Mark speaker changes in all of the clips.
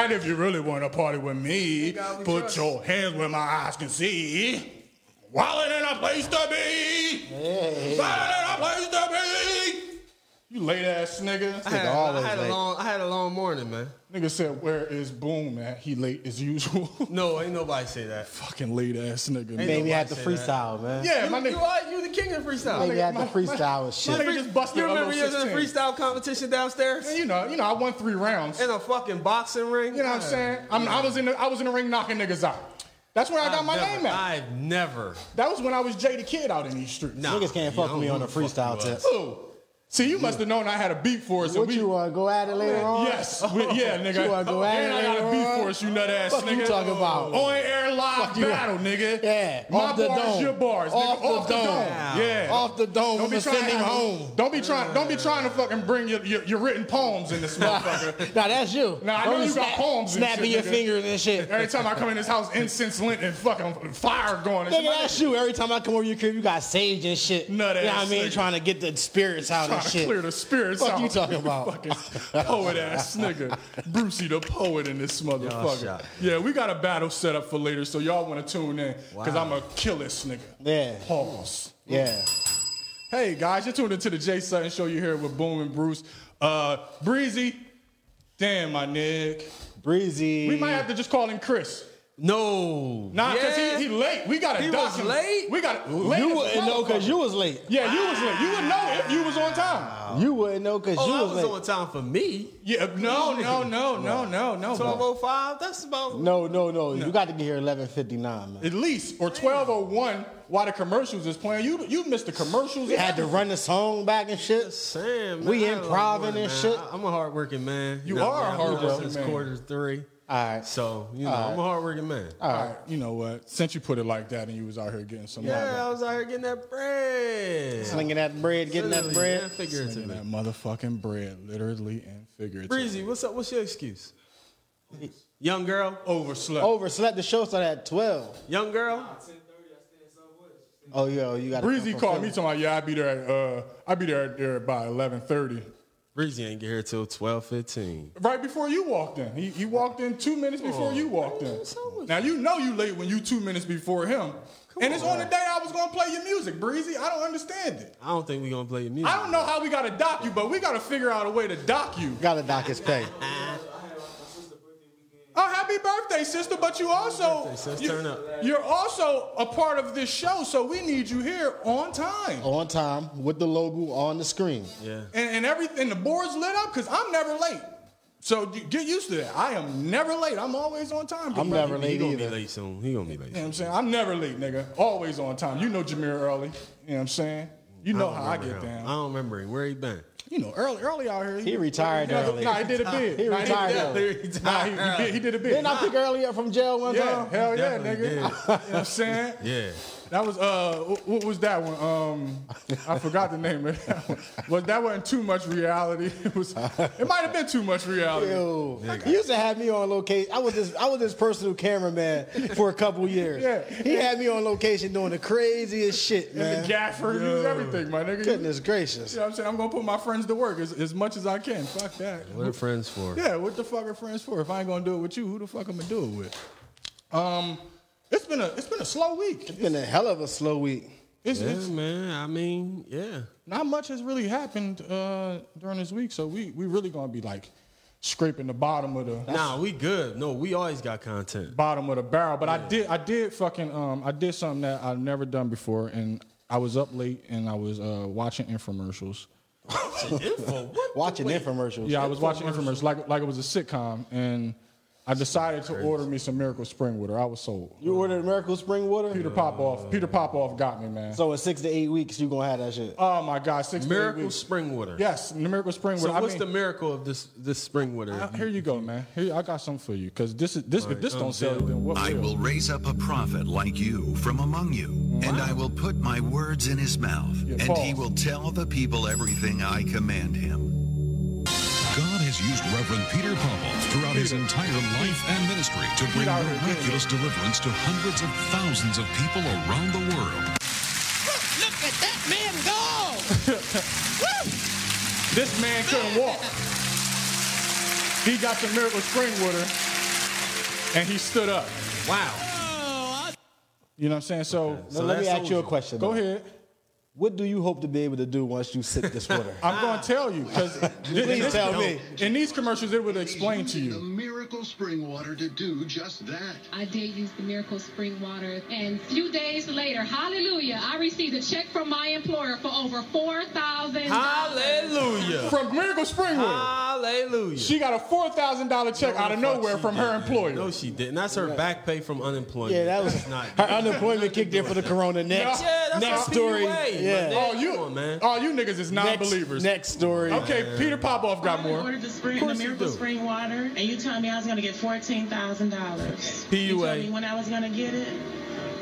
Speaker 1: And if you really want to party with me, put your hands where my eyes can see. Wildin' in a place to be. Wildin' in a place to be. You late ass nigga.
Speaker 2: I had,
Speaker 3: Nigga always
Speaker 2: I had a
Speaker 3: late.
Speaker 2: long, I had a long morning, man.
Speaker 1: Nigga said, "Where is Boom at? He late as usual."
Speaker 2: No, ain't nobody say that.
Speaker 1: Fucking late ass nigga. man.
Speaker 3: Maybe I had to
Speaker 2: nobody say
Speaker 3: freestyle, man.
Speaker 1: Yeah,
Speaker 2: you,
Speaker 1: my nigga.
Speaker 2: you are you the king of freestyle.
Speaker 3: Maybe I had to freestyle and
Speaker 1: my
Speaker 3: shit.
Speaker 1: nigga just busted
Speaker 2: you
Speaker 1: a
Speaker 2: remember you was in a
Speaker 1: 16.
Speaker 2: freestyle competition downstairs
Speaker 1: You know, you know, I won three rounds.
Speaker 2: in a fucking boxing ring.
Speaker 1: You know what I'm saying? I'm, I was in the I was in the ring knocking niggas out. That's where I got my
Speaker 2: never,
Speaker 1: name at.
Speaker 2: I've never.
Speaker 1: that was when I was Jay the Kid out in these streets.
Speaker 2: Nah,
Speaker 3: Niggas can't fuck
Speaker 2: you
Speaker 3: me
Speaker 2: know
Speaker 3: on a
Speaker 2: who the fuck
Speaker 3: freestyle
Speaker 2: you
Speaker 3: test.
Speaker 1: Ooh. See, you must have known I had a beat for us. and
Speaker 3: What
Speaker 1: we-
Speaker 3: you want to go at it later on?
Speaker 1: Yes. We- yeah, nigga.
Speaker 3: You wanna go at
Speaker 1: and
Speaker 3: it
Speaker 1: I got a
Speaker 3: later
Speaker 1: beat
Speaker 3: on?
Speaker 1: for us, you nut ass
Speaker 3: Fuck
Speaker 1: nigga.
Speaker 3: you talking about?
Speaker 1: On air live
Speaker 3: you.
Speaker 1: battle, nigga.
Speaker 3: Yeah,
Speaker 1: My
Speaker 3: off the
Speaker 1: bars,
Speaker 3: dome.
Speaker 1: your bars.
Speaker 3: Off
Speaker 1: nigga.
Speaker 3: the dome.
Speaker 1: Yeah.
Speaker 3: Off the dome,
Speaker 1: Don't
Speaker 3: I'ma
Speaker 1: be trying
Speaker 3: send
Speaker 1: to
Speaker 3: him home.
Speaker 1: Don't be trying. Don't be trying to fucking bring your, your, your written poems in this motherfucker.
Speaker 3: Now that's you.
Speaker 1: Nah, I
Speaker 3: Don't
Speaker 1: know
Speaker 3: be
Speaker 1: you got
Speaker 3: snap-
Speaker 1: poems and
Speaker 3: Snapping
Speaker 1: shit,
Speaker 3: your
Speaker 1: nigga.
Speaker 3: fingers and shit.
Speaker 1: Every time I come in this house, incense lit and fucking fire going.
Speaker 3: Nigga, that's you. Every time I come over your crib, you got sage and shit.
Speaker 1: Nut
Speaker 3: you know
Speaker 1: ass
Speaker 3: what I mean?
Speaker 1: nigga.
Speaker 3: Trying to get the spirits out
Speaker 1: Trying
Speaker 3: and
Speaker 1: to
Speaker 3: shit.
Speaker 1: clear the spirits
Speaker 3: Fuck
Speaker 1: out.
Speaker 3: you talking about?
Speaker 1: Fucking poet ass nigga. Brucey the poet in this motherfucker.
Speaker 2: shot.
Speaker 1: Yeah, we got a battle set up for later, so y'all want to tune in because
Speaker 2: Wow.
Speaker 1: I'm a kill this nigga.
Speaker 3: Yeah.
Speaker 1: Pause.
Speaker 3: Yeah.
Speaker 1: Hey guys, you're tuned into the Jay Sutton Show. You're here with Boom and Bruce. Uh, Breezy. Damn, my nigga.
Speaker 3: Breezy.
Speaker 1: We might have to just call him Chris.
Speaker 2: No.
Speaker 1: Nah, because
Speaker 2: Yeah.
Speaker 1: he, he late. We got to
Speaker 2: He
Speaker 1: dock
Speaker 2: was
Speaker 1: him.
Speaker 2: late?
Speaker 1: We got late.
Speaker 3: You
Speaker 1: as a
Speaker 3: wouldn't know because
Speaker 1: motherfucker.
Speaker 3: you was late.
Speaker 1: Yeah, you was late. You would know if you was on time.
Speaker 3: You wouldn't know because
Speaker 2: Oh,
Speaker 3: you
Speaker 2: I
Speaker 3: was,
Speaker 2: was
Speaker 3: late.
Speaker 2: on time for me.
Speaker 1: Yeah, no, no, no, no, no, no. bro.
Speaker 2: 1205. That's about.
Speaker 3: No, no, no, You got to get here eleven fifty nine, man.
Speaker 1: At least, or 1201 while the commercials is playing. You you missed the commercials.
Speaker 3: We had to run the song back and shit.
Speaker 2: Sam,
Speaker 3: We
Speaker 2: I had a long
Speaker 3: improving
Speaker 2: morning,
Speaker 3: and
Speaker 2: man.
Speaker 3: shit.
Speaker 2: I- I'm a hardworking man.
Speaker 1: You are a
Speaker 2: I've been up
Speaker 1: hardworking
Speaker 2: since
Speaker 1: man.
Speaker 2: quarter to three.
Speaker 3: All right.
Speaker 2: So you know, I'm a hardworking man.
Speaker 1: All right, you know what? Since you put it like that and you was out here getting some
Speaker 2: yeah,
Speaker 1: money,
Speaker 2: I was out here getting that bread.
Speaker 3: Slinging that bread, getting that
Speaker 2: Literally,
Speaker 3: bread.
Speaker 2: man,
Speaker 1: slinging
Speaker 2: figuratively.
Speaker 1: that motherfucking bread, literally and figuratively.
Speaker 2: Breezy, what's up? What's your excuse? Young girl,
Speaker 1: Overslept.
Speaker 3: Overslept. The show started at twelve.
Speaker 2: young girl.
Speaker 3: Oh, yo, you got
Speaker 1: Breezy called me talking about, yeah, I'd be there at, uh, I'd be there, at, there by 1130.
Speaker 2: Breezy ain't get here till twelve fifteen.
Speaker 1: Right before you walked in. He, he walked in two minutes before you walked in.
Speaker 2: Breezy, so much-
Speaker 1: Now, you know you late when you two minutes before him. and it's on the day I was going to play your music, Breezy. I don't understand it.
Speaker 2: I don't think we gonna play your music.
Speaker 1: I don't know how we gotta dock you, but we gotta figure out a way to dock you.
Speaker 3: Got to dock his pay.
Speaker 1: Oh, happy birthday, sister! But you also
Speaker 2: birthday, sis.
Speaker 1: you,
Speaker 2: Turn up.
Speaker 1: are also a part of this show, so we need you here on time.
Speaker 3: On time with the logo on the screen.
Speaker 2: Yeah.
Speaker 1: And, and everything, the board's lit up because I'm never late. So you get used to that. I am never late. I'm always on time. big
Speaker 3: I'm
Speaker 1: brother.
Speaker 3: never
Speaker 2: He
Speaker 3: late
Speaker 2: gonna be
Speaker 3: either.
Speaker 2: late soon. He gonna be late.
Speaker 1: You know what
Speaker 2: Soon.
Speaker 1: I'm saying? I'm never late, nigga. Always on time. You know Jameer early. You know what I'm saying? You know
Speaker 2: don't
Speaker 1: how I
Speaker 2: remember
Speaker 1: get
Speaker 2: him.
Speaker 1: down.
Speaker 2: I don't remember him. Where he been?
Speaker 1: You know, early, early out here.
Speaker 3: He retired early.
Speaker 1: Nah, he did a bid.
Speaker 3: He
Speaker 1: Nah, did-
Speaker 3: retired
Speaker 1: yeah,
Speaker 3: early.
Speaker 1: Nah, he, he did, he did a bid.
Speaker 3: Didn't I pick early up from jail one
Speaker 1: Yeah,
Speaker 3: time?
Speaker 1: hell yeah, nigga.
Speaker 2: Definitely
Speaker 1: you
Speaker 2: did.
Speaker 1: know what I'm saying?
Speaker 2: Yeah.
Speaker 1: That was uh, wh- what was that one? Um, I forgot the name of that one. But that wasn't too much reality. It was. It might have been too much reality.
Speaker 3: Yo, he used to have me on location. I was this I was this personal cameraman for a couple years.
Speaker 1: Yeah.
Speaker 3: He had me on location doing the craziest shit,
Speaker 1: And
Speaker 3: man.
Speaker 1: the gaffer, he was everything, my nigga. You
Speaker 3: Goodness gracious.
Speaker 1: know what I'm saying? I'm gonna put my friends to work as, as much as I can. Fuck that.
Speaker 2: What are friends for?
Speaker 1: Yeah, what the fuck are friends for? If I ain't gonna do it with you, who the fuck I'm gonna do it with? Um, it's been a it's been a slow week.
Speaker 3: It's been a hell of a slow week.
Speaker 1: It's,
Speaker 2: Yeah,
Speaker 1: it's
Speaker 2: man. I mean, yeah.
Speaker 1: not much has really happened uh, during this week, so we we really gonna be like scraping the bottom of the
Speaker 2: Nah, we good. No, we always got content.
Speaker 1: bottom of the barrel. But I did I did fucking um I did something that I've never done before and I was up late and I was uh, watching infomercials.
Speaker 2: Info. What?
Speaker 3: Watching infomercials.
Speaker 1: Yeah, I was watching infomercials like like it was a sitcom and I decided to order me some Miracle Spring water. I was sold.
Speaker 3: You ordered Miracle Spring Water?
Speaker 1: Peter Popoff, Peter Popoff got me, man.
Speaker 3: So in six to eight weeks, you gonna have that shit.
Speaker 1: Oh my god, six to eight
Speaker 2: Miracle
Speaker 1: weeks.
Speaker 2: spring water.
Speaker 1: Yes, the Miracle Spring water.
Speaker 2: So
Speaker 1: I
Speaker 2: what's
Speaker 1: mean-
Speaker 2: the miracle of this this spring water?
Speaker 1: Uh, here you go, man. Here, I got something for you. Cause this is this. if this
Speaker 2: I'm
Speaker 1: don't sell,
Speaker 2: down.
Speaker 1: then what?
Speaker 4: I will raise up a prophet like you from among you, and I will put my words in his mouth, and he
Speaker 1: pause.
Speaker 4: will tell the people everything I command him.
Speaker 5: God has used Reverend Peter Popoff throughout his entire life and ministry to bring
Speaker 1: out here, get
Speaker 5: miraculous deliverance to hundreds of thousands of people around the world.
Speaker 6: Look at that man go!
Speaker 1: This man couldn't walk. He got some Miracle Spring water, and he stood up.
Speaker 2: Wow.
Speaker 7: Oh, I-
Speaker 1: You know what I'm saying? So
Speaker 3: Now, let
Speaker 2: that
Speaker 3: me ask
Speaker 2: sold
Speaker 3: you a
Speaker 2: you.
Speaker 3: question.
Speaker 1: go
Speaker 3: though.
Speaker 1: ahead.
Speaker 3: What do you hope to be able to do once you sip this water?
Speaker 1: I'm
Speaker 2: Ah.
Speaker 1: going to tell you because
Speaker 3: Please tell me.
Speaker 1: in these commercials it would explain to
Speaker 4: The
Speaker 1: you.
Speaker 4: miracle spring water to do just that.
Speaker 6: I did use the miracle spring water. And few days later, hallelujah, I received a check from my employer for over $4,000.
Speaker 2: Hallelujah.
Speaker 1: From Miracle Springwood,
Speaker 2: Hallelujah.
Speaker 1: she got a four thousand dollar check out of
Speaker 2: No,
Speaker 1: nowhere
Speaker 2: fuck,
Speaker 1: from
Speaker 2: she
Speaker 1: her
Speaker 2: didn't. No,
Speaker 1: employer.
Speaker 2: she didn't. That's her back pay from unemployment.
Speaker 3: yeah, that was
Speaker 2: That's not.
Speaker 3: her unemployment kicked in for the corona. Next,
Speaker 2: Yeah, that's
Speaker 3: next
Speaker 2: how
Speaker 3: story.
Speaker 2: people weigh,
Speaker 3: yeah,
Speaker 2: my nigga.
Speaker 1: All Oh, you,
Speaker 2: Come on, man.
Speaker 1: all you niggas is
Speaker 3: next,
Speaker 1: non-believers.
Speaker 3: Next story.
Speaker 1: Okay, Peter Popoff got
Speaker 8: I
Speaker 1: more.
Speaker 8: ordered the spring, the
Speaker 2: course you
Speaker 8: miracle
Speaker 2: do.
Speaker 8: spring water, and you told me I was gonna get fourteen thousand dollars. You
Speaker 2: PUA.
Speaker 8: told me when I was gonna get it,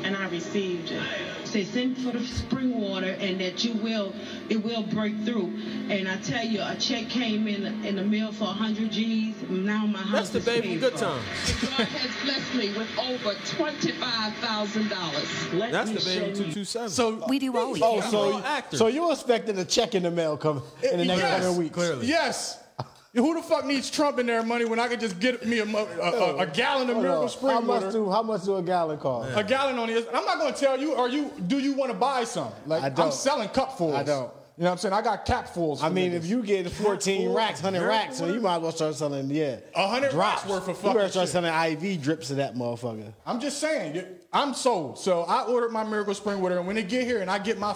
Speaker 8: and I received it.
Speaker 9: Say send for the spring water and that you will it will break through. And I tell you, a check came in in the mail for 100 G's. Now my
Speaker 2: That's
Speaker 9: house
Speaker 2: the
Speaker 9: is
Speaker 2: baby
Speaker 9: paid
Speaker 2: good
Speaker 9: for.
Speaker 2: time.
Speaker 9: God has blessed me with over twenty-five thousand dollars.
Speaker 8: Let
Speaker 2: That's
Speaker 8: me
Speaker 2: the
Speaker 8: show
Speaker 2: baby
Speaker 8: you.
Speaker 2: two two seven.
Speaker 1: So
Speaker 10: We do all we
Speaker 3: Oh,
Speaker 10: can.
Speaker 2: You're an
Speaker 3: so
Speaker 2: actor.
Speaker 3: so you're expecting a check in the mail coming in the next
Speaker 1: Yes.
Speaker 3: coming weeks?
Speaker 2: Clearly.
Speaker 1: yes. Who the fuck needs Trump in their money when I could just get me a, mo- a, a- a gallon of
Speaker 3: Hold
Speaker 1: miracle
Speaker 3: on.
Speaker 1: spring
Speaker 3: how
Speaker 1: water?
Speaker 3: Much do, how much do a gallon cost?
Speaker 1: a gallon on this. I'm not gonna tell you. Are you? Do you want to buy some? Like
Speaker 3: I
Speaker 1: am
Speaker 3: don't.
Speaker 1: selling cupfuls.
Speaker 3: I don't.
Speaker 1: You know what I'm saying? I got capfuls.
Speaker 3: I
Speaker 1: for
Speaker 3: mean,
Speaker 1: niggas.
Speaker 3: if you get 14 racks, 100 racks, so you might as well start selling, yeah.
Speaker 1: 100
Speaker 3: drops.
Speaker 1: racks worth of
Speaker 3: You
Speaker 1: fucking
Speaker 3: better start
Speaker 1: shit.
Speaker 3: selling IV drips of that motherfucker.
Speaker 1: I'm just saying, you- I'm sold. So I ordered my miracle spring water, and when it get here, and I get my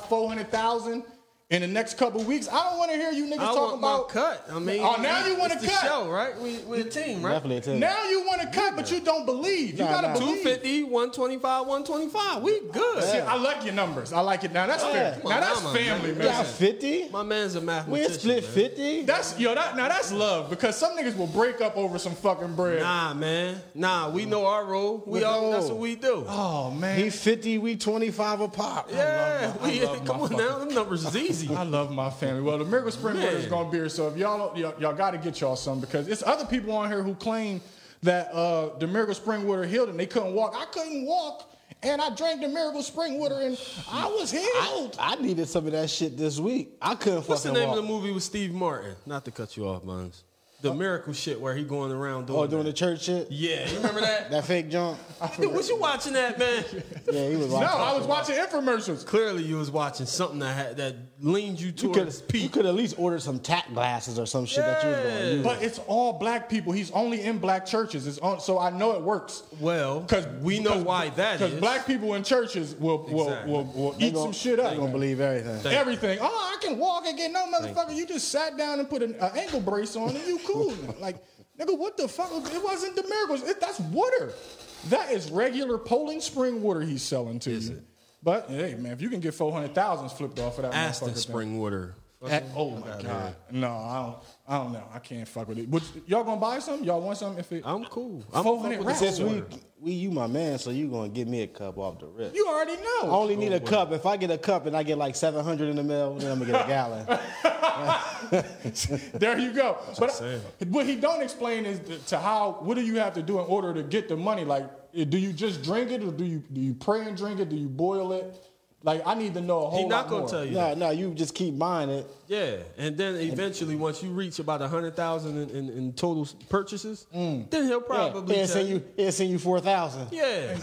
Speaker 1: 400,000 in the next couple weeks, I don't want to hear you niggas
Speaker 2: I
Speaker 1: talking
Speaker 2: want
Speaker 1: about
Speaker 2: my cut. I mean,
Speaker 1: oh, now you want
Speaker 2: it's
Speaker 1: to
Speaker 2: the
Speaker 1: cut.
Speaker 2: Show right? We we a team, right?
Speaker 3: Definitely a tip.
Speaker 1: Now you want to cut, but you don't believe. You
Speaker 3: Nah,
Speaker 1: gotta
Speaker 3: nah.
Speaker 1: believe.
Speaker 2: 250, 125, 125. We good.
Speaker 1: See, I like your numbers. I like it. Now that's fair.
Speaker 2: Come on,
Speaker 1: Now that's
Speaker 2: I'm a-
Speaker 1: family,
Speaker 3: You got
Speaker 1: man.
Speaker 3: 50?
Speaker 2: My man's a
Speaker 3: We
Speaker 2: mathematician.
Speaker 3: split
Speaker 2: man.
Speaker 3: 50?
Speaker 1: That's yo. That, now that's love because some niggas will break up over some fucking bread.
Speaker 2: Nah, man. Nah, we know our role. We
Speaker 3: We
Speaker 2: all
Speaker 3: know.
Speaker 2: that's what we do.
Speaker 1: Oh man,
Speaker 3: He 50, we 25 a pop.
Speaker 2: yeah,
Speaker 1: I
Speaker 2: we,
Speaker 1: love my
Speaker 2: come on
Speaker 1: fucking-
Speaker 2: now. Them numbers is easy.
Speaker 1: I love my family. Well, the Miracle Spring Water is
Speaker 2: Man.
Speaker 1: gonna be here. So if y'all don't, y'all, y'all got to get y'all some because it's other people on here who claim that uh, the Miracle Spring Water healed and they couldn't walk. I couldn't walk, and I drank the Miracle Spring Water and I was
Speaker 3: I,
Speaker 1: healed.
Speaker 3: I needed some of that shit this week. I couldn't
Speaker 2: What's the
Speaker 3: fucking
Speaker 2: name
Speaker 3: walk.
Speaker 2: of the movie with Steve Martin? Not to cut you off, Buns. The miracle shit where he going around doing.
Speaker 3: Oh, doing the
Speaker 2: that.
Speaker 3: church shit?
Speaker 2: Yeah, you remember that?
Speaker 3: That fake jump?
Speaker 2: Dude, what you watching that, man?
Speaker 3: Yeah, he was
Speaker 1: No,
Speaker 3: like,
Speaker 1: I was watching infomercials.
Speaker 2: Clearly, you was watching something that had, that leaned you
Speaker 3: you could
Speaker 2: towards
Speaker 3: you
Speaker 2: peak.
Speaker 3: could at least order some tack glasses or some shit that you was going to use.
Speaker 1: But it's all black people. He's only in black churches. It's on, so I know it works.
Speaker 2: Well,
Speaker 1: Because
Speaker 2: we know why that
Speaker 1: Because
Speaker 2: is.
Speaker 1: black people in churches will will,
Speaker 2: Exactly.
Speaker 1: will, will
Speaker 3: They
Speaker 1: eat
Speaker 3: gon-
Speaker 1: some shit
Speaker 3: They
Speaker 1: up.
Speaker 3: gonna believe everything.
Speaker 2: Thank you.
Speaker 1: Everything. Oh, I can walk again. No, motherfucker, you just sat down and put an uh, ankle brace on and you cool. like, nigga, what the fuck? It wasn't the miracles. It, that's water. That is regular Poland spring water he's selling to you. But hey, man, if you can get four hundred thousands flipped off of that
Speaker 2: Aston
Speaker 1: motherfucker,
Speaker 2: Spring Water.
Speaker 1: then- At- oh my god, no, I don't, I don't know, I can't fuck with it. Would, y'all gonna buy some? Y'all want some? If it,
Speaker 2: I'm cool. I'm
Speaker 1: Four hundred
Speaker 2: fuck with
Speaker 1: racks.
Speaker 3: Since we, we you my man, so you gonna give me a cup off the rip.
Speaker 1: you already know.
Speaker 3: I only
Speaker 2: Oh,
Speaker 3: need a cup. If I get a cup and I get like 700 in the mail, then I'm gonna get a gallon.
Speaker 1: There you go. But
Speaker 2: I'm
Speaker 1: I- what he don't explain is th- to how what do you have to do in order to get the money? Like, eh, do you just drink it, or do you do you pray and drink it? Do you boil it? Like, I need to know a whole
Speaker 2: He
Speaker 1: lot
Speaker 2: not gonna
Speaker 1: more.
Speaker 2: tell you.
Speaker 3: no, no, you just keep buying it.
Speaker 2: Yeah, and then eventually, once you reach about a hundred thousand in, in, in total s- purchases, then he'll probably
Speaker 3: Mm. Yeah,
Speaker 2: yeah.
Speaker 3: and send you, yeah, send you 4,000.
Speaker 2: Yeah,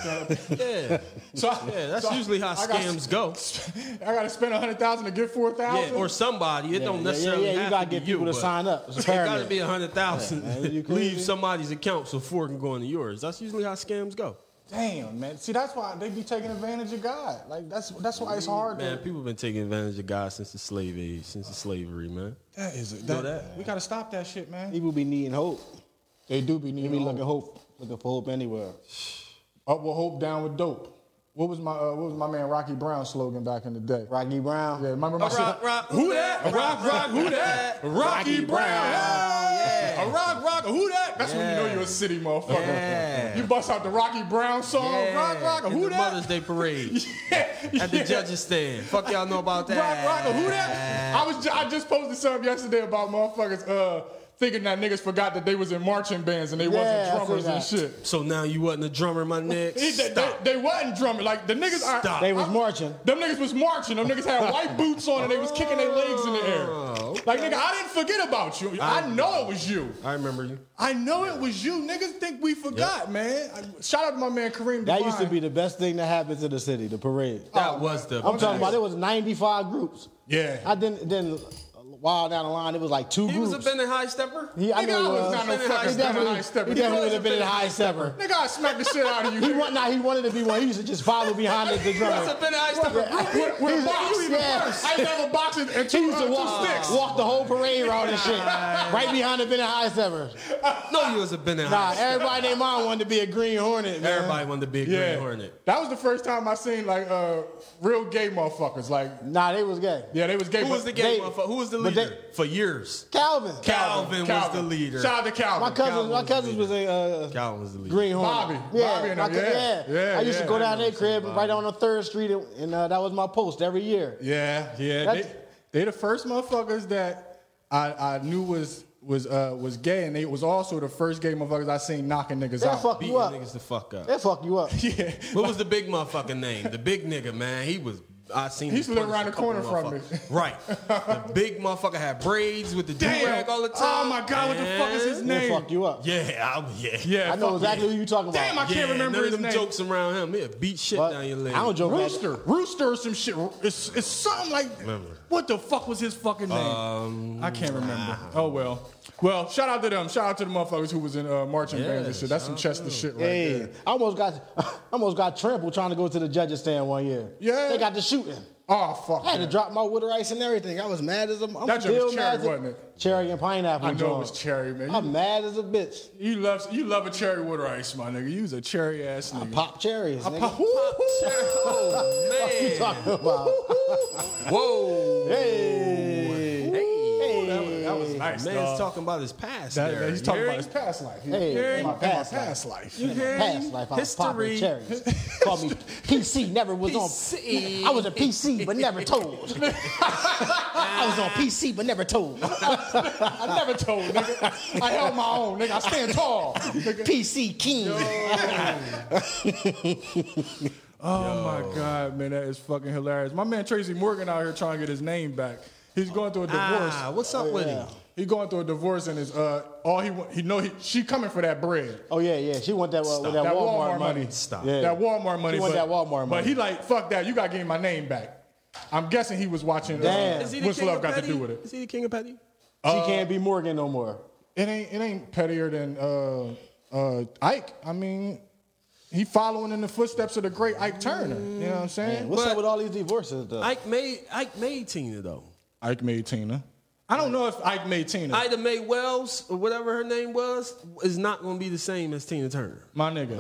Speaker 2: yeah,
Speaker 1: So, I-
Speaker 2: yeah. That's
Speaker 1: so I-
Speaker 2: usually how
Speaker 1: I gotta
Speaker 2: scams
Speaker 1: sp-
Speaker 2: go.
Speaker 1: I gotta spend a hundred thousand to get four
Speaker 2: Yeah,
Speaker 1: thousand.
Speaker 2: or somebody. It
Speaker 3: Yeah,
Speaker 2: don't
Speaker 3: yeah,
Speaker 2: necessarily
Speaker 3: yeah, yeah, you
Speaker 2: have
Speaker 3: gotta
Speaker 2: to
Speaker 3: get
Speaker 2: be
Speaker 3: people to
Speaker 2: you, but
Speaker 3: sign up. It's a
Speaker 2: It gotta
Speaker 3: pyramid.
Speaker 2: be a hundred thousand.
Speaker 3: Yeah, man, you
Speaker 2: Leave
Speaker 3: crazy?
Speaker 2: somebody's account so four can go into yours. That's usually how scams go.
Speaker 1: damn man. See, that's why they be taking advantage of God. Like that's that's why it's hard.
Speaker 2: Man,
Speaker 1: to,
Speaker 2: people been taking advantage of God since the slave age, since the slavery, man.
Speaker 1: that is it.
Speaker 2: Know
Speaker 1: that- we gotta stop that shit, man.
Speaker 3: People be needing hope.
Speaker 1: They do be needing
Speaker 3: People be
Speaker 1: hope.
Speaker 3: looking hope, looking for hope anywhere.
Speaker 1: up with hope, down with dope. What was my uh, what was my man Rocky Brown slogan back in the day?
Speaker 3: Rocky Brown.
Speaker 1: Yeah, remember my
Speaker 2: A rock,
Speaker 1: shit?
Speaker 2: rock,
Speaker 1: who that? A rock, rock, who that? Rocky, Brown.
Speaker 3: Oh,
Speaker 2: Yeah.
Speaker 1: A rock, rock, who that? That's when you know
Speaker 2: Yeah.
Speaker 1: you're a city motherfucker.
Speaker 2: Yeah.
Speaker 1: You bust out the Rocky Brown song, rock, rock,
Speaker 2: In
Speaker 1: who
Speaker 2: the
Speaker 1: that?
Speaker 2: Mother's Day parade
Speaker 1: Yeah.
Speaker 2: at the
Speaker 1: Yeah.
Speaker 2: judges stand. Fuck y'all know about
Speaker 1: Rock,
Speaker 2: that.
Speaker 1: rock, who that? I was ju- I just posted something yesterday about motherfuckers uh, thinking that niggas forgot that they was in marching bands and they
Speaker 3: Yeah, I
Speaker 1: wasn't drummers
Speaker 3: seen
Speaker 1: and
Speaker 3: that.
Speaker 1: shit.
Speaker 2: So now you wasn't a drummer, my nigga.
Speaker 1: They, they-
Speaker 2: Stop.
Speaker 1: they wasn't drumming. Like the niggas are.
Speaker 2: Stop.
Speaker 3: They was marching.
Speaker 1: Them niggas was marching. Them niggas had white boots on and they was kicking their legs in the air.
Speaker 2: Oh, okay.
Speaker 1: Like, nigga, I didn't forget about you. I, know it was you.
Speaker 2: I remember you.
Speaker 1: I know it was you. Niggas think we forgot, man. I- shout out to my man Kareem.
Speaker 3: That used to
Speaker 1: Devine.
Speaker 3: be the best thing that happened to the city, the parade.
Speaker 1: Oh,
Speaker 2: That was the.
Speaker 3: I'm talking about
Speaker 2: best.
Speaker 3: it was 95 groups.
Speaker 1: Yeah.
Speaker 3: I didn't then a while down the line it was like two
Speaker 2: He
Speaker 3: groups.
Speaker 2: was a bending high stepper.
Speaker 3: He- I
Speaker 1: Nigga,
Speaker 3: know
Speaker 1: I
Speaker 3: he
Speaker 1: was
Speaker 3: was.
Speaker 1: not no
Speaker 3: He
Speaker 1: fucking
Speaker 3: definitely-
Speaker 1: high stepper.
Speaker 3: He
Speaker 1: He
Speaker 3: definitely
Speaker 1: was
Speaker 3: would have been a high stepper.
Speaker 1: Nigga, I smacked the shit out of you.
Speaker 3: He
Speaker 1: nigga.
Speaker 3: want, nah, he wanted to be one. He used to just follow behind the drummer.
Speaker 2: That's a bending high stepper.
Speaker 1: with, with
Speaker 3: He's-
Speaker 1: box.
Speaker 3: yes.
Speaker 1: I never boxed and
Speaker 3: He
Speaker 1: two,
Speaker 3: used
Speaker 1: uh,
Speaker 3: to
Speaker 1: two
Speaker 3: walk,
Speaker 1: sticks.
Speaker 3: walk the whole parade route and shit, right behind the bending high stepper.
Speaker 2: No, he was a bending
Speaker 3: Nah,
Speaker 2: high stepper.
Speaker 3: everybody named mom wanted to be a green hornet. Man.
Speaker 2: Everybody wanted to be a Green
Speaker 1: Yeah.
Speaker 2: Hornet.
Speaker 1: That was the first time I seen like uh, real gay motherfuckers. Like,
Speaker 3: Nah, they was gay.
Speaker 1: yeah, they was gay.
Speaker 2: Who
Speaker 1: but-
Speaker 2: was the gay
Speaker 3: They-
Speaker 2: motherfucker? Who was the
Speaker 3: but
Speaker 2: leader
Speaker 3: they-
Speaker 2: for years?
Speaker 3: Calvin.
Speaker 2: Calvin, was the leader.
Speaker 1: Shout out to Calvin.
Speaker 3: My cousin,
Speaker 2: Calvin
Speaker 3: my
Speaker 2: was the
Speaker 3: cousins was a uh,
Speaker 2: Calvin was the leader.
Speaker 3: green
Speaker 1: Bobby.
Speaker 3: hornet. Yeah,
Speaker 1: Bobby and
Speaker 3: my
Speaker 1: them,
Speaker 3: cou-
Speaker 1: yeah.
Speaker 3: yeah.
Speaker 1: Yeah,
Speaker 3: I used
Speaker 1: yeah.
Speaker 3: to go
Speaker 1: I
Speaker 3: down their crib right on the third street, and, and uh, that was my post every year.
Speaker 1: Yeah, yeah. They,
Speaker 3: That's-
Speaker 1: they the first motherfuckers that I, I knew was was uh, was gay, and they was also the first gay motherfuckers I seen knocking niggas
Speaker 3: They'll
Speaker 1: out.
Speaker 3: fuck
Speaker 2: Beating
Speaker 3: you up.
Speaker 2: niggas the fuck up.
Speaker 3: They'll fuck you up.
Speaker 1: Yeah.
Speaker 2: What was the big motherfucking name? The big nigga, man. He was. I seen.
Speaker 1: He
Speaker 2: him
Speaker 1: used to live
Speaker 2: punish
Speaker 1: around
Speaker 2: a
Speaker 1: the
Speaker 2: couple
Speaker 1: corner from me.
Speaker 2: motherfuckers. Right. The big motherfucker had braids with the
Speaker 1: Damn.
Speaker 2: do-rag all the time.
Speaker 1: Oh my God, what the fuck is his
Speaker 2: Man.
Speaker 1: name?
Speaker 3: They'll fuck you up.
Speaker 2: Yeah, I, yeah.
Speaker 1: Yeah,
Speaker 3: I know
Speaker 1: fuck
Speaker 3: exactly who you talking about.
Speaker 1: Damn, I
Speaker 2: Yeah,
Speaker 1: can't remember
Speaker 2: none
Speaker 1: his
Speaker 2: of them
Speaker 1: name.
Speaker 2: jokes around him. Yeah, beat shit
Speaker 3: But
Speaker 2: down your leg.
Speaker 3: I don't joke. about
Speaker 1: Rooster, Rooster, or some shit. It's, it's something like.
Speaker 2: Remember.
Speaker 1: What the fuck was his fucking name? I can't remember. Oh well. Well, shout out to them. Shout out to the motherfuckers who was in uh, marching bands and shit. That's some Chester shit right
Speaker 3: Hey,
Speaker 1: there.
Speaker 3: I almost got I almost got trampled trying to go to the judges stand one year.
Speaker 1: Yeah.
Speaker 3: they got the shooting.
Speaker 1: Oh fuck.
Speaker 3: I had to
Speaker 1: that.
Speaker 3: drop my water ice and everything. I was mad as a. I'm
Speaker 1: That joint
Speaker 3: still
Speaker 1: was cherry,
Speaker 3: mad as a-
Speaker 1: wasn't it?
Speaker 3: Cherry and pineapple.
Speaker 1: I know it
Speaker 3: joint.
Speaker 1: was cherry, man.
Speaker 3: I'm mad as a bitch.
Speaker 1: You love you love a cherry water ice, my nigga. You was a cherry ass nigga.
Speaker 3: Pop cherries.
Speaker 1: I
Speaker 3: nigga.
Speaker 1: pop- Woo-hoo.
Speaker 3: What you talking about?
Speaker 2: Whoa.
Speaker 3: Hey,
Speaker 2: Hey.
Speaker 1: That was- that was nice.
Speaker 2: Man's
Speaker 1: dog.
Speaker 2: talking about his past.
Speaker 1: That-
Speaker 2: there.
Speaker 1: that- he's
Speaker 2: You
Speaker 1: talking
Speaker 2: hear
Speaker 1: about
Speaker 2: me?
Speaker 1: his past life. He-
Speaker 3: Hey,
Speaker 1: in my
Speaker 3: my past
Speaker 1: past, past life.
Speaker 2: You hear me?
Speaker 3: past life I was popping
Speaker 2: History.
Speaker 3: cherries. Call me PC. Never was
Speaker 2: PC.
Speaker 3: on. I was a PC, but never told. I was on PC, but never told.
Speaker 1: I never told, nigga. I held my own, nigga. I stand tall.
Speaker 3: PC King.
Speaker 1: Oh my god, man, that is fucking hilarious. My man Tracy Morgan out here trying to get his name back. He's going through a divorce.
Speaker 2: Ah, what's up with him?
Speaker 1: He's going through a divorce and his uh all he want- he know he she coming for that bread.
Speaker 3: Oh yeah, yeah. She want that uh, with that,
Speaker 1: That
Speaker 3: Walmart,
Speaker 1: Walmart
Speaker 3: money.
Speaker 1: money.
Speaker 2: Stop.
Speaker 3: Yeah.
Speaker 1: That Walmart money.
Speaker 3: He want
Speaker 1: but,
Speaker 3: that Walmart money.
Speaker 1: But he like, fuck that, you gotta give me my name back. I'm guessing he was watching
Speaker 3: Damn.
Speaker 1: uh,
Speaker 3: Is
Speaker 2: Is he the
Speaker 1: What's
Speaker 2: king
Speaker 1: Love
Speaker 2: of
Speaker 1: Got to
Speaker 2: petty?
Speaker 1: Do with It.
Speaker 2: Is he the king of petty?
Speaker 3: she can't be Morgan no more.
Speaker 1: Uh, It ain't it ain't pettier than uh uh Ike. I mean, he following in the footsteps of the great Ike Turner. You know what I'm saying?
Speaker 3: What's
Speaker 2: But-
Speaker 3: up with all these divorces though?
Speaker 2: Ike made Ike made Tina though.
Speaker 1: Ike made Tina. I don't know if Ike made Tina.
Speaker 2: Ida Mae Wells or whatever her name was is not going to be the same as Tina Turner.
Speaker 1: My nigga,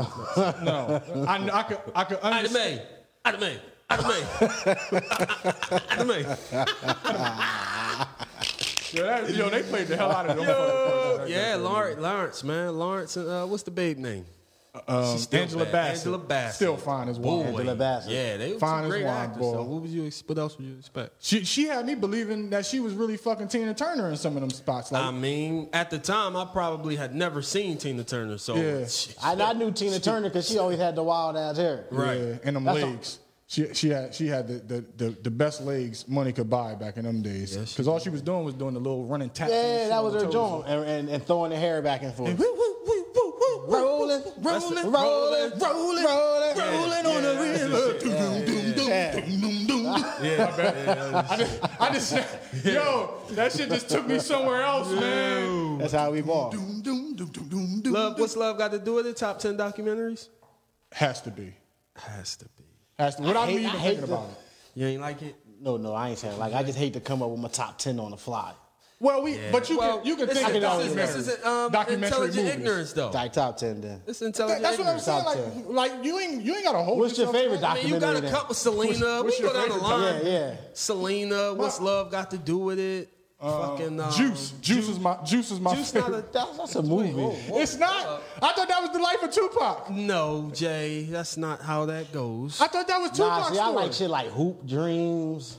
Speaker 1: no, I kn- I could I could
Speaker 2: Ida
Speaker 1: understand.
Speaker 2: Mae, Ida Mae, Ida Mae, Ida Mae.
Speaker 1: Yo, that- yo, they played the hell out of them. motherfuckers.
Speaker 2: Yeah, Lawrence, Lawrence, man, Lawrence. and, Uh, what's the babe name?
Speaker 1: Um,
Speaker 2: She's still
Speaker 1: Angela
Speaker 2: bad.
Speaker 1: Bassett,
Speaker 2: Angela Bassett.
Speaker 1: still fine as
Speaker 2: Boy.
Speaker 1: well.
Speaker 3: Angela Bassett.
Speaker 2: Yeah, they were
Speaker 1: Fine
Speaker 2: some
Speaker 1: as
Speaker 2: great
Speaker 1: wine,
Speaker 2: actors.
Speaker 1: boy.
Speaker 2: So what would you? ex- What else would you expect?
Speaker 1: She she had me believing that she was really fucking Tina Turner in some of them spots. Like,
Speaker 2: I mean, at the time, I probably had never seen Tina Turner. So
Speaker 1: Yeah.
Speaker 3: I, I knew Tina Turner because she always had the wild ass hair.
Speaker 2: right.
Speaker 1: yeah, and them
Speaker 3: That's a-
Speaker 1: legs. she she had she had the the, the, the best legs money could buy back in them days.
Speaker 2: Yes, she
Speaker 1: Because all she was doing was doing the little running tap.
Speaker 3: Yeah, that was her
Speaker 1: job.
Speaker 3: joint, and, and, and throwing the hair back and forth.
Speaker 1: Woo, woo, woo, woo, woo, woo.
Speaker 3: Rolling, rolling, rolling, rolling, rolling,
Speaker 1: Rolling on the river. Doom, doom, doom, doom, doom, doom.
Speaker 2: yeah,
Speaker 1: I just, I just yo, that shit just took me somewhere else, man.
Speaker 3: That's how we ball.
Speaker 1: Doom, doom, doom, doom, doom, doom.
Speaker 2: love. What's love got to do with it? Top ten documentaries.
Speaker 1: Has to be.
Speaker 2: Has to be.
Speaker 1: Has to, without
Speaker 3: hate-
Speaker 1: me
Speaker 3: I
Speaker 1: even
Speaker 3: hate
Speaker 1: thinking
Speaker 3: the-
Speaker 1: about it.
Speaker 2: You ain't like it?
Speaker 3: No, no, I ain't saying like I just hate to come up with my top ten on the fly.
Speaker 1: Well, we, but you
Speaker 2: Well,
Speaker 1: can, you can
Speaker 2: this
Speaker 1: think
Speaker 2: is-
Speaker 1: of
Speaker 2: this is-
Speaker 1: documentary,
Speaker 2: This is um,
Speaker 1: documentary
Speaker 2: intelligent
Speaker 1: movies.
Speaker 2: ignorance, though.
Speaker 3: Like top ten then.
Speaker 2: It's
Speaker 1: That-
Speaker 2: intelligent
Speaker 1: that's what I'm
Speaker 2: ignorance.
Speaker 1: saying.
Speaker 3: Top
Speaker 1: Like, like you ain't, you ain't got to hold.
Speaker 3: What's your
Speaker 1: yourself
Speaker 3: favorite
Speaker 1: back.
Speaker 2: Man, you got a
Speaker 3: documentary
Speaker 2: couple Selena.
Speaker 1: what's
Speaker 2: we
Speaker 1: your
Speaker 2: go down the
Speaker 1: favorite
Speaker 2: line.
Speaker 3: documentary? Yeah, yeah.
Speaker 2: Selena, what's
Speaker 1: My-
Speaker 2: love got to do with it? Fucking um,
Speaker 1: Juice, juice is my, juice is my
Speaker 2: Juice not
Speaker 1: favorite.
Speaker 2: a
Speaker 3: uh, That's, that's a movie.
Speaker 1: it's not. I thought that was the life of Tupac.
Speaker 2: no, Jay. That's not how that goes.
Speaker 1: I thought that was
Speaker 3: Nah,
Speaker 1: Tupac's
Speaker 3: see, I
Speaker 1: story.
Speaker 3: like shit like Hoop Dreams.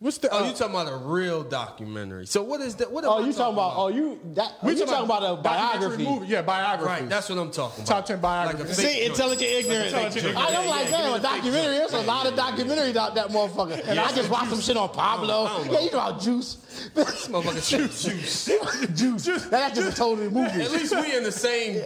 Speaker 1: What's the?
Speaker 2: Oh,
Speaker 1: uh,
Speaker 2: you talking about a real documentary? So what is that? What? am
Speaker 3: Oh,
Speaker 2: I
Speaker 3: you talking about? Oh, you that? We talking, about a
Speaker 1: documentary
Speaker 3: biography?
Speaker 1: Movie. Yeah, biography.
Speaker 2: Right, that's what I'm talking
Speaker 1: Top
Speaker 2: about.
Speaker 1: 10 biography.
Speaker 2: Like a fake
Speaker 3: See,
Speaker 2: joint.
Speaker 3: intelligent ignorance.
Speaker 1: Intelligent ignorance.
Speaker 3: I, am
Speaker 2: Yeah,
Speaker 3: like,
Speaker 2: yeah,
Speaker 3: damn, a
Speaker 2: give me the big
Speaker 3: documentary. There's a lot of documentaries out that motherfucker. And I just watched some shit on Pablo.
Speaker 2: I don't know.
Speaker 3: yeah, you know about Juice.
Speaker 2: This motherfucker juice, juice.
Speaker 3: Juice. That's just a totally movie.
Speaker 2: At least we in the same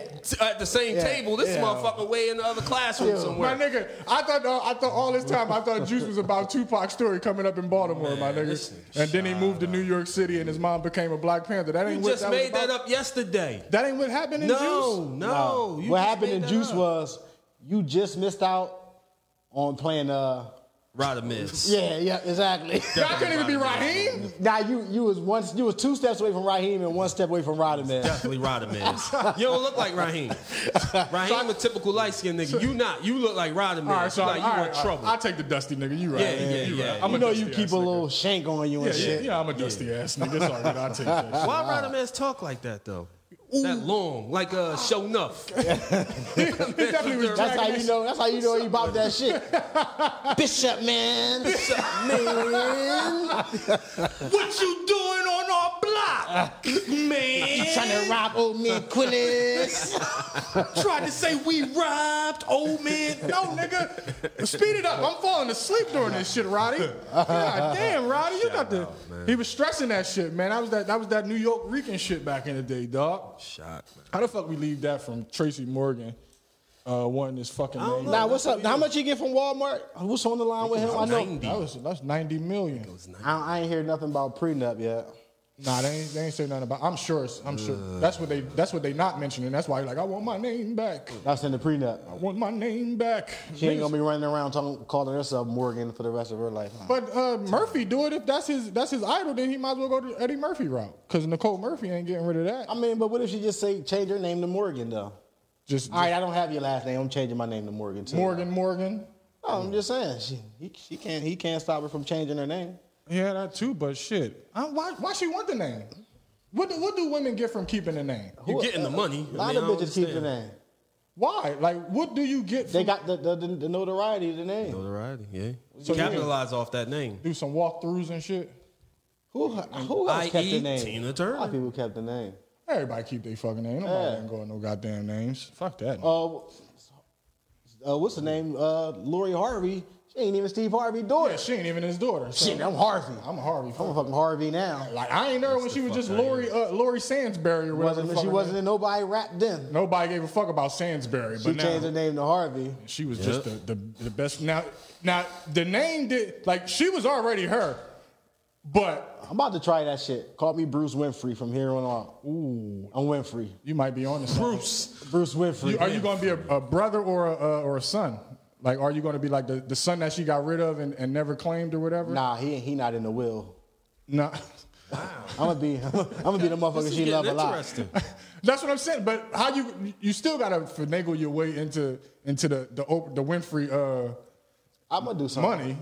Speaker 2: at the same
Speaker 3: Yeah.
Speaker 2: table. This
Speaker 3: Yeah.
Speaker 2: motherfucker way in the other classroom
Speaker 3: Yeah.
Speaker 1: My
Speaker 2: somewhere.
Speaker 1: nigga, I thought uh, I thought all this time I thought Juice was about Tupac's story coming up in Baltimore, my nigga.
Speaker 2: this nigga
Speaker 1: And then he moved to New York City, and his mom became a Black Panther. That ain't
Speaker 2: You
Speaker 1: what
Speaker 2: just
Speaker 1: that was
Speaker 2: made that
Speaker 1: about.
Speaker 2: up yesterday.
Speaker 1: That ain't what happened in
Speaker 2: No,
Speaker 1: Juice.
Speaker 2: no. you
Speaker 3: what
Speaker 2: just
Speaker 3: happened
Speaker 2: made
Speaker 3: in
Speaker 2: that
Speaker 3: Juice
Speaker 2: up.
Speaker 3: was you just missed out on playing. Uh,
Speaker 2: Rada Miss.
Speaker 3: yeah, yeah, exactly.
Speaker 1: Y'all couldn't even be Raheem.
Speaker 3: now you you was one you was two steps away from Raheem and one step away from Rodman.
Speaker 2: Definitely Rodham is. You don't look like Raheem. Raheem a typical light skinned nigga. You not. You look like Rodham is.
Speaker 1: All right, so
Speaker 2: you like, you
Speaker 1: all right,
Speaker 2: want trouble.
Speaker 1: I'll take the dusty nigga. You right?
Speaker 2: Yeah, yeah,
Speaker 1: you
Speaker 2: yeah.
Speaker 1: Right. I'm
Speaker 3: You
Speaker 1: a
Speaker 3: know you
Speaker 1: dusty
Speaker 3: keep
Speaker 1: ass
Speaker 3: a
Speaker 1: nigga.
Speaker 3: little shank on you
Speaker 1: Yeah,
Speaker 3: and
Speaker 1: yeah,
Speaker 3: shit.
Speaker 1: yeah, I'm a dusty ass nigga. It's all right. I'll take that. shit.
Speaker 2: Why Rodham is talk like that though? That long, like uh, show enough.
Speaker 1: He definitely was
Speaker 3: That's how
Speaker 1: dragging
Speaker 3: you know. That's how you know you about that shit. Bishop man, Bishop man,
Speaker 2: What you doing on our block, man?
Speaker 3: trying to rob old man Quillis.
Speaker 2: Tried to say we robbed old man.
Speaker 1: No, nigga. Speed it up. I'm falling asleep during this shit, Roddy. God damn, Roddy. You got the. He was stressing that shit, man. That was that, that was that New York Rican shit back in the day, dog.
Speaker 2: Shot, man.
Speaker 1: How the fuck we leave that from Tracy Morgan uh, wanting his fucking name?
Speaker 3: Nah, what's up? How much you get from Walmart? What's on the line with him? I know.
Speaker 1: That was, that's 90 million.
Speaker 3: I, don't- I ain't heard nothing about prenup yet.
Speaker 1: Nah, they ain't, they ain't say nothing about I'm sure. it's- I'm sure. That's what they That's what they not mentioning. That's why you're like, I want my name back.
Speaker 3: That's in the prenup.
Speaker 1: I want my name back.
Speaker 3: She ain't gonna be running around talking, calling herself Morgan for the rest of her life.
Speaker 1: But uh, Murphy do it if that's his that's his idol. Then he might as well go to Eddie Murphy route because Nicole Murphy ain't getting rid of that.
Speaker 3: I mean, but what if she just say change her name to Morgan though?
Speaker 1: Just,
Speaker 3: All right, I don't have your last name. I'm changing my name to Morgan too.
Speaker 1: Morgan, Morgan.
Speaker 3: No, I'm just saying she he, she can't Oh, he can't stop her from changing her name.
Speaker 1: Yeah, that too. But shit, I, Uh, why why she want the name? What do, what do women get from keeping the name?
Speaker 2: You getting the money?
Speaker 3: A lot
Speaker 2: I mean, I
Speaker 3: of
Speaker 2: don't
Speaker 3: bitches keep the
Speaker 2: understand.
Speaker 3: name.
Speaker 1: Why? Like, what do you get? From,
Speaker 3: They got the the, the, the notoriety of the name.
Speaker 2: Notoriety, yeah. Capitalize off that name.
Speaker 1: do some walkthroughs and shit.
Speaker 3: Who who else kept
Speaker 1: E?
Speaker 3: the
Speaker 2: I.E.
Speaker 3: name?
Speaker 2: Tina
Speaker 3: E A lot
Speaker 2: Turner.
Speaker 3: of people kept the name.
Speaker 1: Everybody keep their fucking name. Nobody
Speaker 3: Yeah.
Speaker 1: ain't going no goddamn names. Fuck that.
Speaker 3: Uh, uh, what's the name? Uh, Lori Harvey. She ain't even Steve Harvey daughter.
Speaker 1: yeah, she ain't even his daughter. so-
Speaker 3: Shit, I'm Harvey. I'm,
Speaker 1: I'm a Harvey.
Speaker 3: a
Speaker 1: fuck.
Speaker 3: fucking Harvey now.
Speaker 1: Like I ain't there when she was just Lori uh, Lori Sansbury or whatever.
Speaker 3: Wasn't,
Speaker 1: the
Speaker 3: she
Speaker 1: fuck her
Speaker 3: wasn't
Speaker 1: name-
Speaker 3: in nobody rap then.
Speaker 1: Nobody gave a fuck about Sansbury,
Speaker 3: She
Speaker 1: but now
Speaker 3: changed her name to Harvey.
Speaker 1: She was just the, the, the best. Now, now the name did like she was already her, but
Speaker 3: I'm about to try that shit. Call me Bruce Winfrey from here on out. Ooh, I'm Winfrey.
Speaker 1: you might be on the
Speaker 2: Bruce.
Speaker 3: Bruce Winfrey.
Speaker 1: Are you going to be a, a brother or a uh, or a son? Like, are you going to be like the, the son that she got rid of and, and never claimed or whatever?
Speaker 3: Nah, he he not in the will.
Speaker 1: nah.
Speaker 3: I'm gonna be I'm gonna be the motherfucker
Speaker 2: This
Speaker 3: she
Speaker 2: is
Speaker 3: love
Speaker 2: getting
Speaker 3: a lot.
Speaker 2: interesting.
Speaker 1: That's what I'm saying. But how you you still got to finagle your way into into the the op- the Winfrey uh,
Speaker 3: I'm gonna do something.
Speaker 1: money.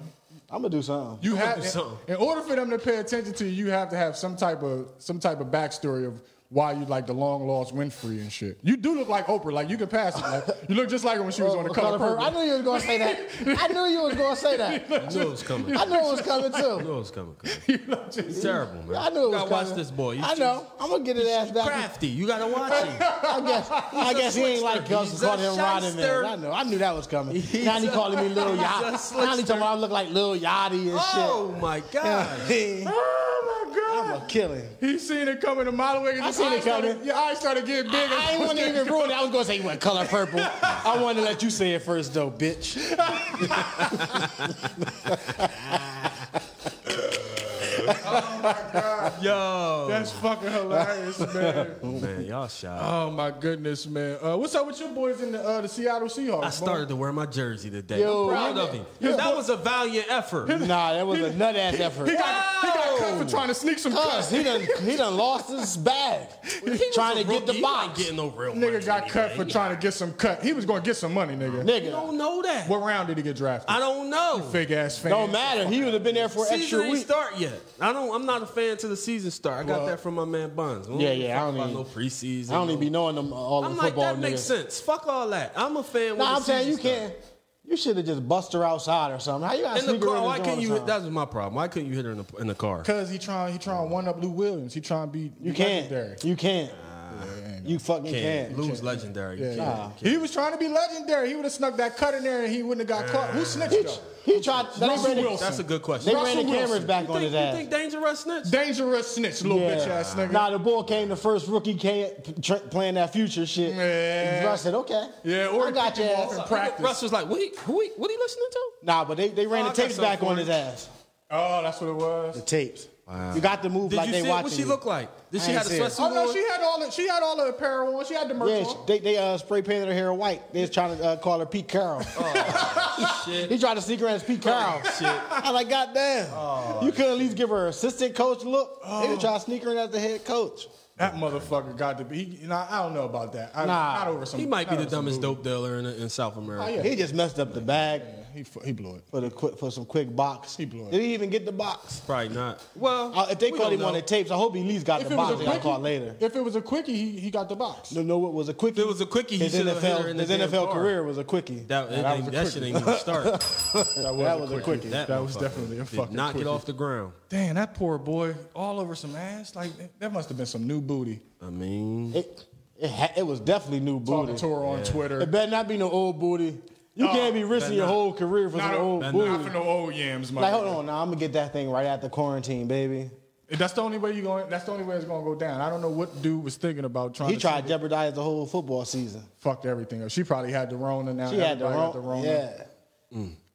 Speaker 3: I'm gonna do something.
Speaker 1: You have
Speaker 2: do something.
Speaker 1: in, in order for them to pay attention to you, you have to have some type of some type of backstory of why you like the long lost Winfrey and shit. You do look like Oprah, like you can pass it. Like, you look just like her when she was on the
Speaker 3: Oh,
Speaker 1: color,
Speaker 3: Purple.
Speaker 1: purple.
Speaker 3: I knew you was gonna say that. I knew you was gonna say that.
Speaker 2: I knew it was coming.
Speaker 3: I
Speaker 2: I
Speaker 3: knew it was coming
Speaker 2: knew
Speaker 3: too.
Speaker 2: it was coming.
Speaker 1: You look just-
Speaker 2: It's terrible, man.
Speaker 3: I knew it
Speaker 2: you
Speaker 3: was
Speaker 2: gotta
Speaker 3: coming.
Speaker 2: watch this boy. He's
Speaker 3: I know. I'm gonna get his ass
Speaker 2: too
Speaker 3: back.
Speaker 2: crafty. You gotta watch him.
Speaker 3: I guess. I guess he ain't like
Speaker 2: slickster.
Speaker 3: us
Speaker 2: He's
Speaker 3: calling
Speaker 2: a
Speaker 3: him Rodman.
Speaker 2: shyster.
Speaker 3: I know. I knew that was coming. now he
Speaker 2: a-
Speaker 3: calling me Lil
Speaker 2: he's a
Speaker 3: Yachty. Now he
Speaker 2: slickster.
Speaker 3: talking about I look like Lil Yachty and
Speaker 2: Oh my god.
Speaker 3: shit.
Speaker 1: oh my
Speaker 3: I'm
Speaker 1: god!
Speaker 3: gonna kill him.
Speaker 1: He seen it coming a mile away. and
Speaker 3: I
Speaker 1: his
Speaker 3: seen it
Speaker 1: eyes started-
Speaker 3: coming.
Speaker 1: Your eyes started getting bigger.
Speaker 3: I ain't want to even ruin it. I was gonna say you went color purple. I wanted to let you say it first though, bitch.
Speaker 2: Yo.
Speaker 1: That's fucking hilarious, man.
Speaker 2: Oh. Man, y'all shot.
Speaker 1: Oh my goodness, man. Uh, what's up with your boys in the uh, the Seattle Seahawks?
Speaker 2: I
Speaker 1: boy?
Speaker 2: started to wear my jersey today.
Speaker 3: Yo,
Speaker 2: I'm proud of him. That was a valiant effort.
Speaker 3: Nah, that was a nut ass effort.
Speaker 1: He got, he got cut for trying to sneak some
Speaker 3: Cuz
Speaker 1: cuts.
Speaker 3: he done he done lost his bag trying to get the box.
Speaker 2: Getting no real money
Speaker 1: Nigga got cut for
Speaker 2: anyway.
Speaker 1: trying to get some cut. He was going to get some money, nigga.
Speaker 2: I
Speaker 3: Nigga,
Speaker 2: don't know that.
Speaker 1: What round did he get drafted?
Speaker 2: I don't know.
Speaker 1: Fake ass fan.
Speaker 3: don't matter. He would have been there for an
Speaker 2: Season
Speaker 3: extra
Speaker 2: ain't
Speaker 3: week.
Speaker 2: start yet. I don't. I'm not a fan to the season start. I got
Speaker 1: Well-
Speaker 2: that from my man Buns.
Speaker 3: Yeah, yeah, I don't
Speaker 2: about
Speaker 3: even-
Speaker 2: no preseason.
Speaker 3: I don't
Speaker 2: no-
Speaker 3: even be knowing them all the
Speaker 2: I'm like
Speaker 3: football
Speaker 2: that
Speaker 3: niggas.
Speaker 2: makes sense. Fuck all that. I'm a fan. when
Speaker 3: Nah,
Speaker 2: the
Speaker 3: I'm saying you
Speaker 2: season
Speaker 3: can't.
Speaker 2: start.
Speaker 3: You should have just bust her outside or something. How you got
Speaker 2: In the car, why can't you? That was my problem. Why couldn't you hit her in the in the car?
Speaker 1: Cause he trying he trying to one up Lou Williams. He trying to be
Speaker 3: You can't.
Speaker 1: legendary.
Speaker 3: You can't. you fucking can't.
Speaker 2: Lou's legendary. You
Speaker 1: Yeah.
Speaker 2: can't.
Speaker 1: He was trying to be legendary. He would have snuck that cut in there and he wouldn't have got caught. Who snitched though?
Speaker 3: He tried. They
Speaker 1: Russell
Speaker 3: ran, the,
Speaker 1: Wilson.
Speaker 2: That's a good question.
Speaker 3: they
Speaker 2: You
Speaker 3: ran the
Speaker 1: Russell
Speaker 3: cameras
Speaker 1: Wilson.
Speaker 3: back on
Speaker 2: think,
Speaker 3: his
Speaker 2: you
Speaker 3: ass.
Speaker 2: think dangerous snitch?
Speaker 1: Dangerous snitch, little bitch ass nigga.
Speaker 3: Nah, the boy came the first rookie came, tr- playing that future shit.
Speaker 1: Yeah.
Speaker 3: And I said, okay.
Speaker 1: Yeah, or
Speaker 3: I
Speaker 1: he
Speaker 3: got
Speaker 1: picked
Speaker 3: your
Speaker 1: him off
Speaker 3: ass.
Speaker 1: in practice.
Speaker 2: Russell's like, what? He, who he, what he listening to?
Speaker 3: Nah, but they, they ran the
Speaker 2: Oh, I got
Speaker 3: tapes back
Speaker 2: something
Speaker 3: on
Speaker 2: for
Speaker 3: his
Speaker 2: you.
Speaker 3: ass.
Speaker 1: Oh, that's what it was.
Speaker 3: The tapes. You got to move
Speaker 2: Did
Speaker 3: like
Speaker 2: you
Speaker 3: they
Speaker 2: see
Speaker 3: watching
Speaker 2: what she
Speaker 3: you.
Speaker 2: looked like? Did
Speaker 3: I
Speaker 2: she
Speaker 3: ain't
Speaker 2: have a
Speaker 3: see it.
Speaker 2: sweatsuit
Speaker 1: Oh no,
Speaker 2: on?
Speaker 1: she had all the she had all the apparel on. She had the merch
Speaker 3: Yeah,
Speaker 1: on.
Speaker 3: they, they uh, spray painted her hair white. They was trying to uh, call her Pete Carroll.
Speaker 2: shit.
Speaker 3: he tried to sneak her as Pete Carroll. I'm like, God damn. you could at least give her assistant coach look. They were trying to sneak her in as the head coach.
Speaker 1: Oh. That motherfucker got to be. He, nah, I don't know about that. I,
Speaker 3: Nah.
Speaker 1: not over some.
Speaker 2: He might be
Speaker 1: not
Speaker 2: the
Speaker 1: over some
Speaker 2: dumbest
Speaker 1: movie. Oh,
Speaker 2: dope dealer in, in South America.
Speaker 1: yeah.
Speaker 3: Oh, He just messed up the bag
Speaker 1: He fu- he blew it.
Speaker 3: for the quick for some quick box.
Speaker 1: He blew it.
Speaker 3: Did he even get the box?
Speaker 2: Probably not. Well,
Speaker 3: Uh, if they
Speaker 2: we
Speaker 3: caught
Speaker 2: don't
Speaker 3: him on
Speaker 2: know.
Speaker 3: the tapes, I hope he at least got
Speaker 1: If
Speaker 3: the
Speaker 1: it was a
Speaker 3: box. They got
Speaker 1: quickie-
Speaker 3: caught later.
Speaker 1: If it was a quickie, he, he got the box.
Speaker 3: No, no, what was a quickie?
Speaker 2: If it was a quickie, he
Speaker 3: His
Speaker 2: should've hit her
Speaker 3: NFL
Speaker 2: in the
Speaker 3: his
Speaker 2: damn
Speaker 3: NFL
Speaker 2: car.
Speaker 3: career was a quickie.
Speaker 2: That, it
Speaker 1: that
Speaker 2: ain't-
Speaker 1: was a
Speaker 2: that
Speaker 1: quick-
Speaker 2: shit ain't even start.
Speaker 1: That was,
Speaker 3: That was a quickie.
Speaker 2: That,
Speaker 1: That was
Speaker 2: motherfucker
Speaker 1: definitely a
Speaker 2: did
Speaker 1: fucking
Speaker 2: Not get
Speaker 1: quickie.
Speaker 2: off the ground.
Speaker 1: Damn, that poor boy, all over some ass. Like that must have been some new booty.
Speaker 2: I mean,
Speaker 3: It, it, ha- it was definitely new
Speaker 1: Talking
Speaker 3: booty.
Speaker 1: to her on Twitter.
Speaker 3: It better not be no old booty. You
Speaker 1: Oh,
Speaker 3: can't be risking your
Speaker 2: not.
Speaker 3: whole career for
Speaker 1: not,
Speaker 3: some
Speaker 1: a-
Speaker 3: old
Speaker 1: not
Speaker 3: booty.
Speaker 1: for no old yams, my
Speaker 3: Like,
Speaker 1: nigga.
Speaker 3: hold on, now I'm gonna get that thing right after quarantine, baby.
Speaker 1: That's the only way you going. That's the only way it's gonna go down. I don't know what dude was thinking about trying.
Speaker 3: He
Speaker 1: to
Speaker 3: tried to jeopardize the whole football season.
Speaker 1: fucked everything up. She probably had the Rona now.
Speaker 3: She had the
Speaker 1: everybody
Speaker 3: wrong,
Speaker 1: got the Rona.
Speaker 3: yeah.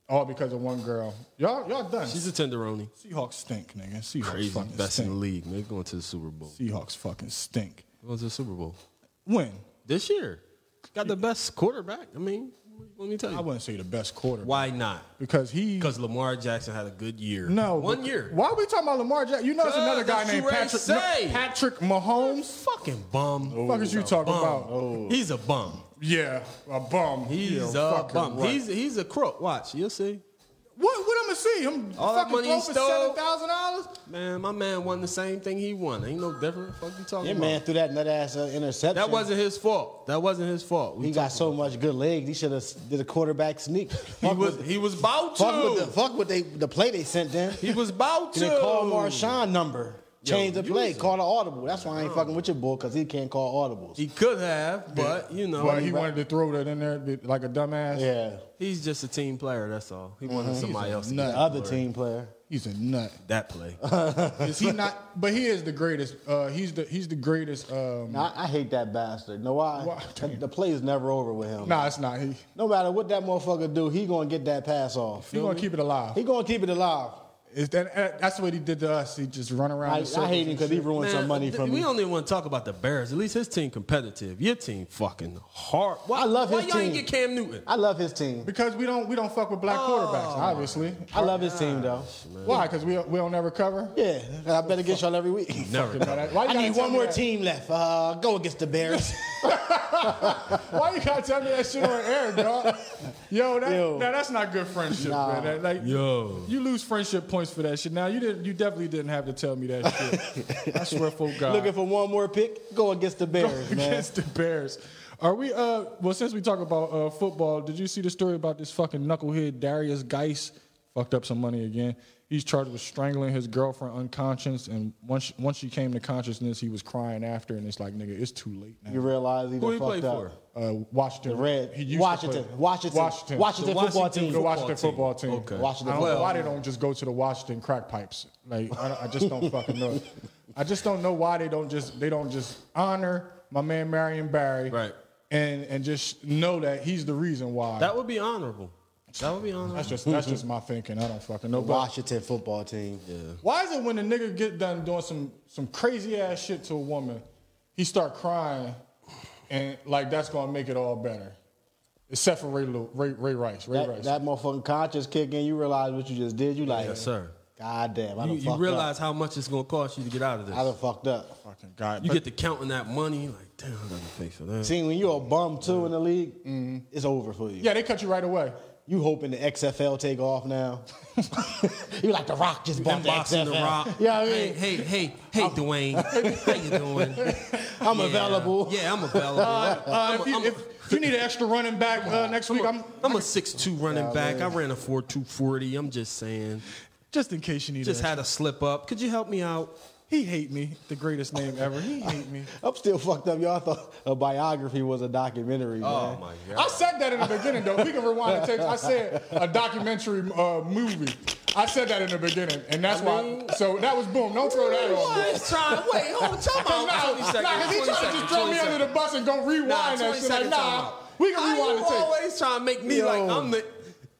Speaker 1: All because of one girl. Y'all, y'all done.
Speaker 2: she's a tenderoni.
Speaker 1: Seahawks stink, nigga. Seahawks
Speaker 2: Crazy,
Speaker 1: fucking
Speaker 2: best in the
Speaker 1: stink.
Speaker 2: league. Man, going to the Super Bowl.
Speaker 1: Seahawks fucking stink.
Speaker 2: Going to the Super Bowl
Speaker 1: When?
Speaker 2: this year. Got the best quarterback. I mean, let me tell
Speaker 1: I
Speaker 2: you.
Speaker 1: wouldn't say the best quarterback.
Speaker 2: Why not?
Speaker 1: Because he.
Speaker 2: Because Lamar Jackson had a good year.
Speaker 1: no.
Speaker 2: one
Speaker 1: but-
Speaker 2: year.
Speaker 1: Why are we talking about Lamar Jackson? You know, it's
Speaker 2: Cuz
Speaker 1: another guy
Speaker 2: that's
Speaker 1: named
Speaker 2: what they
Speaker 1: Patrick.
Speaker 2: say.
Speaker 1: no, Patrick Mahomes.
Speaker 2: Fucking bum.
Speaker 1: fuck is you talking
Speaker 2: bum.
Speaker 1: about?
Speaker 2: He's a bum.
Speaker 1: Yeah, a bum.
Speaker 2: He's
Speaker 1: You're
Speaker 2: a
Speaker 1: fucking
Speaker 2: bum.
Speaker 1: right.
Speaker 2: He's he's a crook. Watch, you'll see.
Speaker 1: what? What I'm gonna see? I'm
Speaker 2: All that
Speaker 1: fucking
Speaker 2: money he
Speaker 1: throw for
Speaker 2: stole.
Speaker 1: seven thousand dollars.
Speaker 2: Man, my man won the same thing he won. Ain't no different. Fuck you talking
Speaker 3: Your
Speaker 2: about?
Speaker 3: man threw that nut ass uh, interception.
Speaker 2: That wasn't his fault. That wasn't his fault. We
Speaker 3: He got so much good legs. He should have did a quarterback sneak.
Speaker 2: He
Speaker 3: Fuck
Speaker 2: was
Speaker 3: with,
Speaker 2: he was about to.
Speaker 3: fuck with the fuck with they the play they sent them.
Speaker 2: he was about to.
Speaker 3: And then call Marshawn number.
Speaker 2: Yo,
Speaker 3: Change the
Speaker 2: you
Speaker 3: play.
Speaker 2: was a-
Speaker 3: Call the audible. That's why I ain't fucking with your boy because he can't call audibles.
Speaker 2: He could have, but you know,
Speaker 1: But he wanted to throw that in there be- like a dumbass. Mm-hmm.
Speaker 3: yeah. Mm-hmm.
Speaker 2: he's just a team player. That's all. He wanted somebody else. to
Speaker 1: nut.
Speaker 2: get
Speaker 3: The
Speaker 2: the
Speaker 3: other
Speaker 2: glory.
Speaker 3: team player.
Speaker 1: He's a nut.
Speaker 2: That play.
Speaker 1: Is he not? But he is the greatest. Uh, he's the he's the greatest. Um,
Speaker 3: Now, I, I hate that bastard. Know why?
Speaker 1: Why?
Speaker 3: The, the play is never over with him.
Speaker 1: nah, it's not. He
Speaker 3: No matter what that motherfucker do, he gonna get that pass off.
Speaker 1: he gonna keep it alive.
Speaker 3: He gonna keep it alive.
Speaker 1: Is that uh, that's what he did to us? He just run around.
Speaker 3: I,
Speaker 1: in circles
Speaker 3: I hate him
Speaker 1: and
Speaker 3: because he
Speaker 1: shit.
Speaker 3: ruined some money
Speaker 2: th-
Speaker 3: from
Speaker 2: we
Speaker 3: me.
Speaker 2: don't even want to talk about the Bears. At least his team competitive. Your team fucking hard. Why,
Speaker 3: I love
Speaker 2: why
Speaker 3: his
Speaker 2: y'all ain't
Speaker 3: team.
Speaker 2: get Cam Newton?
Speaker 3: I love his team. Oh.
Speaker 1: Because we don't we don't fuck with black quarterbacks, obviously.
Speaker 3: I love his team though.
Speaker 1: Why? Because we we don't ever cover.
Speaker 3: Yeah, and I better get y'all every week.
Speaker 1: Why
Speaker 2: Never.
Speaker 1: you
Speaker 3: I
Speaker 1: gotta
Speaker 3: need
Speaker 1: tell
Speaker 3: one
Speaker 1: me
Speaker 3: more
Speaker 1: that?
Speaker 3: team left. Uh, go against the Bears.
Speaker 1: Why you gotta tell me that shit on air, dog? Yo, that,
Speaker 3: Yo.
Speaker 1: now that's not good friendship,
Speaker 3: Nah.
Speaker 1: man. That- like,
Speaker 2: Yo.
Speaker 1: you lose friendship points for that shit. Now you didn't. You definitely didn't have to tell me that shit. I swear for God.
Speaker 3: Looking for one more pick? Go against the Bears, man.
Speaker 1: against the Bears. Are we? Uh, well, since we talk about uh, football, did you see the story about this fucking knucklehead Darius Geis? Fucked up some money again. He's charged with strangling his girlfriend unconscious, and once she, once she came to consciousness, he was crying after, and it's like, nigga, it's too late now.
Speaker 3: You realize he
Speaker 2: Who
Speaker 3: done
Speaker 2: he
Speaker 3: fucked
Speaker 2: played
Speaker 3: up.
Speaker 2: for?
Speaker 1: Uh, Washington,
Speaker 3: The Red.
Speaker 1: He used to
Speaker 3: Washington.
Speaker 1: play-
Speaker 3: Washington.
Speaker 1: Washington,
Speaker 3: Washington
Speaker 2: The
Speaker 3: football
Speaker 2: Washington
Speaker 3: team.
Speaker 1: the Washington football
Speaker 2: football team.
Speaker 1: team.
Speaker 2: Okay.
Speaker 3: Washington
Speaker 1: I don't know
Speaker 3: football
Speaker 1: why they don't just go to the Washington crack pipes. Like I, don't- I just don't fucking know. I just don't know why they don't just they don't just honor my man Marion Barry,
Speaker 2: Right.
Speaker 1: And and just know that he's the reason why.
Speaker 2: That would be honorable. That would be honorable.
Speaker 1: that's just that's just my thinking. I don't fucking know. But
Speaker 3: Washington football team.
Speaker 1: why is it when a nigga get done doing some some crazy ass shit to a woman, he start crying, and like that's gonna make it all better, except for Ray Lu- Ray, Ray Rice. Ray
Speaker 3: That,
Speaker 1: Rice.
Speaker 3: that motherfucking conscious kick in, you realize what you just did. You like,
Speaker 2: Yes, sir.
Speaker 3: God damn, I
Speaker 2: You,
Speaker 3: done
Speaker 2: you
Speaker 3: fucked
Speaker 2: realize
Speaker 3: up.
Speaker 2: how much it's gonna cost you to get out of this.
Speaker 3: I done fucked up.
Speaker 1: fucking guy.
Speaker 2: you
Speaker 1: But-
Speaker 2: get to counting that money, like damn, I gotta pay for that.
Speaker 3: See, when you're a bum too in the league, it's over for you.
Speaker 1: Mm-hmm. yeah, they cut you right away.
Speaker 3: You hoping the XFL take off now? you like the Rock just bought the
Speaker 2: Unboxing
Speaker 3: XFL.
Speaker 2: the rock.
Speaker 3: Yeah, I mean,
Speaker 2: hey, hey, hey, hey, Dwayne, how you doing?
Speaker 3: I'm
Speaker 2: Yeah.
Speaker 3: available.
Speaker 2: Yeah, I'm available.
Speaker 1: Uh,
Speaker 2: I'm a-
Speaker 1: if you-
Speaker 2: I'm a-
Speaker 1: if- you need an extra running back uh, next week. I'm,
Speaker 2: I'm a six-two running back. I ran a four-two forty. I'm just saying.
Speaker 1: Just in case you need.
Speaker 2: Just had a slip up. Could you help me out?
Speaker 1: He hate me. The greatest name ever. He hate me.
Speaker 3: I'm still fucked up. Y'all thought a biography was a documentary.
Speaker 2: Oh
Speaker 3: man.
Speaker 2: my
Speaker 1: I
Speaker 2: god.
Speaker 1: said that in the beginning, though. If we can rewind the tapes. I said a documentary uh, movie. I said that in the beginning, and that's why. So that was boom. Don't throw that on.
Speaker 2: He's trying. Wait, hold on. Time
Speaker 1: Nah, nah,
Speaker 2: out.
Speaker 1: 'cause he trying to just throw me under the bus and go rewind
Speaker 2: Nah,
Speaker 1: that
Speaker 2: 20
Speaker 1: shit. Like,
Speaker 2: seconds, time
Speaker 1: nah,
Speaker 2: out.
Speaker 1: we can
Speaker 2: How
Speaker 1: rewind
Speaker 2: you
Speaker 1: the tape.
Speaker 2: always trying to make me like I'm the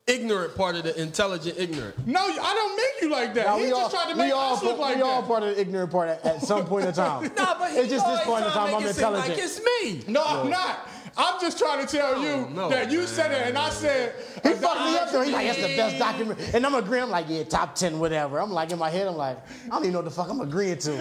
Speaker 2: ignorant part of the intelligent ignorant.
Speaker 1: No, I don't make you like that.
Speaker 3: Now,
Speaker 1: he
Speaker 3: we
Speaker 1: just
Speaker 3: all,
Speaker 1: tried to
Speaker 3: we
Speaker 1: make
Speaker 3: all,
Speaker 1: us look
Speaker 3: part-
Speaker 1: like
Speaker 3: we all
Speaker 1: that.
Speaker 3: part of the ignorant part at, at some point in time.
Speaker 2: Nah, but
Speaker 3: it's
Speaker 2: he
Speaker 3: just this
Speaker 2: always
Speaker 3: point in time
Speaker 2: trying to
Speaker 3: I'm
Speaker 2: make it seem
Speaker 3: intelligent.
Speaker 2: Like it's me. Oh,
Speaker 1: No, I'm not. I'm just trying to tell you
Speaker 2: no,
Speaker 1: that you said it, and I said
Speaker 3: He fucked me up though. He's like, that's the best document. And I'm agreeing. I'm like, yeah, top 10, whatever. I'm like, in my head, I'm like, I don't even know what the fuck I'm agreeing to.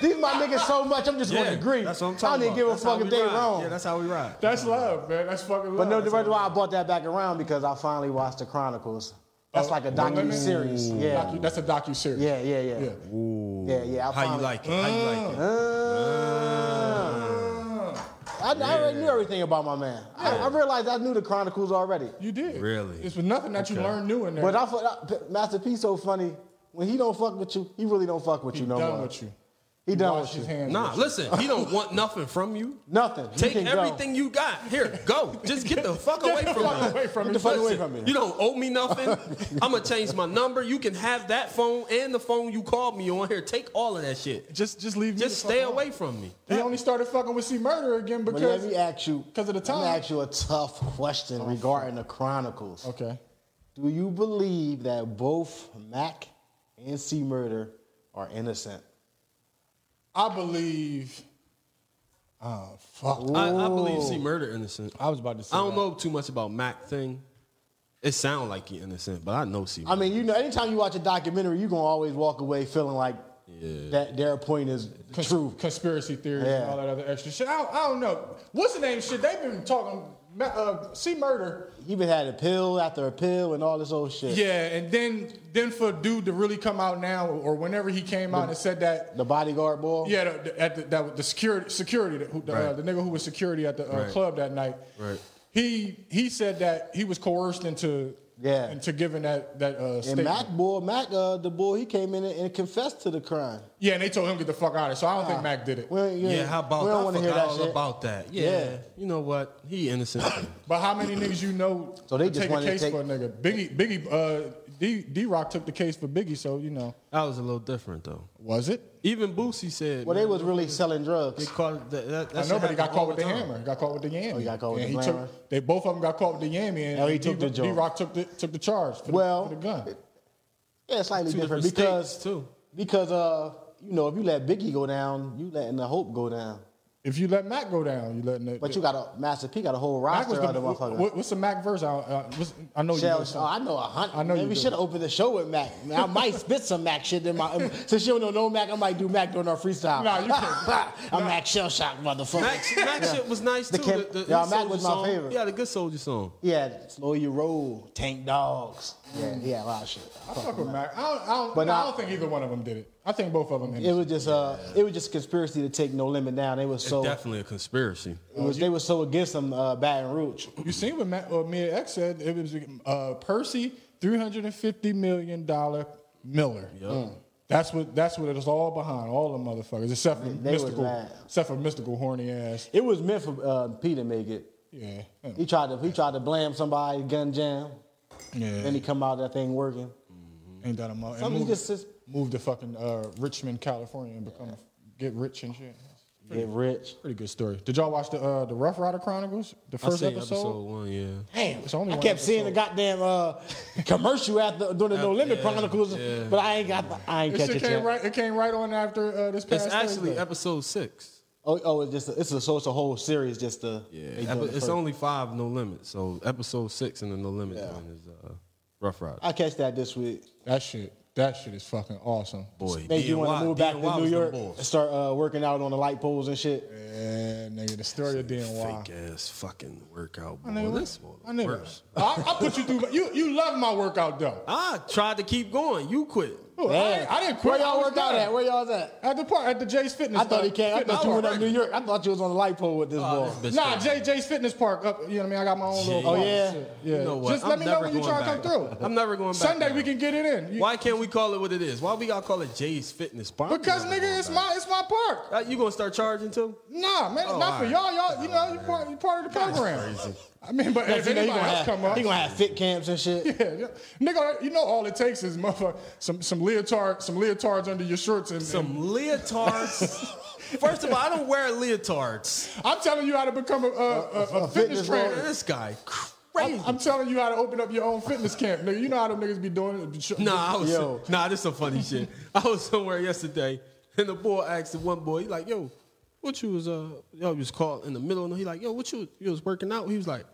Speaker 3: These my niggas so much, I'm just going to agree.
Speaker 2: That's what I'm talking
Speaker 3: I don't even
Speaker 2: about.
Speaker 3: give a
Speaker 2: That's how
Speaker 3: fuck if
Speaker 2: we
Speaker 3: they
Speaker 2: ride.
Speaker 3: wrong.
Speaker 2: Yeah, that's how we ride.
Speaker 1: That's love, man. That's fucking love.
Speaker 3: but no, the
Speaker 1: That's
Speaker 3: reason
Speaker 1: all.
Speaker 3: why I brought that back around because I finally watched the Chronicles. That's
Speaker 1: Oh,
Speaker 3: like a
Speaker 1: well, let me-
Speaker 3: docu series. Yeah.
Speaker 1: Docu- that's a docu series.
Speaker 3: yeah, yeah, yeah, yeah,
Speaker 1: Yeah.
Speaker 3: yeah, I
Speaker 2: How you
Speaker 3: finally-
Speaker 2: like it? How you like it?
Speaker 1: Ah.
Speaker 3: Uh, I, I already knew everything about my man. I, I realized I knew the Chronicles already.
Speaker 1: You did.
Speaker 2: Really?
Speaker 1: It's for nothing that you learned new in there.
Speaker 3: But I, fu- I P- Master P so funny. When he don't fuck with you, he really don't fuck with
Speaker 1: He
Speaker 3: you no
Speaker 1: done
Speaker 3: more.
Speaker 1: with you.
Speaker 3: He done
Speaker 1: Wash
Speaker 3: with you.
Speaker 1: his hands.
Speaker 2: Nah,
Speaker 1: with you.
Speaker 2: listen. He don't want nothing from you.
Speaker 3: Nothing. You
Speaker 2: Take
Speaker 3: can go.
Speaker 2: everything you got. Here, go. Just get the fuck away
Speaker 1: Get the
Speaker 2: from
Speaker 1: fuck
Speaker 2: me.
Speaker 1: away from
Speaker 3: Get
Speaker 1: me.
Speaker 3: the fuck away
Speaker 2: Listen,
Speaker 3: from me.
Speaker 2: You don't owe me nothing. I'm gonna change my number. You can have that phone and the phone you called me on. Here, take all of that shit.
Speaker 1: Just, just leave me.
Speaker 2: Just
Speaker 1: the fuck
Speaker 2: stay
Speaker 1: alone.
Speaker 2: away from me.
Speaker 1: He only started fucking with C Murder again
Speaker 3: But let
Speaker 1: because.
Speaker 3: me ask you.
Speaker 1: 'cause of the
Speaker 3: Let me
Speaker 1: time.
Speaker 3: ask you a tough question regarding the Chronicles.
Speaker 1: Okay.
Speaker 3: Do you believe that both Mac and C Murder are innocent?
Speaker 1: I believe. Oh fuck!
Speaker 2: I, I believe C murder innocent.
Speaker 1: I was about to say.
Speaker 2: I don't
Speaker 1: that.
Speaker 2: know too much about Mac thing. It sound like he innocent, but I know C.
Speaker 3: I mean, you know, anytime you watch a documentary, you're gonna always walk away feeling like that their point is
Speaker 1: Cons-
Speaker 3: true.
Speaker 1: conspiracy theories and
Speaker 3: Yeah.
Speaker 1: all that other extra shit. I, I don't know. What's the name? Shit, they've been talking. ma- Uh, C murder.
Speaker 3: He been had a pill after a pill and all this old shit.
Speaker 1: Yeah, and then then for dude to really come out now or whenever he came out and said that.
Speaker 3: The bodyguard boy.
Speaker 1: Yeah, the, the, at the, that was the security security that, who, the, uh,
Speaker 2: Right.
Speaker 1: the nigga who was security at the uh,
Speaker 2: Right.
Speaker 1: club that night.
Speaker 2: Right.
Speaker 1: He he said that he was coerced into
Speaker 3: Yeah.
Speaker 1: into giving that that uh,
Speaker 3: And
Speaker 1: statement.
Speaker 3: Mac boy, Mac uh, the boy, he came in and confessed to the crime.
Speaker 1: yeah, and they told him get the fuck out of. it. So I don't think Mac did it.
Speaker 3: We, ain't- we
Speaker 2: yeah,
Speaker 3: ain't-
Speaker 2: how about
Speaker 3: we
Speaker 2: I
Speaker 3: don't want to hear
Speaker 2: forgot
Speaker 3: that
Speaker 2: all
Speaker 3: shit.
Speaker 2: about that. Yeah,
Speaker 3: Yeah.
Speaker 2: you know what? He innocent.
Speaker 1: But how many niggas you know
Speaker 3: So
Speaker 1: to
Speaker 3: they just
Speaker 1: take a
Speaker 3: wanted to
Speaker 1: case
Speaker 3: take-
Speaker 1: for a nigga? Biggie, Biggie, uh, D D Rock took the case for Biggie, so you know.
Speaker 2: that was a little different though.
Speaker 1: Was it?
Speaker 2: Even Boosie said.
Speaker 3: Well, they
Speaker 2: man,
Speaker 3: was really selling
Speaker 2: They
Speaker 3: drugs.
Speaker 2: caught that. that, that
Speaker 1: I
Speaker 2: shit
Speaker 1: know, but he got
Speaker 2: happened
Speaker 1: caught
Speaker 2: all
Speaker 1: with the
Speaker 2: time.
Speaker 1: hammer. He got caught with the yammy.
Speaker 3: he got caught with
Speaker 1: and
Speaker 3: the
Speaker 1: he
Speaker 3: hammer.
Speaker 1: took, They both of them got caught with the yammy, and,
Speaker 3: Oh, he
Speaker 1: and
Speaker 3: took
Speaker 1: D-
Speaker 3: the joint.
Speaker 1: D Rock took the took the charge for, the-
Speaker 3: Well,
Speaker 1: for the gun.
Speaker 3: Yeah, slightly
Speaker 2: Two
Speaker 3: different,
Speaker 2: different
Speaker 3: because
Speaker 2: states, too.
Speaker 3: because uh you know if you let Biggie go down, you letting the hope go down.
Speaker 1: If you let Mac go down, you letting it.
Speaker 3: But you got a Master P got a whole
Speaker 1: Mac
Speaker 3: roster
Speaker 1: was
Speaker 3: of
Speaker 1: the,
Speaker 3: the motherfuckers.
Speaker 1: what, what's the Mac verse? I, uh, what's- I know you. know
Speaker 3: Shell, oh,
Speaker 1: something.
Speaker 3: I know a hundred.
Speaker 1: I know you
Speaker 3: Maybe
Speaker 1: do.
Speaker 3: should have opened the show with Mac. Man, I might spit some Mac shit in my. Since you don't know no Mac, I might do Mac during our freestyle.
Speaker 1: Nah, you can't.
Speaker 3: I'm Mac Shell Shock, motherfucker.
Speaker 2: Max, Max shit was nice too.
Speaker 3: The Kim-
Speaker 2: The- the-
Speaker 3: yeah,
Speaker 2: the
Speaker 3: Mac
Speaker 2: Soulja
Speaker 3: was my
Speaker 2: song.
Speaker 3: favorite.
Speaker 2: Yeah, the good soldier song.
Speaker 3: Yeah, slow your roll, tank dogs. Yeah, yeah, a lot of shit.
Speaker 1: I fuck with Mac. I don't, I don't,
Speaker 3: But
Speaker 1: I
Speaker 3: I-
Speaker 1: don't think either one of them did it. I think both of them.
Speaker 3: It was just uh, it was just conspiracy to take No Limit down. They was
Speaker 2: It's
Speaker 3: so, it
Speaker 2: definitely a conspiracy.
Speaker 3: was, they were so against them uh, Baton Rouge.
Speaker 1: You seen what Matt, uh, Mia X said? It was uh, Percy, three hundred and fifty million dollar Miller. Mm. That's what that's what it is all behind. All the motherfuckers, except for
Speaker 3: They was
Speaker 1: mystical,
Speaker 3: mad.
Speaker 1: except for mystical horny ass.
Speaker 3: It was meant for uh, P to make it.
Speaker 1: Yeah,
Speaker 3: He tried to he tried to blame somebody gun jam.
Speaker 1: yeah. Mm-hmm.
Speaker 3: Then he come out that thing working.
Speaker 1: Ain't that a mo- and
Speaker 3: Some of
Speaker 1: move,
Speaker 3: these just just
Speaker 1: move to fucking uh, Richmond, California, and become get rich and shit.
Speaker 3: get rich.
Speaker 1: Pretty good story. Did y'all watch the uh, the Rough Rider Chronicles? The
Speaker 2: I
Speaker 1: first
Speaker 2: say
Speaker 1: episode.
Speaker 2: episode? one, yeah.
Speaker 3: Damn,
Speaker 1: It's only
Speaker 3: I
Speaker 1: one
Speaker 3: kept seeing the goddamn uh, commercial after during the No Limit
Speaker 2: Uh, yeah,
Speaker 3: Chronicles,
Speaker 2: yeah.
Speaker 3: but I ain't got the, I ain't
Speaker 1: It,
Speaker 3: catch
Speaker 1: shit
Speaker 3: it
Speaker 1: came
Speaker 3: yet.
Speaker 1: right, it came right on after uh, this past
Speaker 2: It's actually
Speaker 1: Thursday.
Speaker 2: episode six.
Speaker 3: Oh, oh, it's just a, it's a so it's a whole series just to they
Speaker 2: Yeah,
Speaker 3: doing
Speaker 2: Epi-
Speaker 3: the
Speaker 2: it's
Speaker 3: first.
Speaker 2: only five, no limit. So episode six and the no limit one is uh, Rough Rider.
Speaker 3: I catch that this week.
Speaker 1: that shit. That shit is fucking awesome.
Speaker 2: Boy,
Speaker 3: Make you want
Speaker 2: DNY
Speaker 3: to move back
Speaker 2: DNY
Speaker 3: to New
Speaker 2: was them
Speaker 3: York and
Speaker 2: boys.
Speaker 3: start uh, working out on the light poles and shit.
Speaker 1: Yeah, nigga, the story of DNY.
Speaker 2: Fake ass fucking workout. Boy.
Speaker 1: I never-
Speaker 2: This one
Speaker 1: I never.
Speaker 2: worse.
Speaker 1: I, I put you through. You you love my workout though.
Speaker 2: I tried to keep going. You quit.
Speaker 1: Ooh,
Speaker 3: Man,
Speaker 1: I, I didn't quit.
Speaker 3: Where y'all
Speaker 1: I was
Speaker 3: worked out
Speaker 1: there.
Speaker 3: at? Where y'all at?
Speaker 1: At the park, at the Jay's Fitness.
Speaker 3: I thought
Speaker 1: uh,
Speaker 3: he came. I
Speaker 1: fitness
Speaker 3: thought you
Speaker 1: park.
Speaker 3: went up New York. I thought you was on the light pole with this boy.
Speaker 2: this bitch
Speaker 1: Nah,
Speaker 2: crazy.
Speaker 1: Jay, Jay's Fitness Park. Up, you know what I mean? I got my own little.
Speaker 2: Oh,
Speaker 1: park.
Speaker 3: yeah.
Speaker 1: yeah.
Speaker 2: You know what?
Speaker 1: Just
Speaker 2: I'm
Speaker 1: let me know
Speaker 2: never
Speaker 1: when you
Speaker 2: going
Speaker 1: try to come
Speaker 2: back.
Speaker 1: through.
Speaker 2: I'm never going back
Speaker 1: Sunday
Speaker 2: there.
Speaker 1: we can get it in. You-
Speaker 2: Why can't we call it what it is? Why we gotta call it Jay's Fitness Park?
Speaker 1: because nigga, it's my it's my park.
Speaker 2: Uh, you gonna start charging too?
Speaker 1: Nah, man, it's not for
Speaker 2: alright.
Speaker 1: y'all. Y'all, you know, you part, you part of the program. I mean, but if
Speaker 3: You know,
Speaker 1: anybody
Speaker 3: he gonna,
Speaker 1: else
Speaker 3: have,
Speaker 1: come up,
Speaker 3: he gonna have fit camps and shit.
Speaker 1: Yeah, yeah. nigga, you know all it takes is motherfucker some some leotard some leotards under your shorts and,
Speaker 2: Some leotards. First of all, I don't wear leotards.
Speaker 1: and- I'm telling you how to become a, a, a, a fitness
Speaker 3: fitness
Speaker 1: trainer.
Speaker 2: This guy
Speaker 1: I'm,
Speaker 2: crazy.
Speaker 1: I'm telling you how to open up your own fitness camp, nigga. You know how them niggas be doing it. Sh-
Speaker 2: Nah, I was
Speaker 3: Yo.
Speaker 2: nah. This some funny shit. I was somewhere yesterday, and the boy asked the one boy, he like, "Yo, what you was uh, yo, you was called in the middle." And he like, "Yo, what you you was working out?" He was like,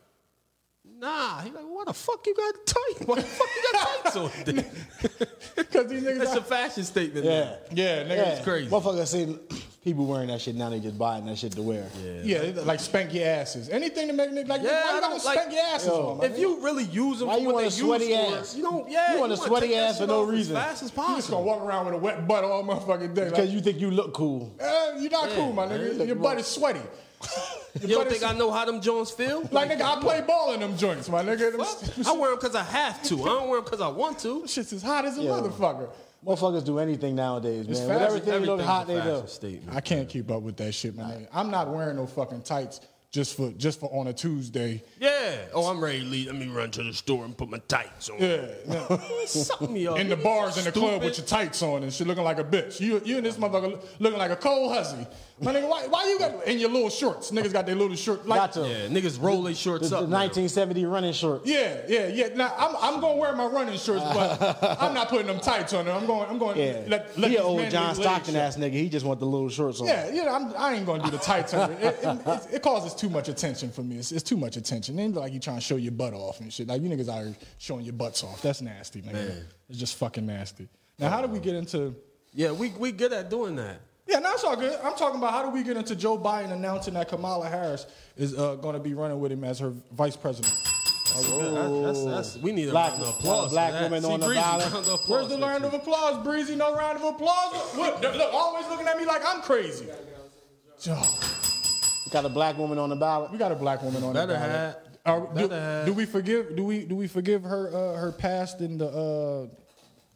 Speaker 2: "Nah." He like, "What the fuck you got tight? What the fuck you got tights on?" dude?"
Speaker 1: 'Cause these niggas
Speaker 2: That's
Speaker 1: out-
Speaker 2: a fashion statement.
Speaker 3: Yeah.
Speaker 2: Yeah.
Speaker 1: yeah, nigga.
Speaker 3: Yeah.
Speaker 1: it's
Speaker 2: crazy.
Speaker 3: Motherfucker see people wearing that shit now. They just buying that shit to wear.
Speaker 1: cra- Yeah, it's like spank your asses. Anything to make niggas like,
Speaker 2: Yeah, I
Speaker 1: why you
Speaker 2: don't
Speaker 1: gotta
Speaker 2: like-
Speaker 1: spank your asses
Speaker 3: Yo.
Speaker 1: on?
Speaker 2: If you really use them,
Speaker 3: Why
Speaker 2: for
Speaker 3: you
Speaker 2: what
Speaker 3: want
Speaker 2: they
Speaker 3: a sweaty
Speaker 2: use for,
Speaker 3: ass?
Speaker 2: You don't. Yeah.
Speaker 3: You want a
Speaker 2: wanna
Speaker 3: sweaty
Speaker 2: take that
Speaker 3: ass for
Speaker 2: shit
Speaker 3: no
Speaker 2: off as
Speaker 3: reason.
Speaker 2: Fast as
Speaker 1: You just gonna
Speaker 2: possible.
Speaker 1: walk around with a wet butt all motherfucking day.
Speaker 3: Because
Speaker 1: Like,
Speaker 3: you think you look cool.
Speaker 1: eh, you're not cool, my
Speaker 3: you
Speaker 1: nigga.
Speaker 3: look
Speaker 1: Your
Speaker 3: wrong.
Speaker 1: butt is sweaty. Your
Speaker 2: You
Speaker 1: butt
Speaker 2: don't
Speaker 1: is-
Speaker 2: think I know how them Jones feel?
Speaker 1: Like nigga, I play ball in them joints, my nigga. Them
Speaker 2: I wear them because I have to. I don't wear them because I want to.
Speaker 1: shit's as hot as a
Speaker 3: Yo.
Speaker 1: motherfucker.
Speaker 3: Motherfuckers do anything nowadays, man.
Speaker 1: It's
Speaker 3: With
Speaker 1: fashion.
Speaker 3: everything look
Speaker 2: Everything's
Speaker 3: hot,
Speaker 2: a
Speaker 3: they do.
Speaker 2: fashion statement.
Speaker 1: I can't keep up with that shit, my nigga. I'm not wearing no fucking tights just for just for on a Tuesday.
Speaker 2: Yeah. Oh, I'm ready to leave. Let me run to the store and put my tights on.
Speaker 1: Yeah. no.
Speaker 2: Suck me up.
Speaker 1: in the
Speaker 2: nigga.
Speaker 1: bars in the club with your
Speaker 2: Stupid.
Speaker 1: tights on and shit, looking like a bitch. You you and this motherfucker loo- looking like a cold hussy, my nigga. Why, why you got in your little shorts? Niggas got their little short. Like,
Speaker 3: Got to.
Speaker 2: Yeah, niggas roll their
Speaker 3: The,
Speaker 2: shorts
Speaker 3: the
Speaker 2: up. now.
Speaker 3: 1970 running shorts.
Speaker 1: Yeah, yeah, yeah. Now I'm I'm gonna wear my running shorts, but I'm not putting them tights on. Them. I'm going I'm going.
Speaker 3: Yeah.
Speaker 1: Let, let
Speaker 3: he
Speaker 1: these
Speaker 3: an old
Speaker 1: manly
Speaker 3: John
Speaker 1: legs
Speaker 3: Stockton
Speaker 1: show.
Speaker 3: ass nigga. He just want the little shorts on.
Speaker 1: Yeah, you know, I'm, I ain't gonna do the tights on it. It, it, it's- it causes too much attention for me. It's, it's too much attention. Then like you trying to show your butt off and shit. Like you niggas out here showing your butts off. That's nasty, nigga. It's just fucking nasty. Now, how do we get into?
Speaker 2: Yeah, we we good at doing that.
Speaker 1: Yeah, now it's all good. I'm talking about how do we get into Joe Biden announcing that Kamala Harris is uh, going to be running with him as her vice president.
Speaker 2: That's, that's, that's, we need a
Speaker 3: Black-
Speaker 2: round of applause.
Speaker 3: black
Speaker 2: for that.
Speaker 3: women
Speaker 2: See,
Speaker 3: on the
Speaker 2: Breezy,
Speaker 3: ballot.
Speaker 2: round of
Speaker 1: Where's the
Speaker 2: applause
Speaker 1: round
Speaker 2: next
Speaker 1: of applause, Breezy? No round of applause. What? Look, always looking at me like I'm crazy. Joe.
Speaker 3: Got a black woman on the ballot.
Speaker 1: We got a black woman on
Speaker 2: Better
Speaker 1: the ballot.
Speaker 2: hat.
Speaker 1: Are- do,
Speaker 2: Better hat.
Speaker 1: do we forgive? Do we do we forgive her uh, her past in the uh,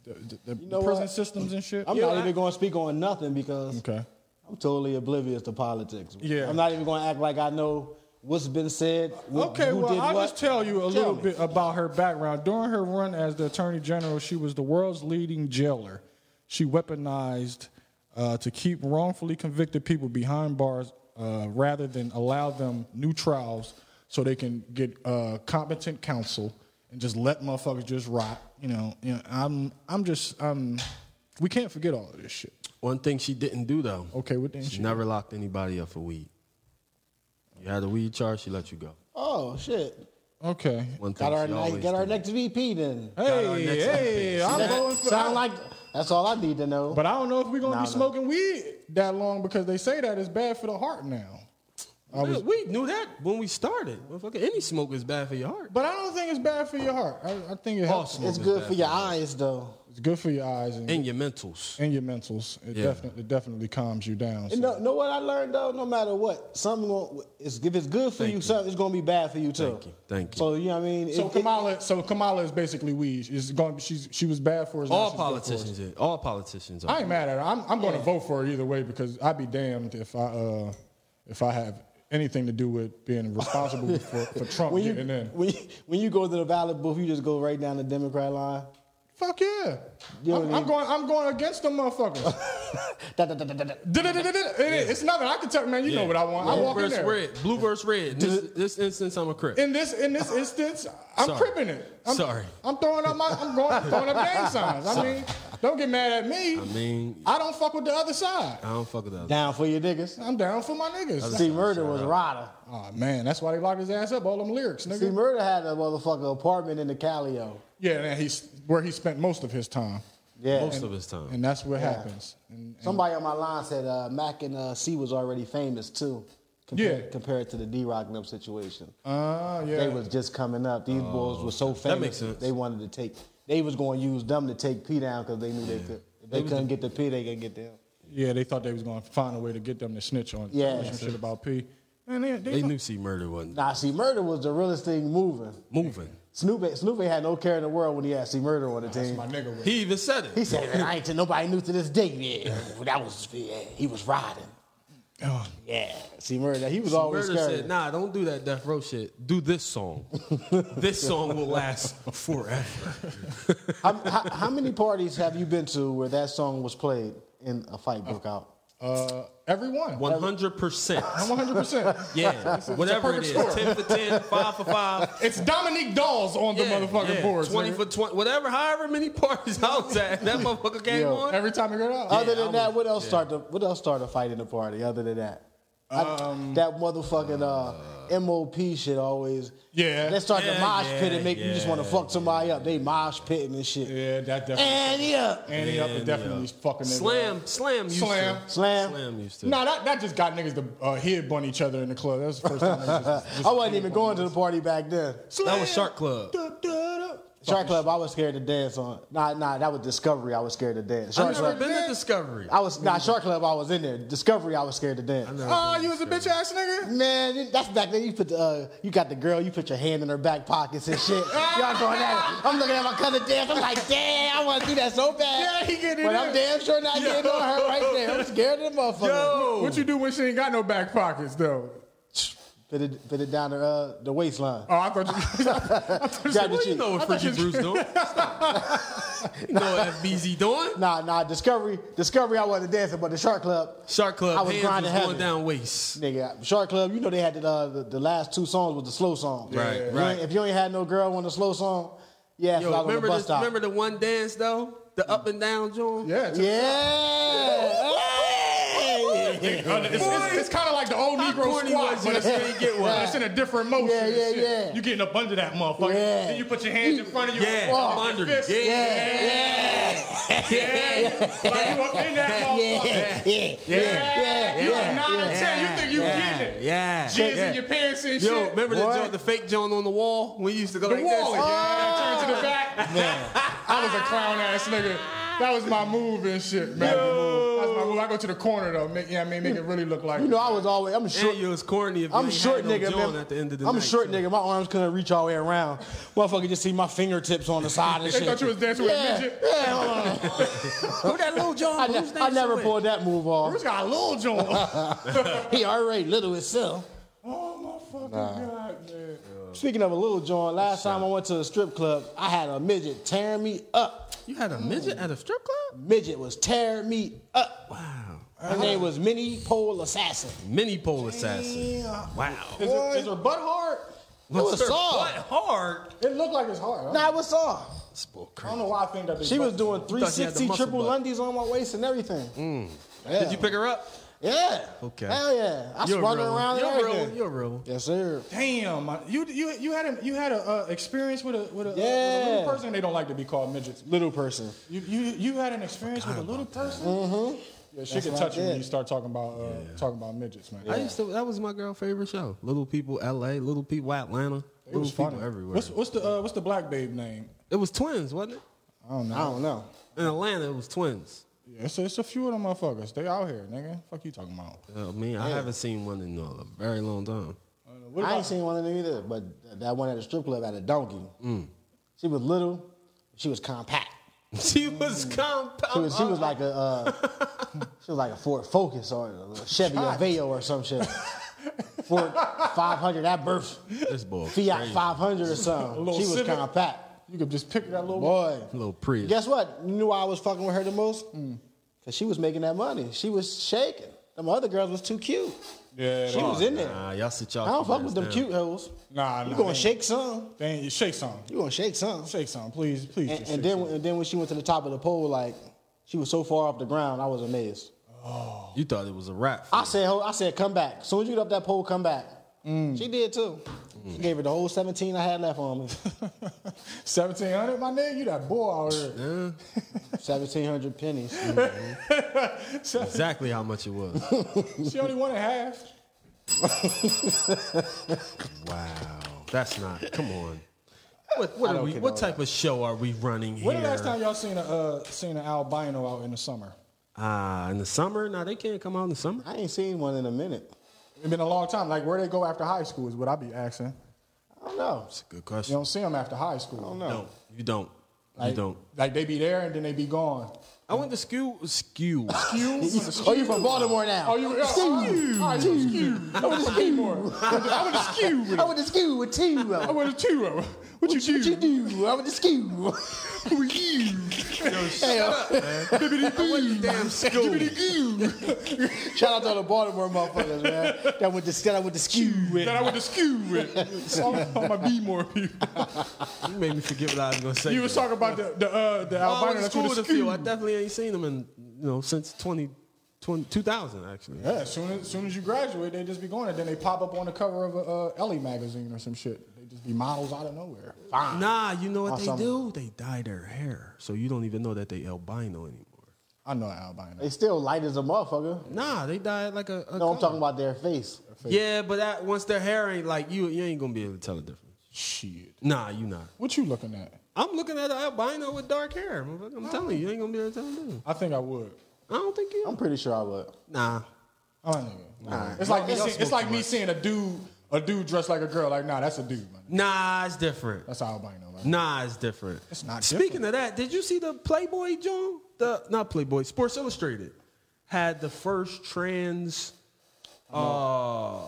Speaker 1: the, the, the
Speaker 3: know
Speaker 1: prison
Speaker 3: what?
Speaker 1: systems and shit?
Speaker 3: I'm
Speaker 2: Yeah,
Speaker 3: not
Speaker 2: I-
Speaker 3: even going to speak on nothing because
Speaker 1: Okay.
Speaker 3: I'm totally oblivious to politics.
Speaker 1: Yeah.
Speaker 3: I'm not even going to act like I know what's been said. wh-
Speaker 1: Okay,
Speaker 3: who
Speaker 1: well,
Speaker 3: did
Speaker 1: I'll
Speaker 3: what.
Speaker 1: just tell you a little
Speaker 3: me.
Speaker 1: bit about her background. During her run as the attorney general, she was the world's leading jailer. She weaponized uh, to keep wrongfully convicted people behind bars uh, rather than allow them new trials so they can get uh, competent counsel and just let motherfuckers just rot. You know, you know I'm, I'm just, um, we can't forget all of this shit.
Speaker 2: One thing she didn't do though.
Speaker 1: Okay, what didn't she
Speaker 2: She never locked anybody up for weed. You had a weed charge, she let you go.
Speaker 3: Oh, shit.
Speaker 1: Okay.
Speaker 2: One thing
Speaker 3: Got our,
Speaker 2: she
Speaker 3: night,
Speaker 2: always
Speaker 3: got our
Speaker 2: did.
Speaker 3: next VP then.
Speaker 1: Hey,
Speaker 2: next
Speaker 1: hey, I'm going for
Speaker 3: Sound like that's all I need to know.
Speaker 1: But I don't know if we're gonna
Speaker 3: Nah,
Speaker 1: be
Speaker 3: nah.
Speaker 1: smoking weed that long because they say that it's bad for the heart now. I
Speaker 2: Yeah,
Speaker 1: was,
Speaker 2: we knew that when we started. Motherfucker, any smoke is bad for your heart.
Speaker 1: but I don't think it's bad for your heart. I, I think it helps.
Speaker 2: smoke
Speaker 3: it's
Speaker 2: is
Speaker 3: good
Speaker 2: bad
Speaker 3: for your eyes though.
Speaker 1: It's good for your eyes and,
Speaker 2: and your mentals.
Speaker 1: and your mentals. It
Speaker 2: Yeah.
Speaker 1: definitely it definitely calms you down.
Speaker 3: And
Speaker 1: so-
Speaker 3: no, know what I learned though? No matter what, something going it's, if it's good for you, something it's gonna be bad for you too.
Speaker 2: Thank you, thank you.
Speaker 3: So you know what I mean?
Speaker 1: So
Speaker 3: It- it-
Speaker 1: Kamala, so Kamala is basically weed. She's going. She's she was bad for us. now
Speaker 2: All
Speaker 1: she's good for us.
Speaker 2: politicians did. All politicians are.
Speaker 1: I ain't mad at her. I'm, I'm going to vote for her either way because I'd be damned if I uh, if I have anything to do with being responsible for, for Trump
Speaker 3: when you,
Speaker 1: getting in.
Speaker 3: when you when you go to the ballot booth, you just go right down the Democrat line.
Speaker 1: Fuck yeah.
Speaker 3: You know
Speaker 1: I'm,
Speaker 3: what I
Speaker 1: I'm
Speaker 3: mean?
Speaker 1: going. I'm going against them motherfuckers.
Speaker 3: Da, da, da, da, da, da.
Speaker 1: It is. It's nothing. I can tell, man. You know what I want. I
Speaker 2: Blue
Speaker 1: walk in
Speaker 2: verse
Speaker 1: there.
Speaker 2: red. Blue verse red. This, this instance, I'm a crip.
Speaker 1: In this in this instance, I'm
Speaker 2: Sorry.
Speaker 1: cripping it. I'm,
Speaker 2: Sorry.
Speaker 1: I'm throwing up my. I'm going throwing up gang signs. I mean, don't get mad at me. I
Speaker 2: mean-
Speaker 1: I don't fuck with the other side.
Speaker 2: I don't fuck with that.
Speaker 3: Down for your niggas.
Speaker 1: I'm down for my niggas.
Speaker 3: See, murder was Ryder.
Speaker 1: Oh man, that's why they locked his ass up. All them lyrics, nigga.
Speaker 3: See, murder had a motherfucker apartment in the Calio.
Speaker 1: yeah, man. He's where he spent most of his time,
Speaker 3: Yeah.
Speaker 2: Most of his time.
Speaker 1: and that's what happens. And, and-
Speaker 3: Somebody on my line said uh, Mac and uh, C was already famous too. Compared,
Speaker 1: Yeah.
Speaker 3: compared to the D Rock and them situation.
Speaker 1: Ah, yeah.
Speaker 3: They was just coming up. These boys were so famous.
Speaker 2: makes sense.
Speaker 3: They wanted to take They was going to use them to take P down because they knew they could. If they couldn't get the P, they could get them.
Speaker 1: Yeah, they thought they was gonna find a way to get them to snitch on
Speaker 3: Yeah.
Speaker 1: on some shit about P. Man, they, they,
Speaker 2: They knew C Murder wasn't
Speaker 3: Nah, see, murder was the realest thing moving.
Speaker 2: moving.
Speaker 3: Snoop, Snoop ain't had no care in the world when he had C Murder on the
Speaker 1: that's
Speaker 3: team.
Speaker 1: my nigga. With.
Speaker 2: He even said it.
Speaker 3: He said, "Man, I ain't to nobody knew to this day. Yeah, that was yeah, he was riding.
Speaker 1: Oh,
Speaker 3: Yeah, see, murder. He was always
Speaker 2: Murder
Speaker 3: scared.
Speaker 2: said, "Nah, don't do that death row shit. Do this song. this song will last forever."
Speaker 3: how, how, how many parties have you been to where that song was played and a fight broke out?
Speaker 1: uh, everyone.
Speaker 2: One hundred percent.
Speaker 1: One hundred percent.
Speaker 2: Yeah, whatever it is,
Speaker 1: perfect
Speaker 2: ten for ten, five for five.
Speaker 1: It's Dominique Dawes on the
Speaker 2: Yeah,
Speaker 1: motherfucking
Speaker 2: yeah,
Speaker 1: boards.
Speaker 2: Twenty
Speaker 1: nigga.
Speaker 2: for twenty, whatever. However many parties I was at, that motherfucker came
Speaker 3: Yo,
Speaker 2: on.
Speaker 1: Every time it go out.
Speaker 3: Other
Speaker 2: I
Speaker 3: than
Speaker 2: was-
Speaker 3: that, what else started? What else started a fight in the party? Other than that, I-
Speaker 1: Um,
Speaker 3: that motherfucking uh, MOP shit always.
Speaker 1: Yeah.
Speaker 3: They start the
Speaker 2: Yeah,
Speaker 3: mosh pit
Speaker 2: yeah,
Speaker 3: and make you just want to fuck somebody up. They mosh pitting and shit.
Speaker 1: yeah, that definitely.
Speaker 3: And yeah,
Speaker 1: And he up is definitely fucking niggas.
Speaker 2: Slam, slam, used
Speaker 1: Slam.
Speaker 2: to.
Speaker 3: Slam.
Speaker 2: slam, used to.
Speaker 1: No, that, that just got niggas to uh, head bun each other in the club. That was the first time. niggas just- just-
Speaker 3: I wasn't even going to the party back then.
Speaker 2: That was Shark Club.
Speaker 1: Da, da, da.
Speaker 3: Shark Club, I was scared to dance on. Nah, nah, that was Discovery. I was scared to dance. Shark
Speaker 2: I've never
Speaker 3: Club,
Speaker 2: been to Discovery.
Speaker 3: I was nah, Shark Club. I was in there. Discovery, I was scared to dance.
Speaker 1: Oh, you was a bitch ass nigga.
Speaker 3: Man, that's back then. You put the, uh, you got the girl. You put your hand in her back pockets and shit. Y'all going at it. I'm looking at my cousin dance. I'm like, damn, I want to do that so bad.
Speaker 1: Yeah, he getting
Speaker 3: But
Speaker 1: in
Speaker 3: I'm
Speaker 1: there.
Speaker 3: damn sure not getting on her right there. I'm scared of the motherfucker.
Speaker 2: Yo.
Speaker 1: What you do when she ain't got no back pockets though?
Speaker 3: Put it, put it down her, uh, the waistline.
Speaker 1: Oh, I thought you.
Speaker 3: Grab the
Speaker 2: you
Speaker 3: cheek.
Speaker 2: know what
Speaker 1: I thought
Speaker 2: Freaky
Speaker 1: you-
Speaker 2: Bruce doing. you know what FBZ doing.
Speaker 3: Nah, nah, Discovery, Discovery. I wasn't dancing, but the Shark Club,
Speaker 2: Shark Club
Speaker 3: I was
Speaker 2: hands
Speaker 3: grinding
Speaker 2: was going
Speaker 3: heavy.
Speaker 2: down waist.
Speaker 3: Nigga, Shark Club, you know they had the, uh, the, the last two songs was the slow song.
Speaker 2: Right,
Speaker 3: If you ain't-
Speaker 2: right.
Speaker 3: If you ain't had no girl on the slow song, yeah,
Speaker 2: Yo,
Speaker 3: I was on the
Speaker 2: remember
Speaker 3: bus
Speaker 2: the,
Speaker 3: stop.
Speaker 2: remember the one dance though, the up and down joint.
Speaker 1: yeah. it's-
Speaker 3: yeah. Hey.
Speaker 1: It's, kind of Oh, like the old
Speaker 2: How
Speaker 1: Negro
Speaker 2: corny
Speaker 1: squat,
Speaker 2: was
Speaker 1: but
Speaker 2: you
Speaker 1: it's,
Speaker 2: to really get one?
Speaker 1: but it's in a different motion.
Speaker 3: Yeah,
Speaker 1: and
Speaker 3: yeah,
Speaker 1: shit.
Speaker 3: yeah.
Speaker 1: You getting up under that motherfucker.
Speaker 3: Yeah.
Speaker 1: Then you put your hands in front of you.
Speaker 2: Yeah,
Speaker 1: Oh,
Speaker 2: under
Speaker 1: your fist.
Speaker 2: you. Yeah,
Speaker 1: yeah, yeah. Like you up in that motherfucker.
Speaker 3: Yeah, yeah, yeah,
Speaker 1: You
Speaker 3: yeah,
Speaker 1: a nine or
Speaker 3: yeah.
Speaker 1: ten. You think you getting it?
Speaker 2: yeah.
Speaker 1: Jizz in your pants and
Speaker 2: Yo,
Speaker 1: shit.
Speaker 2: remember
Speaker 3: What?
Speaker 2: the joint, the fake joint on the wall? We used to go
Speaker 1: the
Speaker 2: like
Speaker 1: wall.
Speaker 2: this.
Speaker 1: Yeah, turn to
Speaker 3: Oh.
Speaker 1: the back. I was a clown ass nigga. That was my move and shit, man. That's my move. I go to the corner though. Make, yeah, I mean, make it really look like.
Speaker 3: You know, I was always, I'm
Speaker 2: Sure.
Speaker 3: short.
Speaker 2: And you was corny if you
Speaker 3: I'm
Speaker 2: ain't
Speaker 3: short,
Speaker 2: had no
Speaker 3: nigga.
Speaker 2: joint
Speaker 3: man.
Speaker 2: at the end of the
Speaker 3: I'm
Speaker 2: night,
Speaker 3: short,
Speaker 2: too.
Speaker 3: nigga. My arms couldn't reach all the way around. Motherfucker, just see my fingertips on the side and
Speaker 1: they
Speaker 3: shit.
Speaker 1: thought you was dancing with a
Speaker 3: yeah,
Speaker 1: midget.
Speaker 3: yeah. hold on.
Speaker 2: Who that little John?
Speaker 3: I, ne-
Speaker 2: Who's
Speaker 3: I never
Speaker 2: dancing with?
Speaker 3: pulled that move off.
Speaker 1: Bruce got a little joint.
Speaker 3: He already little itself.
Speaker 1: Oh my fucking god, man.
Speaker 3: Speaking of a little John, last time I went to a strip club, I had a midget tearing me up.
Speaker 2: You had a midget at a strip club?
Speaker 3: Midget was tearing me up.
Speaker 2: Wow.
Speaker 3: Her name was Minnie Pole Assassin.
Speaker 2: Mini pole assassin. Wow.
Speaker 1: Is, it, is her butt hard?
Speaker 3: was
Speaker 2: What's her
Speaker 3: soft.
Speaker 2: butt hard.
Speaker 1: It looked like it's hard.
Speaker 3: Nah, what's up?
Speaker 2: That's bull
Speaker 1: I
Speaker 2: crap.
Speaker 1: don't know why I think that. they
Speaker 3: She
Speaker 1: butt-
Speaker 3: was doing
Speaker 2: Thought she had the
Speaker 3: 360
Speaker 2: muscle
Speaker 3: triple
Speaker 2: butt.
Speaker 3: lundies on my waist and everything. Yeah.
Speaker 2: Did you pick her up?
Speaker 3: Yeah.
Speaker 2: Mm. Okay.
Speaker 3: Hell yeah. I
Speaker 2: You're a
Speaker 3: swung her
Speaker 2: real one.
Speaker 3: around and
Speaker 2: You're a real
Speaker 3: everything.
Speaker 2: one. You're a real one.
Speaker 3: Yes, sir.
Speaker 1: Damn, I- you you you had a you had a uh, experience with a with a, uh, with a
Speaker 3: Yeah.
Speaker 1: little person. They don't like to be called midgets.
Speaker 3: Little person.
Speaker 1: You you you had an experience with a little person.
Speaker 2: Mm-hmm.
Speaker 1: Yeah, she
Speaker 3: That's
Speaker 1: can
Speaker 3: what
Speaker 1: touch
Speaker 3: I
Speaker 1: you
Speaker 3: did.
Speaker 1: when you start talking about uh, talking about midgets, man.
Speaker 2: I used to. That was my girl favorite show. Little People, L.A. Little People, Atlanta.
Speaker 1: It
Speaker 2: Little
Speaker 1: was
Speaker 2: People
Speaker 1: funny.
Speaker 2: everywhere.
Speaker 1: What's, what's the uh, what's the black babe name?
Speaker 2: it was twins, wasn't it?
Speaker 1: I don't know.
Speaker 3: I don't know.
Speaker 2: In Atlanta, it was twins.
Speaker 1: Yeah, it's, it's a few of them motherfuckers. They out here, nigga. Fuck you talking about?
Speaker 2: Uh, I mean, I haven't seen one in a very long time.
Speaker 1: What
Speaker 3: I
Speaker 1: about-
Speaker 3: ain't seen one of them either, but that one at the strip club had a donkey.
Speaker 2: Mm.
Speaker 3: She was little. She was compact.
Speaker 2: She was
Speaker 3: She
Speaker 2: compound.
Speaker 3: was, she was like a uh, she was like a Ford Focus or a Chevy Aveo or some shit. Ford 500 at birth,
Speaker 2: this boy.
Speaker 3: Fiat
Speaker 2: crazy.
Speaker 3: 500 or something.
Speaker 1: little
Speaker 3: She was
Speaker 1: Civic.
Speaker 3: compact.
Speaker 1: you could just pick that little.
Speaker 3: Boy,
Speaker 2: Little Prius.
Speaker 3: guess what? You knew why I was fucking with her the most? Cause she was making that money. She was shaking. Them other girls was too cute.
Speaker 1: Yeah,
Speaker 3: She was in there.
Speaker 2: Nah, y'all sit y'all.
Speaker 3: I don't fuck
Speaker 2: dumbass
Speaker 3: with them
Speaker 2: down.
Speaker 3: cute hoes.
Speaker 1: Nah,
Speaker 3: You
Speaker 1: nah,
Speaker 3: gonna
Speaker 1: they-
Speaker 3: shake some?
Speaker 1: Dang, you shake some,
Speaker 3: You gonna shake some?
Speaker 1: shake some, please, please.
Speaker 3: And,
Speaker 1: just shake
Speaker 3: and then
Speaker 1: some.
Speaker 3: and then when she went to the top of the pole, like she was so far off the ground, I was amazed.
Speaker 2: Oh. You thought it was a rap.
Speaker 3: I said, ho- I said, come back. Soon as you get up that pole, come back.
Speaker 1: Mm.
Speaker 3: She did too. She gave her the whole 17 I had left on me.
Speaker 1: seventeen hundred, my nigga. You that boy out here.
Speaker 3: 1700 pennies.
Speaker 2: exactly how much it was.
Speaker 1: she only wanted half.
Speaker 2: wow. That's not. Come on. What, what
Speaker 1: I
Speaker 2: are
Speaker 1: don't
Speaker 2: we?
Speaker 1: condone
Speaker 2: What type of show are we running here?
Speaker 1: When the last time y'all seen a uh, seen an albino out in the summer?
Speaker 2: Ah, in the summer? Now they can't come out in the summer.
Speaker 3: I ain't seen one in a minute.
Speaker 1: It's been a long time. Like where they go after high school is what I be asking.
Speaker 3: I don't know.
Speaker 2: It's a good question.
Speaker 1: You don't see them after high school. I don't
Speaker 2: No, you don't.
Speaker 1: Like,
Speaker 2: you don't.
Speaker 1: Like they be there and then they be gone.
Speaker 2: I went to skew. Skew.
Speaker 3: Oh, you from Baltimore now?
Speaker 1: Oh, you-
Speaker 3: Skew.
Speaker 1: oh, oh, oh, you
Speaker 3: Skew. I went to skew.
Speaker 1: I went to skew with it.
Speaker 3: I went to skew with two. of 'em.
Speaker 1: I went to two of 'em. What you
Speaker 3: What you
Speaker 1: do?
Speaker 3: do? I went to skew.
Speaker 1: Who are you?
Speaker 3: Hey, uh,
Speaker 2: Damn school.
Speaker 3: Shout out to all the Baltimore motherfuckers, man. That went to that I went to skew with.
Speaker 1: That I went to skew with. All, all my B-more people.
Speaker 2: You made me forget what I was gonna say.
Speaker 1: You was talking about the the uh, the
Speaker 2: I
Speaker 1: albino
Speaker 2: went to
Speaker 1: that's
Speaker 2: school
Speaker 1: with
Speaker 2: with
Speaker 1: the
Speaker 2: a few. I
Speaker 1: skew.
Speaker 2: definitely ain't seen them in you know since 20, 20 2000 actually.
Speaker 1: Yeah, as soon as, soon as you graduate, they just be going, and then they pop up on the cover of a uh, Ellie magazine or some shit. They just be models out of nowhere. Fine.
Speaker 2: Nah, you know what they
Speaker 1: Awesome.
Speaker 2: do? They dye their hair, so you don't even know that they albino anymore.
Speaker 1: I know an albino.
Speaker 3: They still light as a motherfucker.
Speaker 2: Nah, they dye it like a.
Speaker 3: No,
Speaker 2: a
Speaker 3: I'm
Speaker 2: color.
Speaker 3: talking about their face.
Speaker 2: Yeah, but that once their hair ain't like you, you ain't gonna be able to tell the difference.
Speaker 1: Shit.
Speaker 2: Nah, you not.
Speaker 1: What you looking at?
Speaker 2: I'm looking at an albino with dark hair. motherfucker. I'm telling you, you ain't gonna be able to tell the difference.
Speaker 1: I think I would.
Speaker 2: I don't think you.
Speaker 3: I'm pretty sure I would.
Speaker 2: Nah.
Speaker 1: I don't know. It's like me. Seeing,
Speaker 2: Y'all smoke
Speaker 1: it's like
Speaker 2: too
Speaker 1: me
Speaker 2: much.
Speaker 1: seeing a dude, a dude dressed like a girl. Like, nah, that's a dude, man.
Speaker 2: Nah, it's different.
Speaker 1: That's albino, man.
Speaker 2: Nah, it's different.
Speaker 1: It's not
Speaker 2: Speaking of that, did you see the Playboy John? The not Playboy, Sports Illustrated had the first trans uh,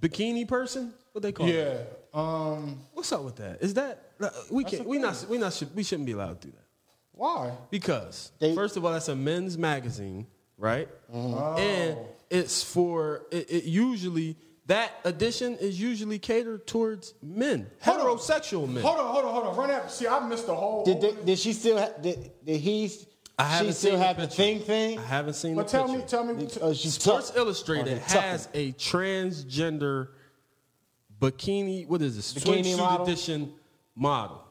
Speaker 2: bikini person. What they call it?
Speaker 1: Yeah. Um.
Speaker 2: What's up with that? Is that like, we can't? We not? We not? Should, we shouldn't be allowed to do that
Speaker 1: Why?
Speaker 2: because
Speaker 3: They-
Speaker 2: first of all, that's a men's magazine, right?
Speaker 3: Mm-hmm.
Speaker 2: And it's for it, it usually that edition is usually catered towards men,
Speaker 1: Hold on.
Speaker 2: heterosexual men.
Speaker 1: Hold on, hold on, hold on. Run that. See, I missed the whole.
Speaker 3: Did they, did she still? Ha- did, did he?
Speaker 2: I haven't
Speaker 3: she still
Speaker 2: seen the
Speaker 3: have the
Speaker 2: picture.
Speaker 3: thing thing.
Speaker 2: I haven't seen.
Speaker 1: but
Speaker 2: the
Speaker 1: tell
Speaker 2: picture.
Speaker 1: me, tell me.
Speaker 3: Oh, she's
Speaker 2: Sports
Speaker 3: tough. Oh,
Speaker 2: Illustrated
Speaker 3: they tough.
Speaker 2: has a transgender bikini. What is this?
Speaker 3: Bikini
Speaker 2: swimsuit
Speaker 3: model?
Speaker 2: edition model.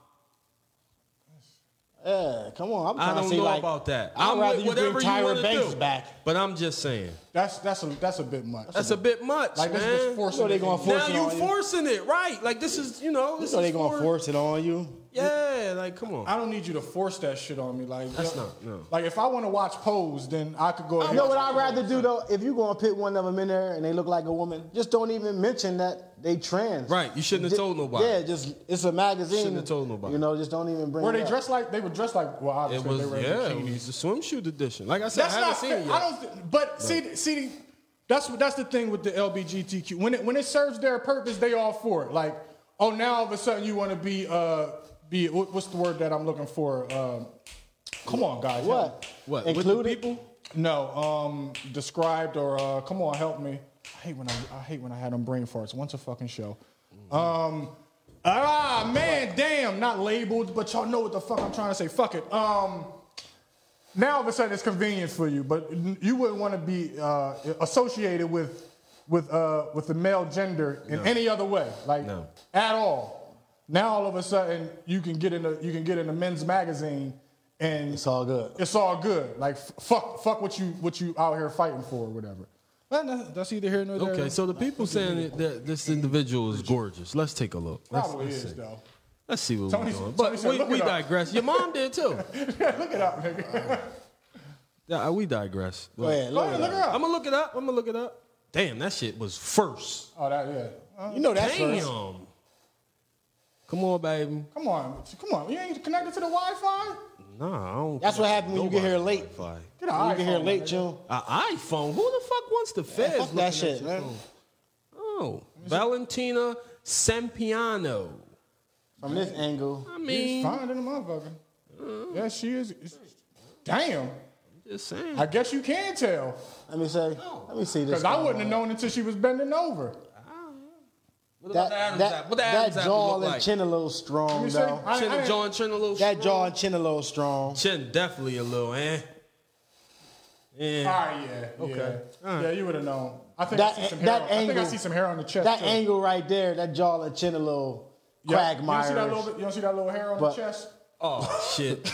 Speaker 3: Yeah, come on. I'm trying
Speaker 2: I
Speaker 3: to
Speaker 2: don't
Speaker 3: see,
Speaker 2: know
Speaker 3: like,
Speaker 2: about that.
Speaker 3: I'd
Speaker 2: I'm
Speaker 3: rather
Speaker 2: with
Speaker 3: you bring
Speaker 2: whatever you
Speaker 3: Tyra
Speaker 2: want to
Speaker 3: Banks
Speaker 2: do.
Speaker 3: back.
Speaker 2: But I'm just saying
Speaker 1: That's that's a that's a bit much.
Speaker 2: that's a bit much,
Speaker 1: Like that's just
Speaker 2: man.
Speaker 1: forcing.
Speaker 3: So they
Speaker 1: it
Speaker 3: gonna
Speaker 1: in.
Speaker 3: force
Speaker 2: now
Speaker 3: it
Speaker 2: you
Speaker 3: on you.
Speaker 2: forcing it, right? Like this is, you know, this
Speaker 3: So
Speaker 2: is
Speaker 3: they gonna
Speaker 2: for-
Speaker 3: force it on you?
Speaker 2: Yeah, like come on.
Speaker 1: I don't need you to force that shit on me. Like
Speaker 2: That's
Speaker 1: you know,
Speaker 2: not- no.
Speaker 1: Like if I want to watch Pose, then I could go.
Speaker 3: You
Speaker 1: ahead.
Speaker 3: know what I'd rather do though? If you gonna put one of them in there and they look like a woman, just don't even mention that they trans.
Speaker 2: Right, you shouldn't have
Speaker 3: Ju-
Speaker 2: told nobody.
Speaker 3: Yeah, just it's a magazine.
Speaker 2: Shouldn't have told nobody.
Speaker 3: You know, just don't even bring.
Speaker 1: Were
Speaker 3: it
Speaker 1: they
Speaker 3: up.
Speaker 1: dressed like they were dressed like? Well,
Speaker 2: it
Speaker 1: obviously
Speaker 2: was
Speaker 1: they were
Speaker 2: yeah,
Speaker 1: in
Speaker 2: it
Speaker 1: bikinis.
Speaker 2: was the swimsuit edition. Like I said,
Speaker 1: That's
Speaker 2: I
Speaker 1: not
Speaker 2: haven't seen
Speaker 1: fair.
Speaker 2: it yet.
Speaker 1: I don't. thi- But see, see, that's what that's the thing with the LBGTQ. When it when it serves their purpose, they all for it. Like, oh, now all of a sudden you want to be uh be what- what's the word that I'm looking for? Um, come on, guys.
Speaker 3: What?
Speaker 2: What, with the
Speaker 3: Included
Speaker 2: people?
Speaker 1: No. Um, described or uh, come on, help me. I hate when I I hate when I had them brain farts. Once a fucking show. Um. Ah man, damn! Not labeled, but y'all know what the fuck I'm trying to say. Fuck it. Um, now all of a sudden it's convenient for you, but n- you wouldn't want to be uh, associated with with uh, with the male gender in any other way, like
Speaker 2: No.
Speaker 1: at all. Now all of a sudden you can get in a you can get in a men's magazine, and
Speaker 3: It's all good.
Speaker 1: it's all good. Like f- fuck fuck what you what you out here fighting for or whatever. Well, that- that's either here nor there.
Speaker 2: Okay, so the people saying that, that this individual is gorgeous. Let's take a look. Let's,
Speaker 1: probably
Speaker 2: let's
Speaker 1: is
Speaker 2: see.
Speaker 1: though.
Speaker 2: Let's see what
Speaker 1: Tony-
Speaker 2: we're doing.
Speaker 1: Tony
Speaker 2: But
Speaker 1: said,
Speaker 2: we,
Speaker 1: "Look
Speaker 2: we
Speaker 1: it up."
Speaker 2: digress. Your mom did too.
Speaker 1: Look it up, nigga.
Speaker 2: Yeah, we digress.
Speaker 3: Go ahead, look
Speaker 1: Look
Speaker 3: it
Speaker 1: it
Speaker 3: up.
Speaker 1: up.
Speaker 2: I'm gonna look it up. I'm gonna look it up. Damn, that shit was first.
Speaker 1: Oh, that yeah. Uh,
Speaker 3: You know that's
Speaker 2: Damn.
Speaker 3: first.
Speaker 2: Come on, baby.
Speaker 1: Come on, come on. You ain't connected to the Wi-Fi.
Speaker 2: Nah, I don't.
Speaker 3: That's what happened when you get here
Speaker 2: Nobody
Speaker 3: late.
Speaker 2: Wi-Fi.
Speaker 1: Get an
Speaker 3: When You get here
Speaker 1: iPhone,
Speaker 3: late,
Speaker 1: nigga.
Speaker 3: June.
Speaker 2: A iPhone. Who the fuck wants the feds?
Speaker 3: fuck that
Speaker 2: looking at
Speaker 3: shit,
Speaker 2: your
Speaker 3: man.
Speaker 2: phone? Oh, Valentina Sampiano.
Speaker 3: From this angle,
Speaker 2: I
Speaker 1: She's
Speaker 2: mean,
Speaker 1: fine than a motherfucker. Yeah, she is. Damn.
Speaker 2: just saying.
Speaker 1: I guess you can tell.
Speaker 3: let me say, let me see this.
Speaker 1: Because I wouldn't have known until she was bending over.
Speaker 2: what
Speaker 3: That
Speaker 2: about the Adam's apple?
Speaker 3: that,
Speaker 2: What the
Speaker 3: that
Speaker 2: Adam's apple
Speaker 3: jaw
Speaker 2: look
Speaker 3: and
Speaker 2: like?
Speaker 3: chin a little strong
Speaker 1: You see?
Speaker 3: though.
Speaker 1: I-
Speaker 2: Chin,
Speaker 1: I-
Speaker 2: John Chin a little.
Speaker 3: That
Speaker 2: strong?
Speaker 3: jaw and chin a little strong.
Speaker 2: Chin definitely a little, eh? Yeah.
Speaker 1: All right, Ah, yeah.
Speaker 2: Okay.
Speaker 1: Yeah, yeah you would have known. I think I
Speaker 3: That
Speaker 1: see some hair. on,
Speaker 3: that
Speaker 1: I
Speaker 3: angle.
Speaker 1: think I see some hair on the chest.
Speaker 3: That
Speaker 1: too.
Speaker 3: angle right there. That jaw and chin a little
Speaker 1: Yeah. You don't see that
Speaker 3: quagmire.
Speaker 1: little? bit- You don't see that little hair on
Speaker 3: But-
Speaker 1: the chest?
Speaker 2: Oh shit.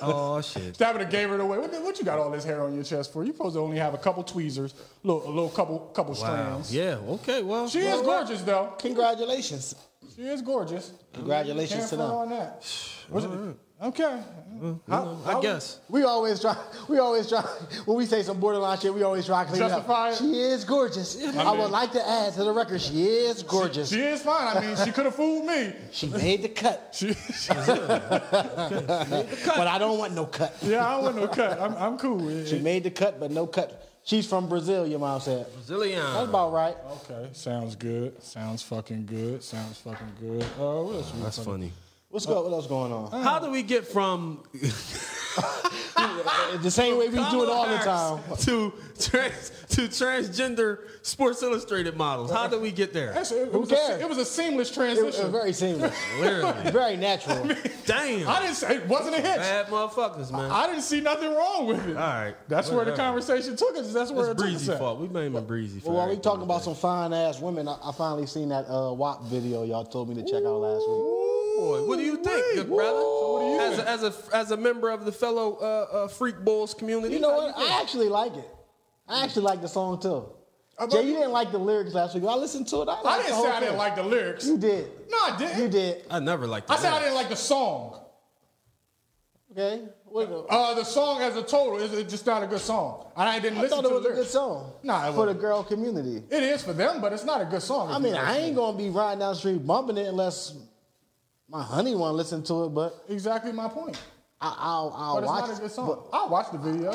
Speaker 2: oh shit.
Speaker 1: That would have gave it away. What, the- what you got all this hair on your chest for? You supposed to only have a couple tweezers, little, a little couple, couple
Speaker 2: Wow.
Speaker 1: strands.
Speaker 2: Yeah. Okay. Well,
Speaker 1: She is
Speaker 2: well,
Speaker 1: gorgeous though.
Speaker 3: Congratulations.
Speaker 1: She is gorgeous.
Speaker 3: Congratulations
Speaker 1: Can't
Speaker 3: to
Speaker 1: front On
Speaker 3: them.
Speaker 1: that. Was it- Okay. How-
Speaker 3: I guess we always try. We always try when we say some borderline shit. We always try to clean it
Speaker 1: Justify
Speaker 3: up.
Speaker 1: it?
Speaker 3: She is gorgeous. I, would
Speaker 1: mean-
Speaker 3: like to add to the record. She is gorgeous.
Speaker 1: She is fine. I mean, she could have fooled me.
Speaker 3: She made the cut.
Speaker 1: She,
Speaker 3: But I don't want no cut.
Speaker 1: yeah, I don't want no cut. I'm, I'm cool with
Speaker 3: She
Speaker 1: it.
Speaker 3: made the cut, but no cut. She's from Brazil. Your mom said. That's
Speaker 2: Zillion.
Speaker 3: about right.
Speaker 1: Okay. Sounds good. Sounds fucking good. Sounds fucking good. Uh, what else we
Speaker 2: That's funny.
Speaker 3: What's go, What else going on?
Speaker 2: How do we get from
Speaker 3: the same way we do it all the time.
Speaker 2: to trans, to transgender Sports Illustrated models? How do we get there?
Speaker 1: Actually, it, it
Speaker 3: Who
Speaker 1: was
Speaker 3: cares?
Speaker 1: A, it was a seamless
Speaker 3: It was
Speaker 1: transition.
Speaker 3: very seamless.
Speaker 2: Clearly.
Speaker 3: very natural.
Speaker 1: I
Speaker 2: Damn.
Speaker 1: didn't say it wasn't a hitch.
Speaker 2: Bad motherfuckers, man.
Speaker 1: I didn't see nothing wrong with it.
Speaker 2: All right.
Speaker 1: That's where the
Speaker 2: Whatever.
Speaker 1: conversation took us. That's where
Speaker 2: It's
Speaker 1: it took us.
Speaker 2: breezy
Speaker 1: at.
Speaker 2: fault. We blame him breezy for
Speaker 3: Well, while we
Speaker 2: everything
Speaker 3: talking about
Speaker 2: today.
Speaker 3: some fine ass women, I, I finally seen that uh, WAP video y'all told me to check out last week.
Speaker 2: Boy, what do you think, good brother?
Speaker 1: do you
Speaker 2: as, a, as a as a member of the fellow uh, uh, freak bulls community,
Speaker 3: You know
Speaker 2: how
Speaker 3: what?
Speaker 2: think?
Speaker 3: I actually like it. I actually like the song too.
Speaker 1: About-
Speaker 3: Jay, you didn't like the lyrics last week. but I listened to it. I,
Speaker 1: Uh, I
Speaker 3: liked the
Speaker 1: didn't
Speaker 3: whole
Speaker 1: say I didn't
Speaker 3: thing.
Speaker 1: like the lyrics.
Speaker 3: You did.
Speaker 1: No, I didn't.
Speaker 3: You did.
Speaker 2: I never liked. The
Speaker 1: I said I didn't like
Speaker 2: lyrics.
Speaker 1: the song.
Speaker 3: Okay. What the-
Speaker 1: Uh, the song as a total is it's just not a good song. And I didn't
Speaker 3: I
Speaker 1: listen to
Speaker 3: thought it
Speaker 1: the
Speaker 3: was a good
Speaker 1: lyrics.
Speaker 3: song.
Speaker 1: Nah, it
Speaker 3: for the
Speaker 1: wasn't.
Speaker 3: girl community.
Speaker 1: It is for them, but it's not a good song.
Speaker 3: I mean, I ain't gonna be riding down the street bumping it unless my honey want to listen to it. But
Speaker 1: exactly my point.
Speaker 3: I, I'll, I'll
Speaker 1: But it's
Speaker 3: watch.
Speaker 1: not a good
Speaker 3: it.
Speaker 1: song. I watched the video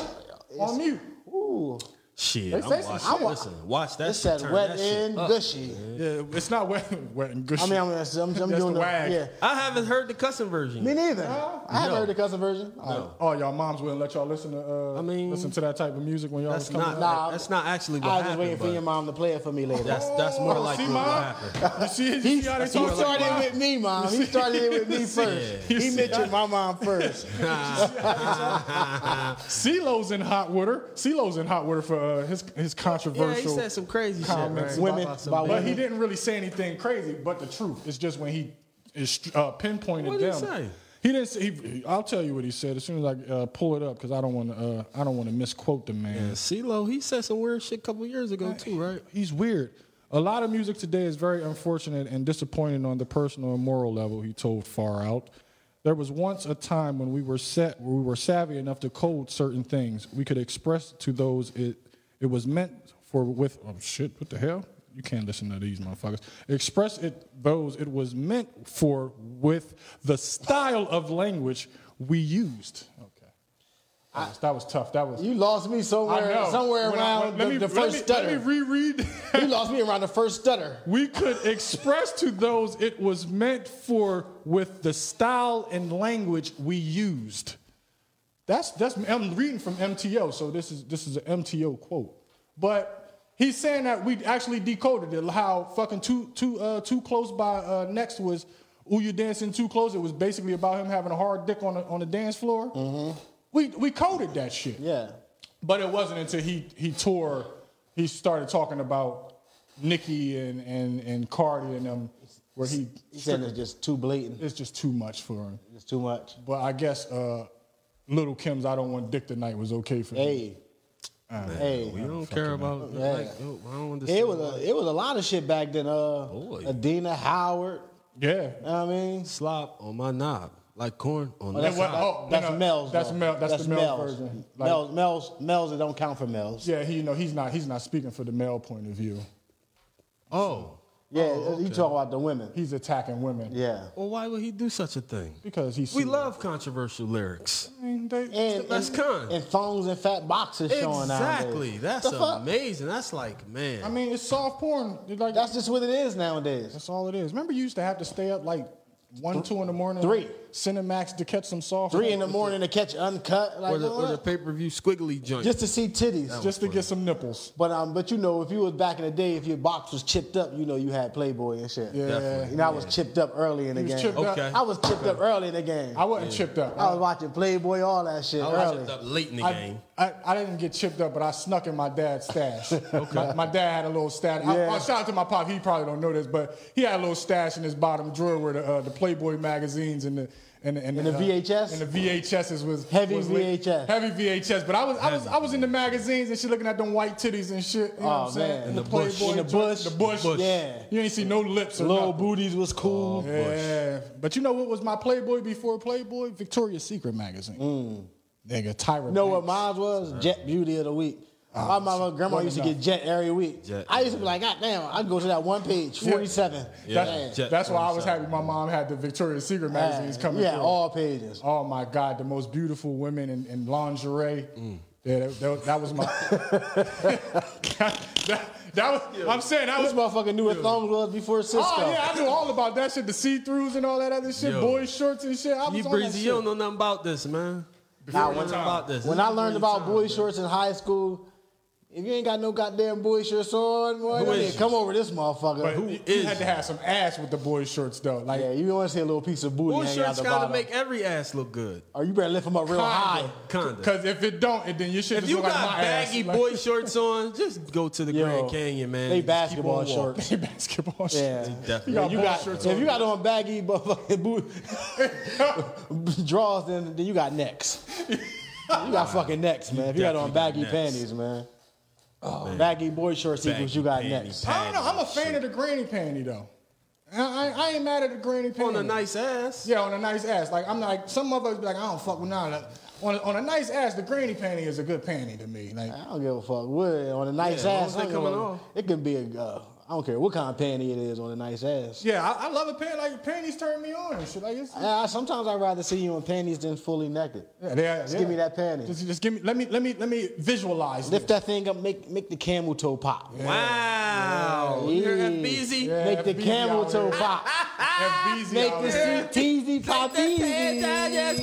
Speaker 1: on mute.
Speaker 3: But, ooh,
Speaker 2: Shit,
Speaker 1: They
Speaker 2: I'm
Speaker 1: say some
Speaker 2: watching.
Speaker 1: shit. I
Speaker 3: wa-
Speaker 2: Listen, watch that.
Speaker 3: it
Speaker 2: shit,
Speaker 3: said
Speaker 2: turn
Speaker 3: wet
Speaker 2: that shit
Speaker 3: and
Speaker 2: up.
Speaker 3: gushy.
Speaker 1: Yeah, it's not wet, wet and good.
Speaker 3: I mean, I'm, I'm, I'm
Speaker 1: That's
Speaker 3: doing
Speaker 1: the wag.
Speaker 3: yeah.
Speaker 2: I haven't heard the cussing version.
Speaker 3: Me neither.
Speaker 1: Uh-huh.
Speaker 3: I haven't
Speaker 2: No.
Speaker 3: heard the cousin version.
Speaker 1: oh, y'all moms wouldn't let y'all listen to. Uh,
Speaker 2: I mean,
Speaker 1: listen to that type of music when y'all was
Speaker 2: that's
Speaker 1: coming
Speaker 2: not.
Speaker 1: up.
Speaker 3: Nah.
Speaker 2: that's not actually what
Speaker 3: I was just
Speaker 2: happened.
Speaker 3: waiting for
Speaker 2: but
Speaker 3: your mom to play it for me later.
Speaker 2: That's that's more
Speaker 1: Oh,
Speaker 2: like
Speaker 1: see,
Speaker 2: what
Speaker 1: Mom?
Speaker 2: happened.
Speaker 1: You see, you
Speaker 3: he,
Speaker 1: see how they
Speaker 3: he
Speaker 1: talk
Speaker 3: started
Speaker 1: like mom?
Speaker 3: with me, mom. He started it with me first.
Speaker 1: You
Speaker 3: He
Speaker 1: see-
Speaker 3: mentioned my mom first.
Speaker 1: CeeLo's in hot water. CeeLo's in hot water for uh, his his
Speaker 2: Yeah,
Speaker 1: controversial.
Speaker 2: he said some crazy shit.
Speaker 1: comments
Speaker 2: Man.
Speaker 1: about-
Speaker 3: Women,
Speaker 2: About some
Speaker 3: about
Speaker 2: bitch.
Speaker 1: But he didn't really say anything crazy. But the truth is just when he is uh, pinpointed
Speaker 2: What did
Speaker 1: them.
Speaker 2: he say?
Speaker 1: He didn't. Say, he, I'll tell you what he said as soon as I uh, pull it up because I don't want to. Uh, I don't want to misquote the man.
Speaker 2: Yeah, CeeLo, he said some weird shit a couple years ago too, right?
Speaker 1: He's weird. A lot of music today is very unfortunate and disappointing on the personal and moral level. He told Far Out. There was once a time when we were set, where we were savvy enough to code certain things. We could express to those it it was meant for. With oh shit, what the hell? You can't listen to these motherfuckers. Express it those it was meant for with the style of language we used. Okay, that was, that was tough. That was
Speaker 3: You lost me somewhere, somewhere
Speaker 1: When I- when-
Speaker 3: around the,
Speaker 1: let me-
Speaker 3: the
Speaker 1: let
Speaker 3: first
Speaker 1: me-
Speaker 3: stutter.
Speaker 1: Let me reread.
Speaker 3: you lost me around the first stutter.
Speaker 1: we could express to those it was meant for with the style and language we used. That's that's I'm reading from MTO, so this is this is an MTO quote. But he's saying that we actually decoded it. How fucking too too uh, too close by uh, next was "Ooh, you dancing too close." It was basically about him having a hard dick on the, on the dance floor. We we coded that shit.
Speaker 3: Yeah.
Speaker 1: But it wasn't until he he tore, he started talking about Nicki and and and Cardi and them, where he
Speaker 3: He said it's just too blatant.
Speaker 1: it's just too much for him.
Speaker 3: It's too much.
Speaker 1: But I guess uh, Little Kim's "I Don't Want Dick Tonight" was okay for him. Uh,
Speaker 3: Hey, hey.
Speaker 2: We don't care about.
Speaker 3: Yeah.
Speaker 2: Like, yo, I don't understand.
Speaker 3: It was a it was a lot of shit back then. Uh,
Speaker 2: Boy.
Speaker 3: Adina Howard.
Speaker 1: Yeah.
Speaker 3: You know what I mean,
Speaker 2: slop on my knob, like corn on
Speaker 3: Well,
Speaker 2: the
Speaker 3: that's,
Speaker 1: what-
Speaker 3: that-
Speaker 1: oh,
Speaker 3: that's
Speaker 1: no, no,
Speaker 3: Mel's.
Speaker 1: that's
Speaker 3: though.
Speaker 1: Mel- that's the Mel
Speaker 3: Mel's.
Speaker 1: version. Like-
Speaker 3: Mel's, Mel's, Mel's. It don't count for Mel's.
Speaker 1: Yeah, he you know he's not he's not speaking for the male point of view.
Speaker 2: Oh,
Speaker 3: Yeah, you talk about the women.
Speaker 1: He's attacking women
Speaker 3: Yeah.
Speaker 2: well, why would he do such a thing?
Speaker 1: because he's
Speaker 2: We love controversial lyrics.
Speaker 1: I mean, they-
Speaker 3: And,
Speaker 2: That's
Speaker 3: and,
Speaker 2: kind.
Speaker 3: And phones and fat boxes showing nowadays.
Speaker 2: Exactly. That's
Speaker 3: The fuck?
Speaker 2: amazing. That's like, man.
Speaker 1: I mean, it's soft porn. It's Like
Speaker 3: That's just what it is nowadays.
Speaker 1: that's all it is. Remember, you used to have to stay up like one, two in the morning,
Speaker 3: Three.
Speaker 1: Cinemax to catch some soft.
Speaker 3: Three
Speaker 1: porn.
Speaker 3: in the morning to catch uncut, like
Speaker 2: or the, or the
Speaker 3: what?
Speaker 2: pay per view squiggly joint.
Speaker 3: just to see titties.
Speaker 1: just to get some nipples.
Speaker 3: But um, but you know, if you was back in the day, if your box was chipped up, you know you had Playboy and shit.
Speaker 1: Yeah. Definitely,
Speaker 3: You know, I was chipped up early in the
Speaker 1: He was
Speaker 3: game.
Speaker 1: chipped up.
Speaker 2: Okay.
Speaker 3: I was chipped up early in the game.
Speaker 1: I wasn't chipped up.
Speaker 3: I was watching Playboy, all that shit
Speaker 2: I
Speaker 3: early.
Speaker 2: was up late in the
Speaker 1: I-
Speaker 2: game.
Speaker 1: I, I didn't get chipped up, but I snuck in my dad's stash. my, my dad had a little stash. I-
Speaker 11: Yeah.
Speaker 1: I, shout out to my pop. He probably don't know this, but he had a little stash in his bottom drawer where the, uh, the Playboy magazines and the and the, and,
Speaker 3: And the
Speaker 1: uh,
Speaker 3: VHS?
Speaker 1: and the VHSs was
Speaker 3: Heavy
Speaker 1: was lit.
Speaker 3: VHS.
Speaker 1: heavy VHS. But I was I was I was in the magazines and she looking at them white titties and shit. You know
Speaker 3: Oh,
Speaker 1: what I'm saying?
Speaker 3: man.
Speaker 1: And
Speaker 3: In the bush. In the
Speaker 1: joints,
Speaker 3: bush.
Speaker 1: the bush,
Speaker 3: Bush. Yeah.
Speaker 1: You ain't see no lips. Or
Speaker 3: Little
Speaker 1: nothing.
Speaker 3: booties was cool.
Speaker 1: Yeah, but you know what was my Playboy before Playboy? Victoria's Secret magazine. Nigga, Tyra.
Speaker 3: Mm.
Speaker 1: Oh,
Speaker 3: You know what mine was? Jet Beauty of the Week. my mama, grandma
Speaker 1: wasn't
Speaker 3: used to
Speaker 1: enough.
Speaker 3: get Jet every week.
Speaker 1: Jet,
Speaker 3: I used to be like, God damn, I'd go to that one page, 47. Man.
Speaker 1: That's, that's why I was happy my mom had the Victoria's Secret
Speaker 3: Yeah.
Speaker 1: magazines coming.
Speaker 3: Yeah,
Speaker 1: through.
Speaker 3: all pages.
Speaker 1: Oh my God, the most beautiful women in, in lingerie.
Speaker 3: Mm.
Speaker 1: Yeah, that, that, that was my. that, that was, I'm saying that
Speaker 3: This
Speaker 1: was
Speaker 3: motherfucker knew what thongs was before Cisco.
Speaker 1: Oh yeah, I knew all about that shit, the see-throughs and all that other shit,
Speaker 2: Yo.
Speaker 1: boys shorts and shit. I was on
Speaker 2: You
Speaker 1: that
Speaker 2: breezy, you
Speaker 1: shit.
Speaker 2: don't know nothing about this, man.
Speaker 3: Nah,
Speaker 2: You
Speaker 3: when,
Speaker 2: don't know about this.
Speaker 3: when
Speaker 2: This
Speaker 3: I
Speaker 2: is
Speaker 3: learned
Speaker 2: breezy
Speaker 3: about
Speaker 2: time,
Speaker 3: boy
Speaker 2: man.
Speaker 3: shorts in high school, if you ain't got no goddamn boy shorts on, boy,
Speaker 2: Who
Speaker 3: don't
Speaker 2: is
Speaker 3: even
Speaker 2: you?
Speaker 3: come over this motherfucker.
Speaker 1: But you, you had to have some ass with the boy shorts though. Like
Speaker 3: yeah, you want to see a little piece of booty
Speaker 2: Boy
Speaker 3: hanging out
Speaker 2: shirts
Speaker 3: the
Speaker 2: gotta
Speaker 3: bottom.
Speaker 2: make every ass look good.
Speaker 1: Oh,
Speaker 3: or you better lift them up real high.
Speaker 2: Kinda.
Speaker 1: Because if it don't, it, then your shit
Speaker 2: If
Speaker 1: just
Speaker 2: you
Speaker 1: look
Speaker 2: got
Speaker 1: like my
Speaker 2: baggy
Speaker 1: ass.
Speaker 2: boy shorts on, just go to the
Speaker 3: Yo,
Speaker 2: Grand Canyon, man.
Speaker 3: They
Speaker 2: and just keep
Speaker 3: basketball
Speaker 2: on walking.
Speaker 3: shorts.
Speaker 1: Like, basketball
Speaker 3: Yeah.
Speaker 1: shorts. You
Speaker 2: Definitely.
Speaker 1: got
Speaker 3: you
Speaker 1: ball
Speaker 3: got,
Speaker 1: shorts
Speaker 3: if
Speaker 1: on.
Speaker 3: you got on baggy motherfucking boot draws, then, then you got necks. You got fucking necks, man. If you got on
Speaker 2: definitely got
Speaker 3: baggy
Speaker 2: necks.
Speaker 3: panties, man. Baggy boy shorts equals you got
Speaker 2: Baggy
Speaker 3: necks.
Speaker 1: I don't know. I'm a fan of the granny panty though. I, I, I ain't mad at the granny panty.
Speaker 2: On a nice ass.
Speaker 1: Yeah, on a nice ass. Like I'm like some motherfuckers be like, I don't fuck with none. of that. On a, on a nice ass, the granny panty is a good panty to me. Like
Speaker 3: I don't give a fuck. What on a nice
Speaker 2: Yeah, as long
Speaker 3: ass?
Speaker 2: as they
Speaker 3: I don't
Speaker 2: coming
Speaker 3: give a-
Speaker 2: off.
Speaker 3: It can be a. Uh, I don't care what kind of panty it is on a nice ass.
Speaker 1: yeah, I, I love a panty. Like panties turn me on and shit. Like it's,
Speaker 3: Yeah, I- sometimes I'd rather see you in panties than fully naked.
Speaker 1: yeah, they-
Speaker 3: Just
Speaker 1: yeah.
Speaker 3: give me that panty.
Speaker 1: Just, just give me. Let me let me let me visualize.
Speaker 3: Lift
Speaker 1: this.
Speaker 3: that thing up. Make make the camel toe pop.
Speaker 2: Wow. You hear that
Speaker 3: Yeah.
Speaker 2: Beezy?
Speaker 1: Yeah,
Speaker 3: Make the
Speaker 1: FBZ
Speaker 3: camel
Speaker 1: out
Speaker 3: toe
Speaker 1: here.
Speaker 3: pop.
Speaker 1: FBZ
Speaker 3: Make
Speaker 1: out
Speaker 3: the
Speaker 1: here.
Speaker 3: CTZ pop easy.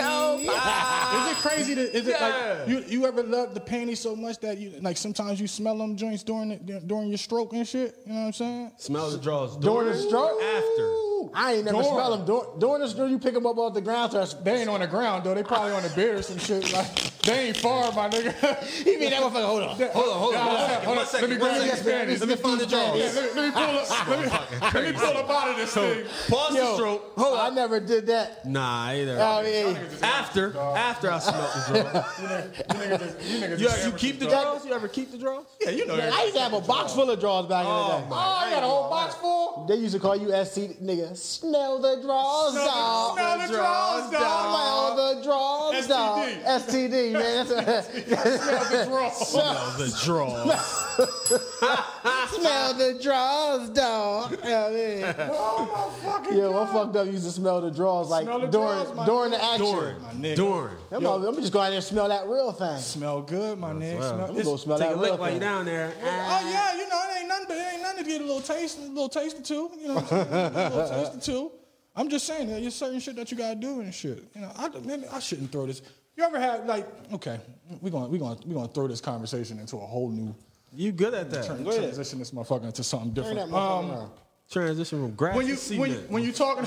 Speaker 1: Is it crazy to? Is it
Speaker 2: Yeah.
Speaker 1: like you? You ever love the panties so much that you like sometimes you smell them joints during the, during your stroke and shit? You know what I'm saying?
Speaker 2: Smell the draws.
Speaker 3: During the
Speaker 2: During
Speaker 3: stroke?
Speaker 2: or After.
Speaker 3: I ain't never
Speaker 1: During.
Speaker 3: smell them. During, during the stroke, you pick them up off the ground. So
Speaker 1: They ain't on the ground though. They probably on the bed or some shit. Like they ain't far, my nigga.
Speaker 3: he mean that motherfucker. Hold on.
Speaker 2: Hold on, hold on,
Speaker 1: Nah,
Speaker 2: one second,
Speaker 1: hold
Speaker 2: one
Speaker 1: on.
Speaker 2: second,
Speaker 1: Let me
Speaker 2: one
Speaker 1: grab
Speaker 2: second.
Speaker 1: these panties.
Speaker 2: Let me find the
Speaker 1: Yeah,
Speaker 2: draws.
Speaker 1: let, me- let me pull up. let, me, let me pull up out of this thing.
Speaker 2: Pause the
Speaker 3: Yo,
Speaker 2: stroke.
Speaker 3: Hold on. I never did that.
Speaker 2: Nah, I ain't there.
Speaker 3: Oh, yeah.
Speaker 2: After, after I smelt the draws.
Speaker 1: You niggas just- you niggas
Speaker 2: You,
Speaker 1: just
Speaker 2: you
Speaker 1: amateurs,
Speaker 2: keep the
Speaker 1: dog.
Speaker 2: draws? You ever keep the draws?
Speaker 1: Yeah, you know.
Speaker 3: Man, I
Speaker 1: everything.
Speaker 3: used to have a box full of draws back in the day.
Speaker 1: Oh, I got a whole box full.
Speaker 3: They used to call you SC nigga. Smell the draws,
Speaker 1: Smell the-
Speaker 3: dog.
Speaker 1: smell the draws, dog.
Speaker 3: Smell the draws, dog.
Speaker 1: STD.
Speaker 3: STD, man. That's-
Speaker 1: The draws.
Speaker 2: the draws.
Speaker 3: smell the draws, dog. You know what I mean?
Speaker 1: Oh my fucking
Speaker 3: Yo, I'm
Speaker 1: God.
Speaker 3: fucked up. Used to smell the draws like
Speaker 1: Smell the
Speaker 3: during
Speaker 1: draws, my
Speaker 3: during the
Speaker 1: nigga.
Speaker 3: action.
Speaker 2: During. During.
Speaker 3: Them motherfuckers- Let me just go out there and smell that real thing.
Speaker 1: Smell good, my nigga.
Speaker 2: wow.
Speaker 1: Smell-
Speaker 3: I'm gonna go smell
Speaker 2: Take
Speaker 3: that
Speaker 2: a
Speaker 3: real
Speaker 2: lick while
Speaker 3: thing.
Speaker 2: you're down there.
Speaker 1: Oh yeah, you know it ain't nothing, but it ain't nothing to get a little taste, a little taste or two. You know, what I'm saying? a little taste or two. I'm just saying that there's certain shit that you gotta do and shit. You know, I maybe I shouldn't throw this. You ever had like okay, we going we going we gonna throw this conversation into a whole new
Speaker 2: You good at that.
Speaker 1: turn, transition this motherfucker into something
Speaker 3: Turn
Speaker 1: different.
Speaker 3: that
Speaker 1: Um,
Speaker 3: motherfucker around.
Speaker 2: Transition from grass
Speaker 1: when you
Speaker 2: to cement.
Speaker 1: when you, when you talking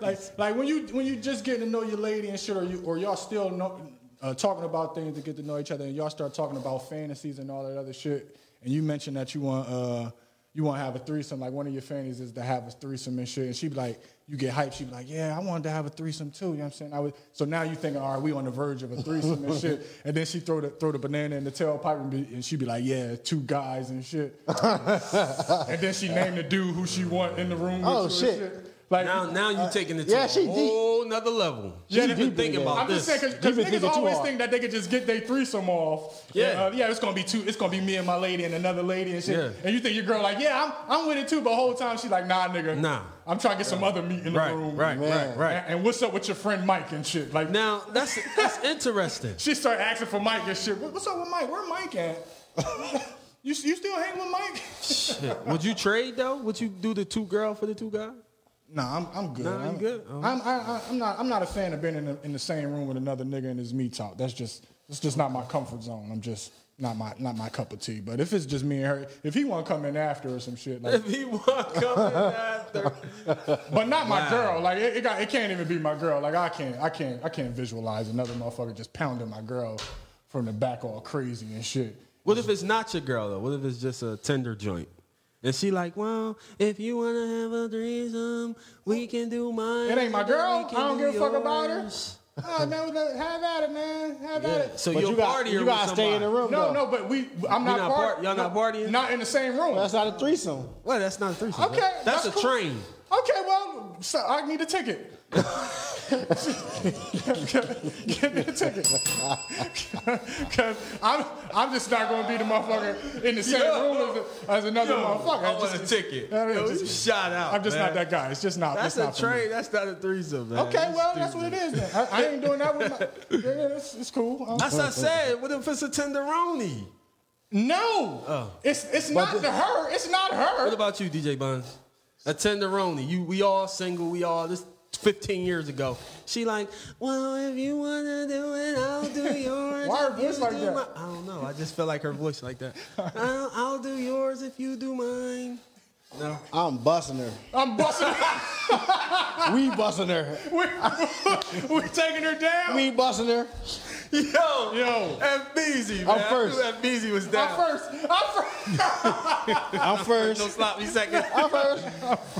Speaker 1: like, like when you when you just getting to know your lady and shit, or you or y'all still know, uh, talking about things to get to know each other, and y'all start talking about fantasies and all that other shit, and you mentioned that you want uh you want to have a threesome, like one of your fantasies is to have a threesome and shit, and she be like, you get hyped, she be like, yeah, I wanted to have a threesome too, you know what I'm saying? I was so now you thinking, all right, we on the verge of a threesome and shit, and then she throw the throw the banana in the tailpipe and, be, and she be like, yeah, two guys and shit. And then she named the dude who she want in the room. With
Speaker 3: Oh,
Speaker 1: you and
Speaker 3: shit. Uh,
Speaker 1: Like
Speaker 2: now, now you taking it to
Speaker 3: yeah,
Speaker 2: a
Speaker 3: she deep.
Speaker 2: whole nother level.
Speaker 1: Yeah,
Speaker 2: You've
Speaker 1: they-
Speaker 2: been thinking about
Speaker 1: I'm
Speaker 2: this.
Speaker 1: just saying
Speaker 3: You
Speaker 1: because
Speaker 3: been
Speaker 1: niggas
Speaker 3: thinking too
Speaker 1: always
Speaker 3: hard.
Speaker 1: think that they could just get their threesome off.
Speaker 2: Yeah.
Speaker 1: Uh, yeah. It's gonna be two. It's gonna be me and my lady and another lady and shit.
Speaker 2: Yeah.
Speaker 1: And you think your girl like, yeah, I'm, I'm with it too, but whole time she like, nah, nigga.
Speaker 2: Nah.
Speaker 1: I'm trying to get some other meat in
Speaker 2: right,
Speaker 1: the room.
Speaker 2: right,
Speaker 3: Man.
Speaker 2: right, right.
Speaker 1: And, and what's up with your friend Mike and shit? Like
Speaker 2: Now that's that's interesting.
Speaker 1: she start asking for Mike and shit. What- What's up with Mike? Where Mike at? you you still hang with Mike?
Speaker 2: Shit. Would you trade though? Would you do the two girl for the two guy?
Speaker 1: Nah, I'm I'm good.
Speaker 2: Nah, you
Speaker 1: I'm
Speaker 2: good? Oh.
Speaker 1: I'm I, I, I'm not I'm not a fan of being in, the in the same room with another nigga and his meat talk. That's just it's just not my comfort zone. I'm just not my not my cup of tea. But if it's just me and her, if he want to come in after or some shit, like,
Speaker 2: If he want coming after,
Speaker 1: but not my
Speaker 2: Wow.
Speaker 1: girl. Like it, it got it can't even be my girl. Like I can't I can't I can't visualize another motherfucker just pounding my girl from the back all crazy and shit.
Speaker 2: What if it's not your girl though? What if it's just a tender joint? And she like, well, if you wanna have a threesome, we can do mine.
Speaker 1: It ain't my
Speaker 2: and then
Speaker 1: girl.
Speaker 2: we
Speaker 1: I
Speaker 2: can
Speaker 1: don't
Speaker 2: do
Speaker 1: give a fuck about her.
Speaker 2: yours.
Speaker 1: Oh, man, have at it, man. Have at
Speaker 2: Yeah,
Speaker 1: it.
Speaker 2: so But you're you got- partier you with gotta stay in the somebody. room,
Speaker 1: No,
Speaker 2: though.
Speaker 1: no, but we. I'm
Speaker 2: You
Speaker 1: not,
Speaker 2: not
Speaker 1: part-
Speaker 2: part- y'all
Speaker 1: no,
Speaker 2: not partying?
Speaker 1: Not in the same room.
Speaker 3: That's not a threesome.
Speaker 2: Well, that's not a threesome.
Speaker 1: Okay,
Speaker 2: That- that's,
Speaker 1: that's
Speaker 2: a
Speaker 1: cool.
Speaker 2: train.
Speaker 1: Okay, well, so I need a ticket. Give me a ticket. Because I'm, I'm just not going to be the motherfucker in the same
Speaker 2: Yo.
Speaker 1: room as, as another
Speaker 2: Yo,
Speaker 1: motherfucker.
Speaker 2: I
Speaker 1: I'm
Speaker 2: want a ticket.
Speaker 1: I mean,
Speaker 2: Yo, you shout out,
Speaker 1: I'm just
Speaker 2: man.
Speaker 1: not that guy. It's just not. it's
Speaker 2: That's a
Speaker 1: not for me.
Speaker 2: train. That's not a threesome, man.
Speaker 1: Okay, well, that's what it is. Then. I, I ain't doing that with my. Yeah, yeah, that's, it's cool. Um,
Speaker 2: That's what I said. What if it's a tenderoni?
Speaker 1: No, it's it's not
Speaker 2: But-
Speaker 1: the her. It's not her.
Speaker 2: What about you, DJ Buns? A tenderoni. You, we all single. We all this. 15 years ago, she like, well, if you wanna do it, I'll do yours.
Speaker 1: Why her
Speaker 2: if you
Speaker 1: voice like
Speaker 2: do
Speaker 1: that?
Speaker 2: my-" I don't know. I just feel like her voice like that. I'll, I'll do yours if you do mine. No,
Speaker 3: I'm busting her.
Speaker 1: I'm busting.
Speaker 3: We busting her.
Speaker 1: we, we're taking her down.
Speaker 3: We busting her.
Speaker 2: yo,
Speaker 1: Yo.
Speaker 2: F man.
Speaker 3: I'm first.
Speaker 2: I knew F was down.
Speaker 1: I'm first. I'm first.
Speaker 3: I'm
Speaker 2: No
Speaker 3: first.
Speaker 2: sloppy second.
Speaker 3: I'm first.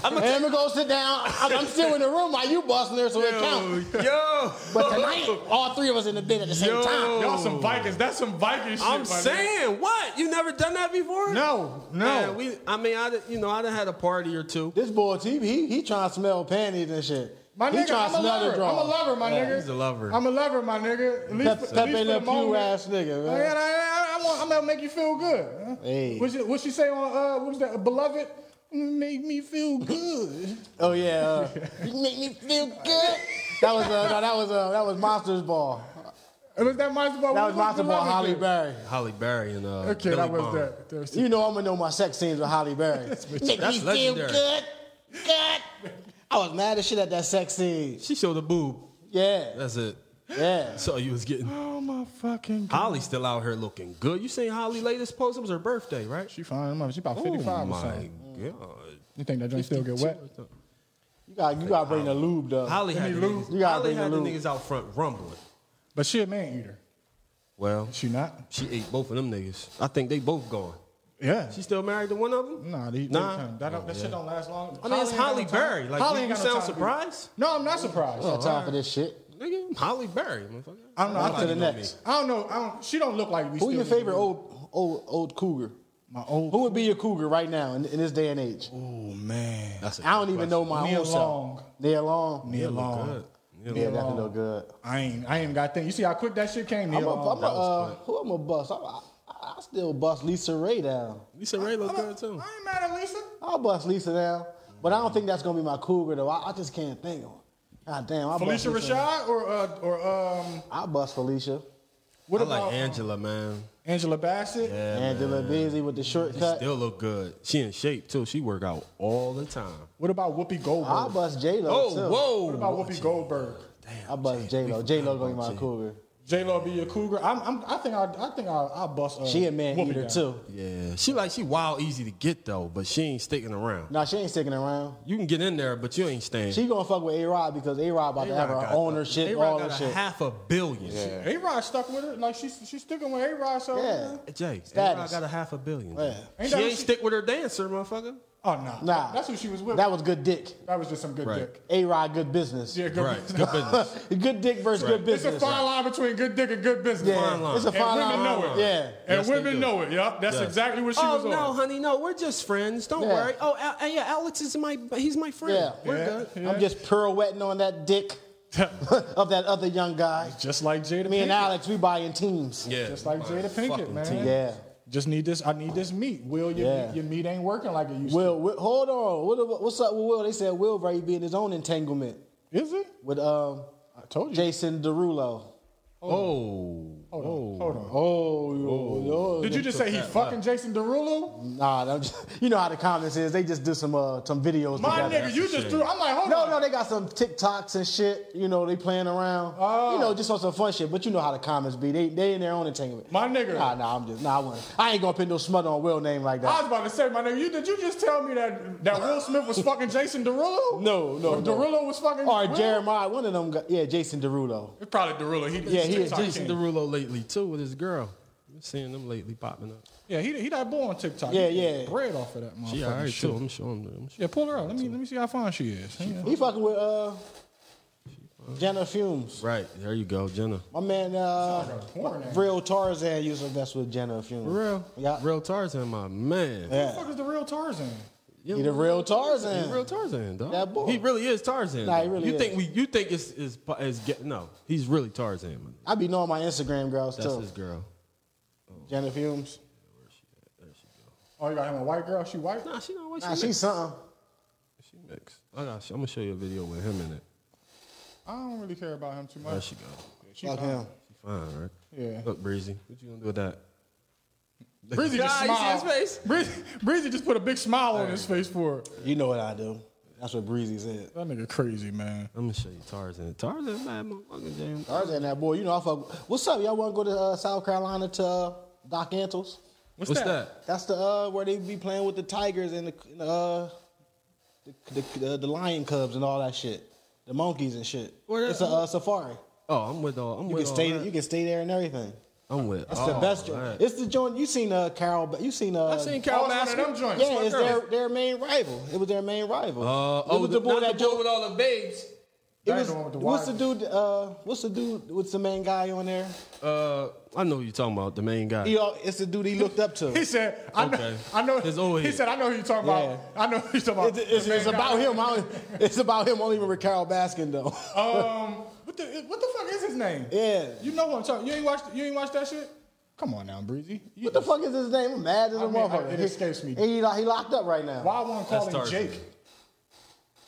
Speaker 3: I'm and we go sit down. I'm, I'm still in the room while you busting her, so it counts.
Speaker 2: yo.
Speaker 3: But tonight, all three of us in the bed at the same
Speaker 2: Yo.
Speaker 3: time.
Speaker 1: Y'all some Vikings. That's some Viking shit.
Speaker 2: I'm
Speaker 1: my man.
Speaker 2: saying what? You never done that before?
Speaker 1: No, no.
Speaker 2: Man, we. I mean, I. done- You know, I done had a party or two.
Speaker 3: This boy, he, he, he trying to smell panties and shit.
Speaker 1: My
Speaker 3: he
Speaker 1: nigga,
Speaker 3: trying
Speaker 1: I'm
Speaker 3: to
Speaker 1: a
Speaker 3: smell the
Speaker 1: lover.
Speaker 3: draw.
Speaker 1: I'm a lover, my nigga.
Speaker 2: he's a lover.
Speaker 1: I'm a lover, my nigga. At least,
Speaker 3: Pepe,
Speaker 1: at least
Speaker 3: Pepe
Speaker 1: for
Speaker 3: Le
Speaker 1: the
Speaker 3: Pew
Speaker 1: moment.
Speaker 3: ass nigga,
Speaker 1: Man, I,
Speaker 3: man.
Speaker 1: I, I want, I'm gonna make you feel good.
Speaker 3: Hey.
Speaker 1: What you, what you say on uh, what was that? Beloved, make me feel good.
Speaker 3: Oh yeah, uh, you make me feel good. That was uh, no, that was uh, that was Monsters Ball.
Speaker 1: It was that Monster Ball.
Speaker 3: That
Speaker 1: What
Speaker 3: was Monster Ball.
Speaker 1: Beloved
Speaker 3: Holly
Speaker 1: to?
Speaker 3: Berry.
Speaker 2: Holly Berry and uh.
Speaker 1: Okay,
Speaker 2: Billy
Speaker 1: that was
Speaker 2: Bond.
Speaker 1: that. There's-
Speaker 3: You know I'm gonna know my sex scenes with Holly Berry. Make
Speaker 2: That's
Speaker 3: me feel
Speaker 2: legendary.
Speaker 3: good, good. I was mad as shit at that sex scene.
Speaker 2: She showed a boob.
Speaker 3: Yeah,
Speaker 2: That's it.
Speaker 3: yeah.
Speaker 2: So you was getting.
Speaker 1: Oh my fucking. God.
Speaker 2: Holly's still out here looking good. You seen Holly latest post? It was her birthday, right?
Speaker 1: She fine. mother. She about 55 or
Speaker 2: my
Speaker 1: something.
Speaker 2: god.
Speaker 1: You think that joint still get wet?
Speaker 3: You got you got to bring the lube though.
Speaker 2: Holly had, the niggas,
Speaker 3: You gotta
Speaker 2: Holly
Speaker 3: bring
Speaker 2: had
Speaker 3: the
Speaker 2: the
Speaker 3: lube.
Speaker 2: niggas out front rumbling.
Speaker 1: But she a man eater.
Speaker 2: Well,
Speaker 1: She not.
Speaker 2: she ate both of them niggas. I think they both gone.
Speaker 1: Yeah.
Speaker 2: She still married to one of them?
Speaker 1: Nah, they, they
Speaker 2: Nah.
Speaker 1: kinda- that, don't- that shit don't last long.
Speaker 2: I mean, it's Holly Berry. Like, you, you sound surprised?
Speaker 1: No, I'm not surprised.
Speaker 3: Got time for this shit.
Speaker 2: Nigga, I'm Holly Berry, motherfucker.
Speaker 1: I don't know.
Speaker 3: On
Speaker 1: I,
Speaker 3: to the
Speaker 1: think-
Speaker 3: next.
Speaker 1: I don't know. I don't. She don't look like we.
Speaker 3: Who
Speaker 1: still
Speaker 3: your
Speaker 1: need
Speaker 3: favorite
Speaker 1: to-
Speaker 3: old old old cougar?
Speaker 1: My old.
Speaker 3: Who would be your cougar right now in, in this day and age?
Speaker 1: Oh man.
Speaker 2: That's a
Speaker 3: I don't even know my
Speaker 1: Neil
Speaker 3: own self.
Speaker 1: Long.
Speaker 3: Neil Long.
Speaker 1: Neil Long.
Speaker 2: Oh, good. You
Speaker 3: Yeah,
Speaker 2: know,
Speaker 3: that could look good.
Speaker 1: I ain't. I ain't got thing. You see how quick that shit came. Neil
Speaker 3: I'm a,
Speaker 1: Long.
Speaker 3: I'm a, uh, who am a bust? I'm, I, I still bust Lisa Ray down.
Speaker 2: Lisa Ray look good
Speaker 1: I
Speaker 2: too.
Speaker 1: ain't mad at Lisa.
Speaker 3: I'll bust Lisa down, but I don't think that's gonna be my cougar though. I, I just can't think of one. God damn, I
Speaker 1: Felicia
Speaker 3: bust Lisa.
Speaker 1: Rashad or uh, or um.
Speaker 3: I bust Felicia.
Speaker 1: What
Speaker 2: I
Speaker 1: about
Speaker 2: like Angela, man.
Speaker 1: Angela Bassett?
Speaker 2: Yeah,
Speaker 3: Angela Beasley with the shortcut.
Speaker 2: Still look good. She in shape too. She work out all the time.
Speaker 1: What about Whoopi Goldberg?
Speaker 3: I bust J Lo
Speaker 2: Oh,
Speaker 3: too.
Speaker 2: whoa.
Speaker 1: what about Whoopi Goldberg?
Speaker 3: I bust J Lo. J Lo gonna be my cougar.
Speaker 1: J Lo be your cougar. I'm, I'm, I think I, I think I, I bust. Uh,
Speaker 3: She a man
Speaker 1: Whoopi
Speaker 3: eater
Speaker 1: down.
Speaker 3: too.
Speaker 2: Yeah, she like she wild easy to get though, but she ain't sticking around.
Speaker 3: Nah, she ain't sticking around.
Speaker 2: You can get in there, but you ain't staying.
Speaker 3: She gonna fuck with A Rod because A Rod about to have her ownership,
Speaker 2: They
Speaker 3: all
Speaker 2: got
Speaker 3: that
Speaker 2: a
Speaker 3: shit.
Speaker 2: half a billion.
Speaker 1: A Rod stuck with her. Like she's she's sticking with A Rod. So
Speaker 3: Yeah.
Speaker 2: Jay,
Speaker 3: Status.
Speaker 2: Status. got a half a billion.
Speaker 3: Yeah.
Speaker 1: Ain't
Speaker 2: She
Speaker 1: that
Speaker 2: ain't
Speaker 1: what she-
Speaker 2: stick with her dancer, motherfucker.
Speaker 1: Oh no.
Speaker 3: Nah,
Speaker 1: That's who she was with.
Speaker 3: That was good dick.
Speaker 1: That was just some good
Speaker 2: Right.
Speaker 1: dick.
Speaker 3: A Rod, good business.
Speaker 1: Yeah, good.
Speaker 2: Right. Good business.
Speaker 3: Good dick versus good
Speaker 1: It's
Speaker 3: business.
Speaker 1: a fine line between good dick and good business.
Speaker 3: yeah,
Speaker 2: fine line.
Speaker 3: it's a
Speaker 1: And
Speaker 3: fine
Speaker 1: women
Speaker 3: line.
Speaker 1: know it.
Speaker 3: Yeah.
Speaker 1: And
Speaker 2: Yes, they
Speaker 1: women
Speaker 2: do.
Speaker 1: know it. Yup. That's
Speaker 2: Yes.
Speaker 1: exactly what she
Speaker 2: oh
Speaker 1: was
Speaker 2: no,
Speaker 1: on.
Speaker 2: honey, no, we're just friends. Don't
Speaker 3: Yeah.
Speaker 2: worry. Oh, Al- yeah, Alex is my he's my friend.
Speaker 3: Yeah.
Speaker 2: We're
Speaker 1: Yeah.
Speaker 2: good.
Speaker 1: Yeah.
Speaker 3: I'm just pirouetting on that dick of that other young guy.
Speaker 1: Just like Jada.
Speaker 3: Me and
Speaker 1: Pinkett.
Speaker 3: Alex, we buy in teams.
Speaker 2: Yeah,
Speaker 1: Just like Jada
Speaker 2: Fucking
Speaker 1: Pinkett, man.
Speaker 2: team.
Speaker 3: Yeah.
Speaker 1: Just need this. I need this meat. Will your
Speaker 3: Yeah.
Speaker 1: meat, your meat ain't working like it used
Speaker 3: Will, Will, hold on. What, what's up with Will? They said Will Ray be in his own entanglement
Speaker 1: to. Is it?
Speaker 3: with um,
Speaker 1: I told you.
Speaker 3: Jason Derulo.
Speaker 2: Oh,
Speaker 1: Hold on. Hold on.
Speaker 3: Oh, Lord.
Speaker 1: Did you just say he fucking Jason Derulo?
Speaker 3: Nah, I'm just- you know how the comments is. They just do some uh, some videos
Speaker 1: My
Speaker 3: together.
Speaker 1: nigga, you just threw. I'm like, hold
Speaker 3: No,
Speaker 1: on.
Speaker 3: no, they got some TikToks and shit. You know, they playing around.
Speaker 1: Oh.
Speaker 3: You know, just on some fun shit. But you know how the comments be. They they in their own entanglement.
Speaker 1: My nigga.
Speaker 3: Nah, nah, I'm just nah. I, wouldn't. I ain't gonna pin no smut on Will name like
Speaker 1: I
Speaker 3: that.
Speaker 1: was about to say, my nigga, you, did you just tell me that, that Will Smith was fucking Jason Derulo?
Speaker 3: No, no,
Speaker 1: Or
Speaker 3: no.
Speaker 1: Derulo was fucking.
Speaker 3: Or
Speaker 1: Will?
Speaker 3: Jeremiah, one of them. Got, yeah, Jason Derulo.
Speaker 1: It's probably Derulo. He,
Speaker 3: Yeah, he
Speaker 1: he is
Speaker 2: Jason
Speaker 1: TikTok
Speaker 2: Derulo lately too with his girl. I've been seeing them lately popping up.
Speaker 1: Yeah, he he that boy on TikTok.
Speaker 2: Yeah,
Speaker 1: He getting
Speaker 2: yeah.
Speaker 1: Bread off of that motherfucker.
Speaker 2: She all right
Speaker 1: shit.
Speaker 2: too. I'm sure him. I'm
Speaker 1: Yeah, pull her out. Let me let me see how fine she is.
Speaker 3: He fucking with uh, Jenna Fumes.
Speaker 2: sure. Right there you go, Jenna.
Speaker 3: My man, uh,
Speaker 1: porn actor.
Speaker 3: real Tarzan used to invest with Jenna Fumes.
Speaker 2: For real,
Speaker 3: Yeah.
Speaker 2: real Tarzan, my man.
Speaker 1: Who the fuck is the real Tarzan?
Speaker 2: Yeah.
Speaker 3: He the real Tarzan.
Speaker 2: He real Tarzan, dog.
Speaker 3: That boy.
Speaker 2: He really is Tarzan.
Speaker 3: Nah, he
Speaker 2: dog.
Speaker 3: really
Speaker 2: you
Speaker 3: is.
Speaker 2: think we? You think it's is is get? No, he's really Tarzan. Man.
Speaker 3: I be knowing my Instagram girls
Speaker 2: That's
Speaker 3: too.
Speaker 2: his girl.
Speaker 3: Jenna Fumes.
Speaker 1: Oh, you got him a white girl. She white.
Speaker 2: Nah, she not what she
Speaker 3: Nah, she's
Speaker 2: mixed.
Speaker 3: something.
Speaker 2: She mixed. I got. I'm gonna show you a video with him in it.
Speaker 1: I don't really care about him too
Speaker 2: There
Speaker 1: much.
Speaker 2: she go.
Speaker 1: She
Speaker 3: Fuck
Speaker 1: fine.
Speaker 3: him.
Speaker 2: She fine, right?
Speaker 1: Yeah.
Speaker 2: Look, Breezy. What you gonna do with that?
Speaker 1: Breezy just
Speaker 2: Ah, you see
Speaker 1: smiled.
Speaker 2: his face?
Speaker 1: Breezy, Breezy just put a big smile on his face for it.
Speaker 3: You know what I do. That's what Breezy said.
Speaker 1: That nigga crazy man.
Speaker 2: I'm gonna show you Tarzan. Tarzan, man, motherfucking James.
Speaker 3: Tarzan, that boy. You know I fuck. What's up? Y'all want to go to uh, South Carolina to uh, Doc Antles?
Speaker 2: What's, that?
Speaker 3: That's the uh, where they be playing with the tigers and the and the, uh, the, the, the the lion cubs and all that shit, the monkeys and shit.
Speaker 2: Where that-
Speaker 3: it's a uh, safari.
Speaker 2: Oh, I'm with all. I'm
Speaker 3: You
Speaker 2: with
Speaker 3: can
Speaker 2: all
Speaker 3: stay.
Speaker 2: that.
Speaker 3: You can stay there and everything.
Speaker 2: I'm with.
Speaker 3: That's the
Speaker 2: all
Speaker 3: best
Speaker 2: that.
Speaker 3: joint. It's the joint. You seen uh, Carol? Ba- You seen? Uh,
Speaker 2: I seen Carol
Speaker 1: Oh, it's one of
Speaker 2: Baskin.
Speaker 1: them joints.
Speaker 3: Yeah, it's their, their main rival. It was their main rival.
Speaker 2: Uh,
Speaker 3: it
Speaker 2: oh,
Speaker 3: was
Speaker 2: the,
Speaker 3: the
Speaker 2: not
Speaker 3: boy
Speaker 2: the
Speaker 3: that
Speaker 2: boy
Speaker 3: Joe.
Speaker 2: with all the babes.
Speaker 3: It
Speaker 1: That's
Speaker 3: was,
Speaker 1: the one with the
Speaker 3: what's the
Speaker 1: wide-
Speaker 3: dude? Uh, what's the dude? What's the main guy on there?
Speaker 2: Uh, I know who you're talking about the main guy.
Speaker 3: He, all- it's the dude he looked up to.
Speaker 1: He
Speaker 3: It's,
Speaker 1: said, "I
Speaker 2: Okay.
Speaker 1: know, I know."
Speaker 2: His old
Speaker 1: he
Speaker 2: head.
Speaker 1: said, "I know who you talking
Speaker 3: Yeah.
Speaker 1: about. I know who you talking about."
Speaker 3: it's- it's about him. I don't, it's about him. Only even with Carol Baskin though.
Speaker 1: Um, what the what the fuck is his name?
Speaker 3: Yeah.
Speaker 1: you know what I'm talking. You ain't watched. You ain't watched that shit. Come on now, Breezy. You,
Speaker 3: What the fuck is his name? I'm mad as a
Speaker 1: I mean, I-
Speaker 3: motherfucker.
Speaker 1: it escapes me.
Speaker 3: And he, he locked up right now.
Speaker 1: Why I want to call him
Speaker 2: That's Tarzan.
Speaker 1: Jake?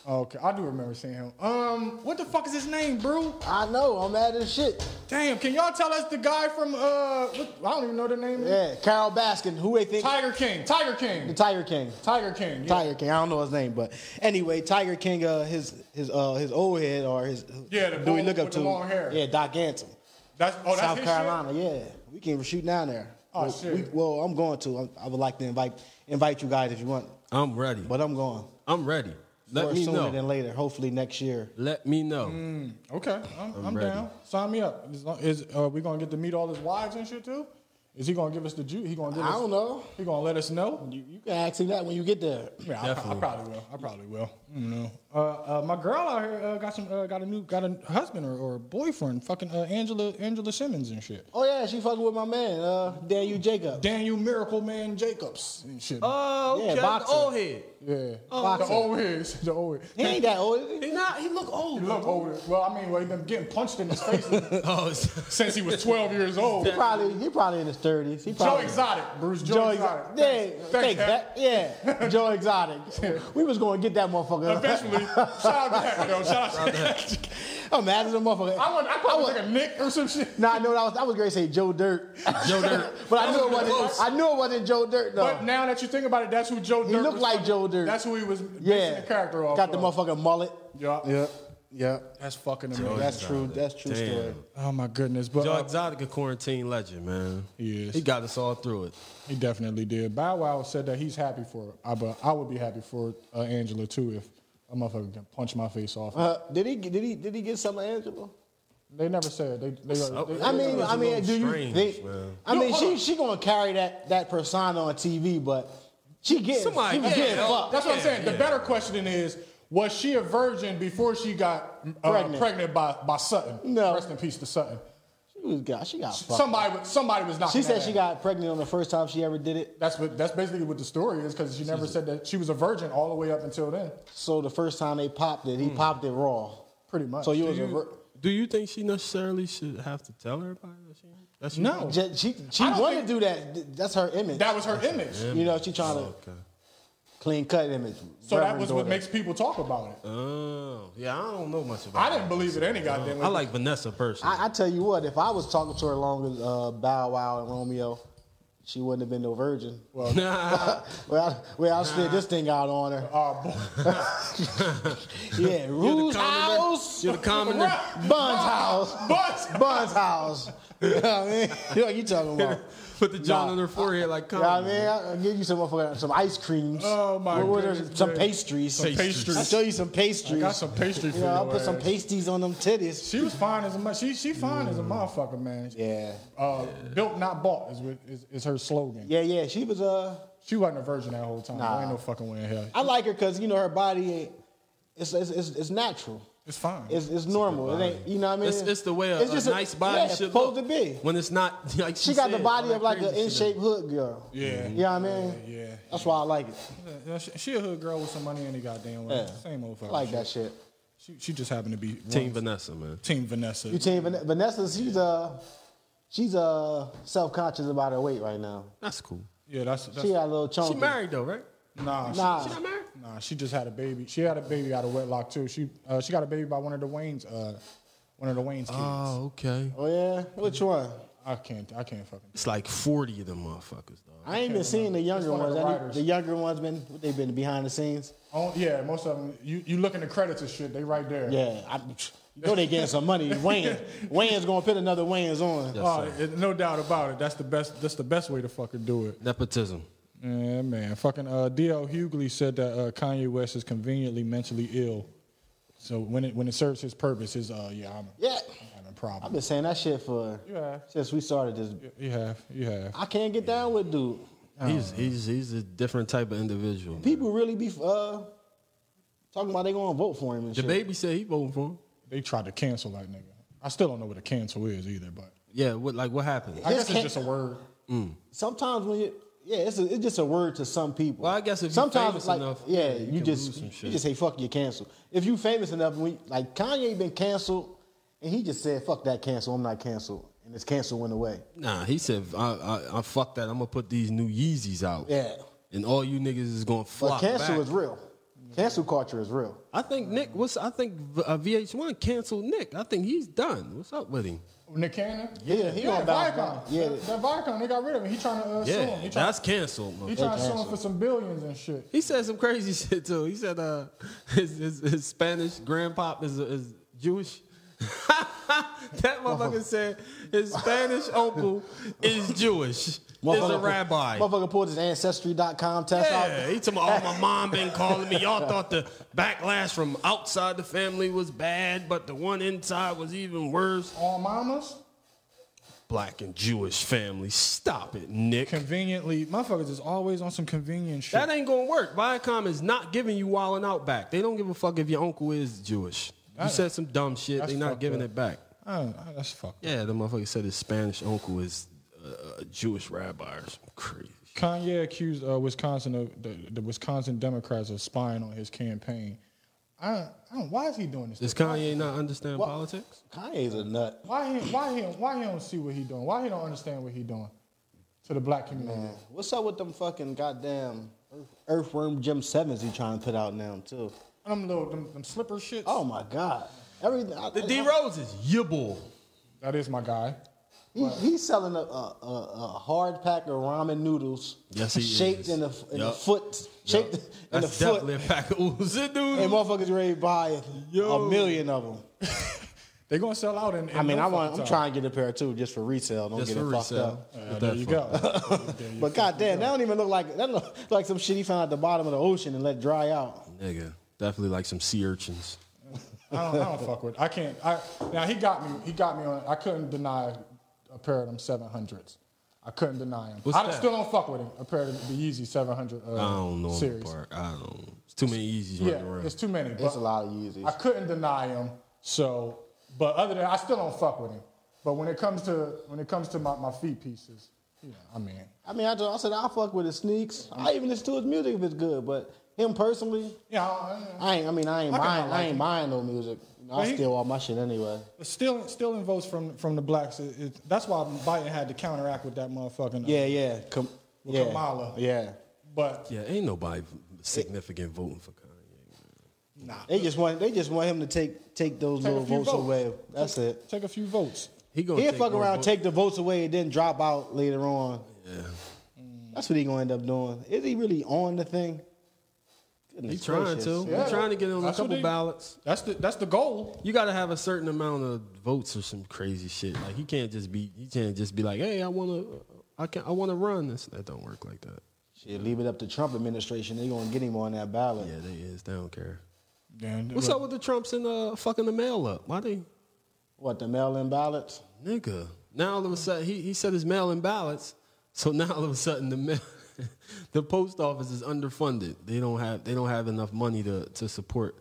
Speaker 1: Oh, Okay, I do remember seeing him. Um, what the fuck is his name, bro?
Speaker 3: I know. I'm mad as shit.
Speaker 1: Damn, can y'all tell us the guy from uh? What, I don't even know the name. of
Speaker 3: Yeah, Carol Baskin. Who they think?
Speaker 1: Tiger King. Tiger
Speaker 3: The
Speaker 1: King.
Speaker 3: Tiger King.
Speaker 1: Tiger King. Yeah.
Speaker 3: Tiger King. I don't know his name, but anyway, Tiger King. Uh, his his uh his old head or his
Speaker 1: Yeah, the
Speaker 3: who
Speaker 1: bald
Speaker 3: he look up
Speaker 1: with
Speaker 3: to?
Speaker 1: the long hair.
Speaker 3: Yeah, Doc Anson.
Speaker 1: That's oh, that's
Speaker 3: South
Speaker 1: his
Speaker 3: Carolina. Yeah, we can shoot down there.
Speaker 1: Oh,
Speaker 3: well,
Speaker 1: shit.
Speaker 3: well, I'm going to. I'm, I would like to invite invite you guys if you want,
Speaker 2: I'm ready.
Speaker 3: but I'm going.
Speaker 2: I'm ready. Let
Speaker 3: Or
Speaker 2: me
Speaker 3: sooner
Speaker 2: know.
Speaker 3: than later. Hopefully next year.
Speaker 2: Let me know.
Speaker 1: shit. Mm, Okay, I'm, I'm,
Speaker 2: ready.
Speaker 1: down. Sign me up. Is, is uh, we gonna get to meet all his wives and shit too? Is he gonna give us the juice? He gonna give
Speaker 3: I
Speaker 1: us?
Speaker 3: don't know.
Speaker 1: He gonna let us know?
Speaker 3: You, you can ask him that when you get there.
Speaker 1: Yeah, I, I probably will. I probably will. I don't know. Uh, uh, my girl out here uh, got some uh, got a new got a husband or, or boyfriend. Fucking uh, Angela Angela Simmons and shit.
Speaker 3: Oh yeah, she fucking with my man, uh, Daniel Jacob.
Speaker 1: Daniel Miracle Man Jacobs and shit.
Speaker 2: Oh,
Speaker 3: Yeah,
Speaker 2: okay. the
Speaker 3: boxer.
Speaker 2: old head.
Speaker 1: yeah,
Speaker 3: boxer.
Speaker 1: the old heads. The old heads.
Speaker 3: he ain't that old. is he?
Speaker 2: He not. He look old.
Speaker 1: He look older. Well, I mean, well, he been getting punched in his face
Speaker 2: Oh,
Speaker 1: since he was 12 years old.
Speaker 3: He probably he probably in his thirties. He
Speaker 1: Joe
Speaker 3: probably
Speaker 1: Exotic, Bruce. Joe,
Speaker 3: Joe
Speaker 1: Exotic.
Speaker 3: Exotic. Yeah,
Speaker 1: Thanks,
Speaker 3: thanks,
Speaker 1: Hap.
Speaker 3: that- yeah. Joe Exotic. We was gonna get that motherfucker.
Speaker 1: Eventually, shout out to Hack, yo. Shout out to Hack.
Speaker 3: I'm mad at the motherfucker.
Speaker 1: I want. I probably like a Nick or some shit.
Speaker 3: Nah, no, that was I was gonna say Joe Dirt.
Speaker 2: Joe Dirt.
Speaker 3: but I knew it wasn't.
Speaker 2: Close.
Speaker 3: I knew it wasn't Joe Dirt though.
Speaker 1: But now that you think about it, that's who Joe.
Speaker 3: He
Speaker 1: Dirt
Speaker 3: looked
Speaker 1: was
Speaker 3: like
Speaker 1: from.
Speaker 3: Joe Dirt.
Speaker 1: That's who he was. Basing
Speaker 3: yeah,
Speaker 1: the character off.
Speaker 3: got the
Speaker 1: of.
Speaker 3: motherfucking mullet.
Speaker 1: Yeah.
Speaker 3: Yep, yep.
Speaker 1: That's fucking amazing.
Speaker 3: That's true. That's true
Speaker 2: Damn.
Speaker 3: story.
Speaker 1: Oh my goodness, but
Speaker 2: Joe
Speaker 1: uh,
Speaker 2: Exotic, a quarantine legend, man.
Speaker 1: He is.
Speaker 2: He got us all through it.
Speaker 1: he definitely did. Bow Wow said that he's happy for it. I, but I would be happy for uh, Angela too if a motherfucker can punch my face off.
Speaker 3: Uh, did he? Did he? Did he get some of Angela?
Speaker 1: they never said they. they,
Speaker 2: up?
Speaker 1: they-
Speaker 3: I
Speaker 1: they-
Speaker 3: mean,
Speaker 2: It's a
Speaker 3: I mean,
Speaker 2: little
Speaker 3: do you
Speaker 2: strange,
Speaker 3: think?
Speaker 2: man.
Speaker 3: I
Speaker 1: No,
Speaker 3: mean,
Speaker 1: hold
Speaker 3: she
Speaker 1: on.
Speaker 3: she gonna carry that that persona on TV, but she getting
Speaker 2: Somebody-
Speaker 3: she was
Speaker 2: yeah,
Speaker 3: getting
Speaker 2: no,
Speaker 3: fucked.
Speaker 1: that's what I'm saying. The better question is, was she a virgin before she got uh, pregnant.
Speaker 3: Pregnant.
Speaker 1: by by Sutton?
Speaker 3: No.
Speaker 1: Rest in peace to Sutton.
Speaker 3: She was got she got fucked.
Speaker 1: Somebody was somebody was knocking.
Speaker 3: she said
Speaker 1: that
Speaker 3: she
Speaker 1: ass.
Speaker 3: got pregnant on the first time she ever did it.
Speaker 1: That's what. That's basically what the story is because she never said that she was a virgin all the way up until then.
Speaker 3: So the first time they popped it, he
Speaker 2: Hmm.
Speaker 3: popped it raw.
Speaker 1: Pretty much.
Speaker 3: So you was a
Speaker 2: You-
Speaker 3: vir-
Speaker 2: do you think she necessarily should have to tell everybody that she? That she
Speaker 1: no.
Speaker 3: Je- she she
Speaker 1: I don't think-
Speaker 3: wanted to do that. Th- That's her image.
Speaker 1: That was her image.
Speaker 3: you know she trying to
Speaker 2: Okay.
Speaker 3: clean cut image.
Speaker 1: So that
Speaker 3: Reverend
Speaker 1: was what
Speaker 3: daughter.
Speaker 1: makes people talk about it.
Speaker 2: Oh, yeah. I don't know much about.
Speaker 1: I didn't believe it any goddamn way.
Speaker 2: I like Vanessa personally.
Speaker 3: I, I tell you what, if I was talking to her long as uh, Bow Wow and Romeo, she wouldn't have been no virgin. Well, well, I, well, I spit this thing out on her.
Speaker 1: Uh, boy.
Speaker 3: Yeah,
Speaker 2: Oh, You're the
Speaker 3: Rue's
Speaker 2: condiment.
Speaker 3: house.
Speaker 2: You're the commoner.
Speaker 3: Buns house. Buns. Buns house. You know what I mean? You know what you talking about?
Speaker 2: Put the John on her forehead like
Speaker 3: You know what I mean? I'll give you some motherfucking some ice creams.
Speaker 1: Oh, my
Speaker 3: What- what are-
Speaker 1: goodness,
Speaker 3: Some
Speaker 1: Greg.
Speaker 3: pastries.
Speaker 1: Some pastries.
Speaker 3: I'll show you some pastries.
Speaker 1: I got some pastry for
Speaker 3: Yeah, I'll
Speaker 1: your
Speaker 3: put some
Speaker 1: ass.
Speaker 3: pasties on them titties.
Speaker 1: She was fine as a mo- she she fine as a motherfucker, man.
Speaker 3: Yeah.
Speaker 1: Uh, built not bought is, what- is is her slogan.
Speaker 3: Yeah, yeah. She was uh
Speaker 1: She wasn't a virgin that whole time.
Speaker 3: Nah.
Speaker 1: There ain't no fucking way in hell.
Speaker 3: I like her because you know her body ain't it's it's it's, it's natural.
Speaker 1: It's fine.
Speaker 3: It's, it's normal. It ain't, you know what I mean?
Speaker 2: It's, it's the way a,
Speaker 3: It's just
Speaker 2: a nice body
Speaker 3: yeah, it's
Speaker 2: should
Speaker 3: supposed to
Speaker 2: look.
Speaker 3: be.
Speaker 2: When it's not like she,
Speaker 3: She got the
Speaker 2: said,
Speaker 3: body
Speaker 2: all
Speaker 3: of
Speaker 2: that
Speaker 3: like an
Speaker 2: crazy
Speaker 3: in
Speaker 2: shit.
Speaker 3: shape hood girl.
Speaker 1: Yeah.
Speaker 3: You know what I mean?
Speaker 1: yeah.
Speaker 3: That's why I like it.
Speaker 1: Yeah, she, she a hood girl with some money in the goddamn way.
Speaker 3: Yeah.
Speaker 1: Same old
Speaker 3: I
Speaker 1: fucking
Speaker 3: like that shit.
Speaker 1: She, she just happened to be
Speaker 2: Team
Speaker 1: one-
Speaker 2: Vanessa, man.
Speaker 1: Team Vanessa.
Speaker 3: You team Van- Vanessa, she's uh she's uh self conscious about her weight right now.
Speaker 2: That's cool.
Speaker 1: yeah, that's, that's
Speaker 3: She got a little chunky.
Speaker 2: She married though, right?
Speaker 1: nah. she-
Speaker 3: Nah.
Speaker 2: She not married.
Speaker 1: Nah, she just had a baby. She had a baby out of wedlock too. She uh, she got a baby by one of the Wayne's uh, one of the Wayne's kids.
Speaker 2: Oh, okay.
Speaker 3: Oh yeah? Which one?
Speaker 1: I can't I can't fucking.
Speaker 2: It's like forty of them motherfuckers,
Speaker 1: Uh,
Speaker 2: dog.
Speaker 3: I ain't been seeing the younger
Speaker 1: one of
Speaker 3: ones.
Speaker 1: the
Speaker 3: I think
Speaker 1: writers.
Speaker 3: the younger ones been what they been behind the scenes.
Speaker 1: Oh yeah, most of them. You you look in the credits and shit. They right there.
Speaker 3: Yeah, I you know they getting some money. Wayne, Wayne's gonna put another Wayne's on.
Speaker 1: Oh, it- no doubt about it. That's the best. That's the best way to fucking do it.
Speaker 2: Nepotism.
Speaker 1: Yeah, man. Fucking uh, D.L. Hughley said that uh, Kanye West is conveniently mentally ill. So when it when it serves his purpose, is uh yeah I'm,
Speaker 3: Yeah,
Speaker 1: I'm having a
Speaker 3: I've
Speaker 1: problem.
Speaker 3: been saying that shit for
Speaker 1: You have.
Speaker 3: since we started this.
Speaker 1: You have you have.
Speaker 3: I can't get down with dude.
Speaker 2: He's he's he's a different type of individual.
Speaker 3: People really be uh talking about they gonna vote for him and
Speaker 2: The
Speaker 3: shit.
Speaker 2: baby said he voting for him.
Speaker 1: They tried to cancel that nigga. I still don't know what a cancel is either, but
Speaker 2: Yeah, what like what happened?
Speaker 1: I
Speaker 3: His
Speaker 1: guess
Speaker 3: can-
Speaker 1: it's just a word.
Speaker 2: Mm.
Speaker 3: Sometimes when you. Yeah, it's, a, it's just a word to some people.
Speaker 2: Well, I guess if you
Speaker 3: sometimes
Speaker 2: famous
Speaker 3: it's like
Speaker 2: enough,
Speaker 3: yeah,
Speaker 2: yeah, you
Speaker 3: you,
Speaker 2: can lose
Speaker 3: just
Speaker 2: some
Speaker 3: you
Speaker 2: shit.
Speaker 3: just say fuck you cancel. If you famous enough, we, like Kanye been canceled, and he just said fuck that cancel, I'm not canceled, and his cancel went away.
Speaker 2: Nah, he said I I, I fuck that. I'm gonna put these new Yeezys out.
Speaker 3: Yeah.
Speaker 2: And all you niggas is gonna
Speaker 3: But
Speaker 2: flock
Speaker 3: cancel
Speaker 2: back.
Speaker 3: is real. Cancel culture is real.
Speaker 2: I think Nick. What's I think uh, VH1 canceled Nick. I think he's done. What's up with him?
Speaker 1: Nick Cannon.
Speaker 3: Yeah, he gonna bounce
Speaker 1: Viacom.
Speaker 3: back. Yeah.
Speaker 1: that, that Viacom. They got rid of him. He trying to uh, sue him.
Speaker 2: Yeah,
Speaker 1: He trying,
Speaker 2: that's canceled.
Speaker 1: he
Speaker 2: motherfucker.
Speaker 1: trying to sue him for some billions and shit.
Speaker 2: He said some crazy shit too. He said uh, his, his, his Spanish grandpop is, is Jewish. that
Speaker 1: Oh.
Speaker 2: motherfucker said his Spanish uncle is Jewish. Is a
Speaker 3: Motherfucker-
Speaker 2: rabbi.
Speaker 3: Motherfucker pulled his ancestry.com test
Speaker 2: Yeah,
Speaker 3: out.
Speaker 2: he told me, oh, my mom been calling me. Y'all thought the backlash from outside the family was bad, but the one inside was even worse.
Speaker 1: All mamas.
Speaker 2: Black and Jewish family. Stop it, Nick.
Speaker 1: Conveniently, motherfuckers is always on some convenient shit.
Speaker 2: That ain't gonna work. Viacom is not giving you Wild and Out back. They don't give a fuck if your uncle is Jewish. You said some dumb shit.
Speaker 1: That's
Speaker 2: They not
Speaker 1: fucked
Speaker 2: giving
Speaker 1: up.
Speaker 2: it back.
Speaker 1: Uh, that's fucked.
Speaker 2: Yeah, the motherfucker said his Spanish uncle is uh, a Jewish rabbi or some crazy. shit.
Speaker 1: Kanye accused uh, Wisconsin of the, the Wisconsin Democrats of spying on his campaign. I, don't- I don't. Why is he doing this?
Speaker 2: Does
Speaker 1: to-
Speaker 2: Kanye not understand politics?
Speaker 3: Kanye's a nut.
Speaker 1: Why he? Why he? Why he don't see what he doing? Why he don't understand what he doing to the black community?
Speaker 3: What's up with them fucking goddamn earth, earthworm Jim Sevens he trying to put out now too?
Speaker 1: And them little them, them slipper shits.
Speaker 3: Oh my god. Everything I-
Speaker 2: The
Speaker 3: I-
Speaker 2: D Rose is yibble.
Speaker 1: that is my guy.
Speaker 3: he, he's selling a, a, a, a hard pack of ramen noodles
Speaker 2: Yes, he
Speaker 3: shaped
Speaker 2: is.
Speaker 3: in the in the
Speaker 2: Yup.
Speaker 3: foot shaped
Speaker 2: Yup.
Speaker 3: in the
Speaker 2: That's
Speaker 3: foot.
Speaker 2: definitely a pack of oozes,
Speaker 3: And
Speaker 2: dude.
Speaker 3: motherfuckers ready to buy
Speaker 2: Yo.
Speaker 3: a million of them.
Speaker 1: They gonna sell out. In, in
Speaker 3: I mean,
Speaker 1: no
Speaker 3: I want,
Speaker 1: fucking
Speaker 3: I'm
Speaker 1: time.
Speaker 3: trying to get a pair too, just for resale. Don't
Speaker 2: Just
Speaker 3: get it
Speaker 2: for
Speaker 3: fucked
Speaker 2: resale.
Speaker 3: up.
Speaker 2: Get
Speaker 1: Yeah,
Speaker 2: that
Speaker 1: there you
Speaker 2: fucked
Speaker 1: go.
Speaker 2: up.
Speaker 1: There you
Speaker 3: But goddamn, that don't even look like that. Look like some shit he found at the bottom of the ocean and let dry out.
Speaker 2: Nigga, definitely like some sea urchins.
Speaker 1: I don't, I don't fuck with. I can't. I now he got me. He got me on. I couldn't deny a pair of them seven hundreds. I couldn't deny him.
Speaker 2: What's
Speaker 1: I
Speaker 2: that?
Speaker 1: still don't fuck with him. A pair of the Yeezy seven hundred uh,
Speaker 2: I don't know him
Speaker 1: series.
Speaker 2: apart. I don't. know. It's too many Yeezys
Speaker 1: Yeah,
Speaker 2: running around.
Speaker 1: it's too many.
Speaker 3: It's
Speaker 1: But
Speaker 3: a lot of Yeezys.
Speaker 1: I couldn't deny him. So, but other than I still don't fuck with him. But when it comes to when it comes to my, my feet pieces, you know, I mean,
Speaker 3: I mean, I, told, I said I fuck with his sneaks. I even listen to his music if it's good, but him personally,
Speaker 1: yeah. I, I,
Speaker 3: I ain't. I mean, I ain't
Speaker 1: I kinda
Speaker 3: buying. I
Speaker 1: like
Speaker 3: ain't
Speaker 1: him.
Speaker 3: buying no music. You know,
Speaker 1: But
Speaker 3: I
Speaker 1: he-
Speaker 3: steal all my shit anyway.
Speaker 1: but still, stealing votes from from the blacks. It, it, that's why Biden had to counteract with that motherfucking. uh,
Speaker 3: Yeah, yeah, Com-
Speaker 1: With
Speaker 3: yeah,
Speaker 1: Kamala.
Speaker 3: Yeah,
Speaker 1: But
Speaker 2: yeah, ain't nobody significant voting for Kanye.
Speaker 3: they just want. They just want him to take take those
Speaker 1: Take a
Speaker 3: little
Speaker 1: few
Speaker 3: votes,
Speaker 1: votes.
Speaker 3: away. That's it.
Speaker 1: take a few votes.
Speaker 2: He gonna
Speaker 3: He'll
Speaker 2: take
Speaker 3: fuck
Speaker 2: more
Speaker 3: around,
Speaker 2: votes.
Speaker 3: take the votes away, and then drop out later on.
Speaker 2: Yeah.
Speaker 3: That's what he gonna end up doing. Is he really on the thing?
Speaker 2: He trying to. He trying to get on
Speaker 1: That's
Speaker 2: a
Speaker 1: what
Speaker 2: couple
Speaker 1: they-
Speaker 2: ballots.
Speaker 1: That's the that's the goal.
Speaker 2: You got to have a certain amount of votes or some crazy shit. Like he can't just be. He can't just be like, hey, I want to. I can. I want to run this. That don't work like that.
Speaker 3: Shit, leave it up to Trump administration. They gonna get him on that ballot. Yeah,
Speaker 2: they is. They don't care.
Speaker 1: What's
Speaker 2: What's up with the Trumps and uh fucking the mail up? Why they?
Speaker 3: What the mail-in ballots?
Speaker 2: Nigga. Now all of a sudden he he said his mail in ballots. So now all of a sudden the mail, the post office is underfunded. They don't have they don't have enough money to to support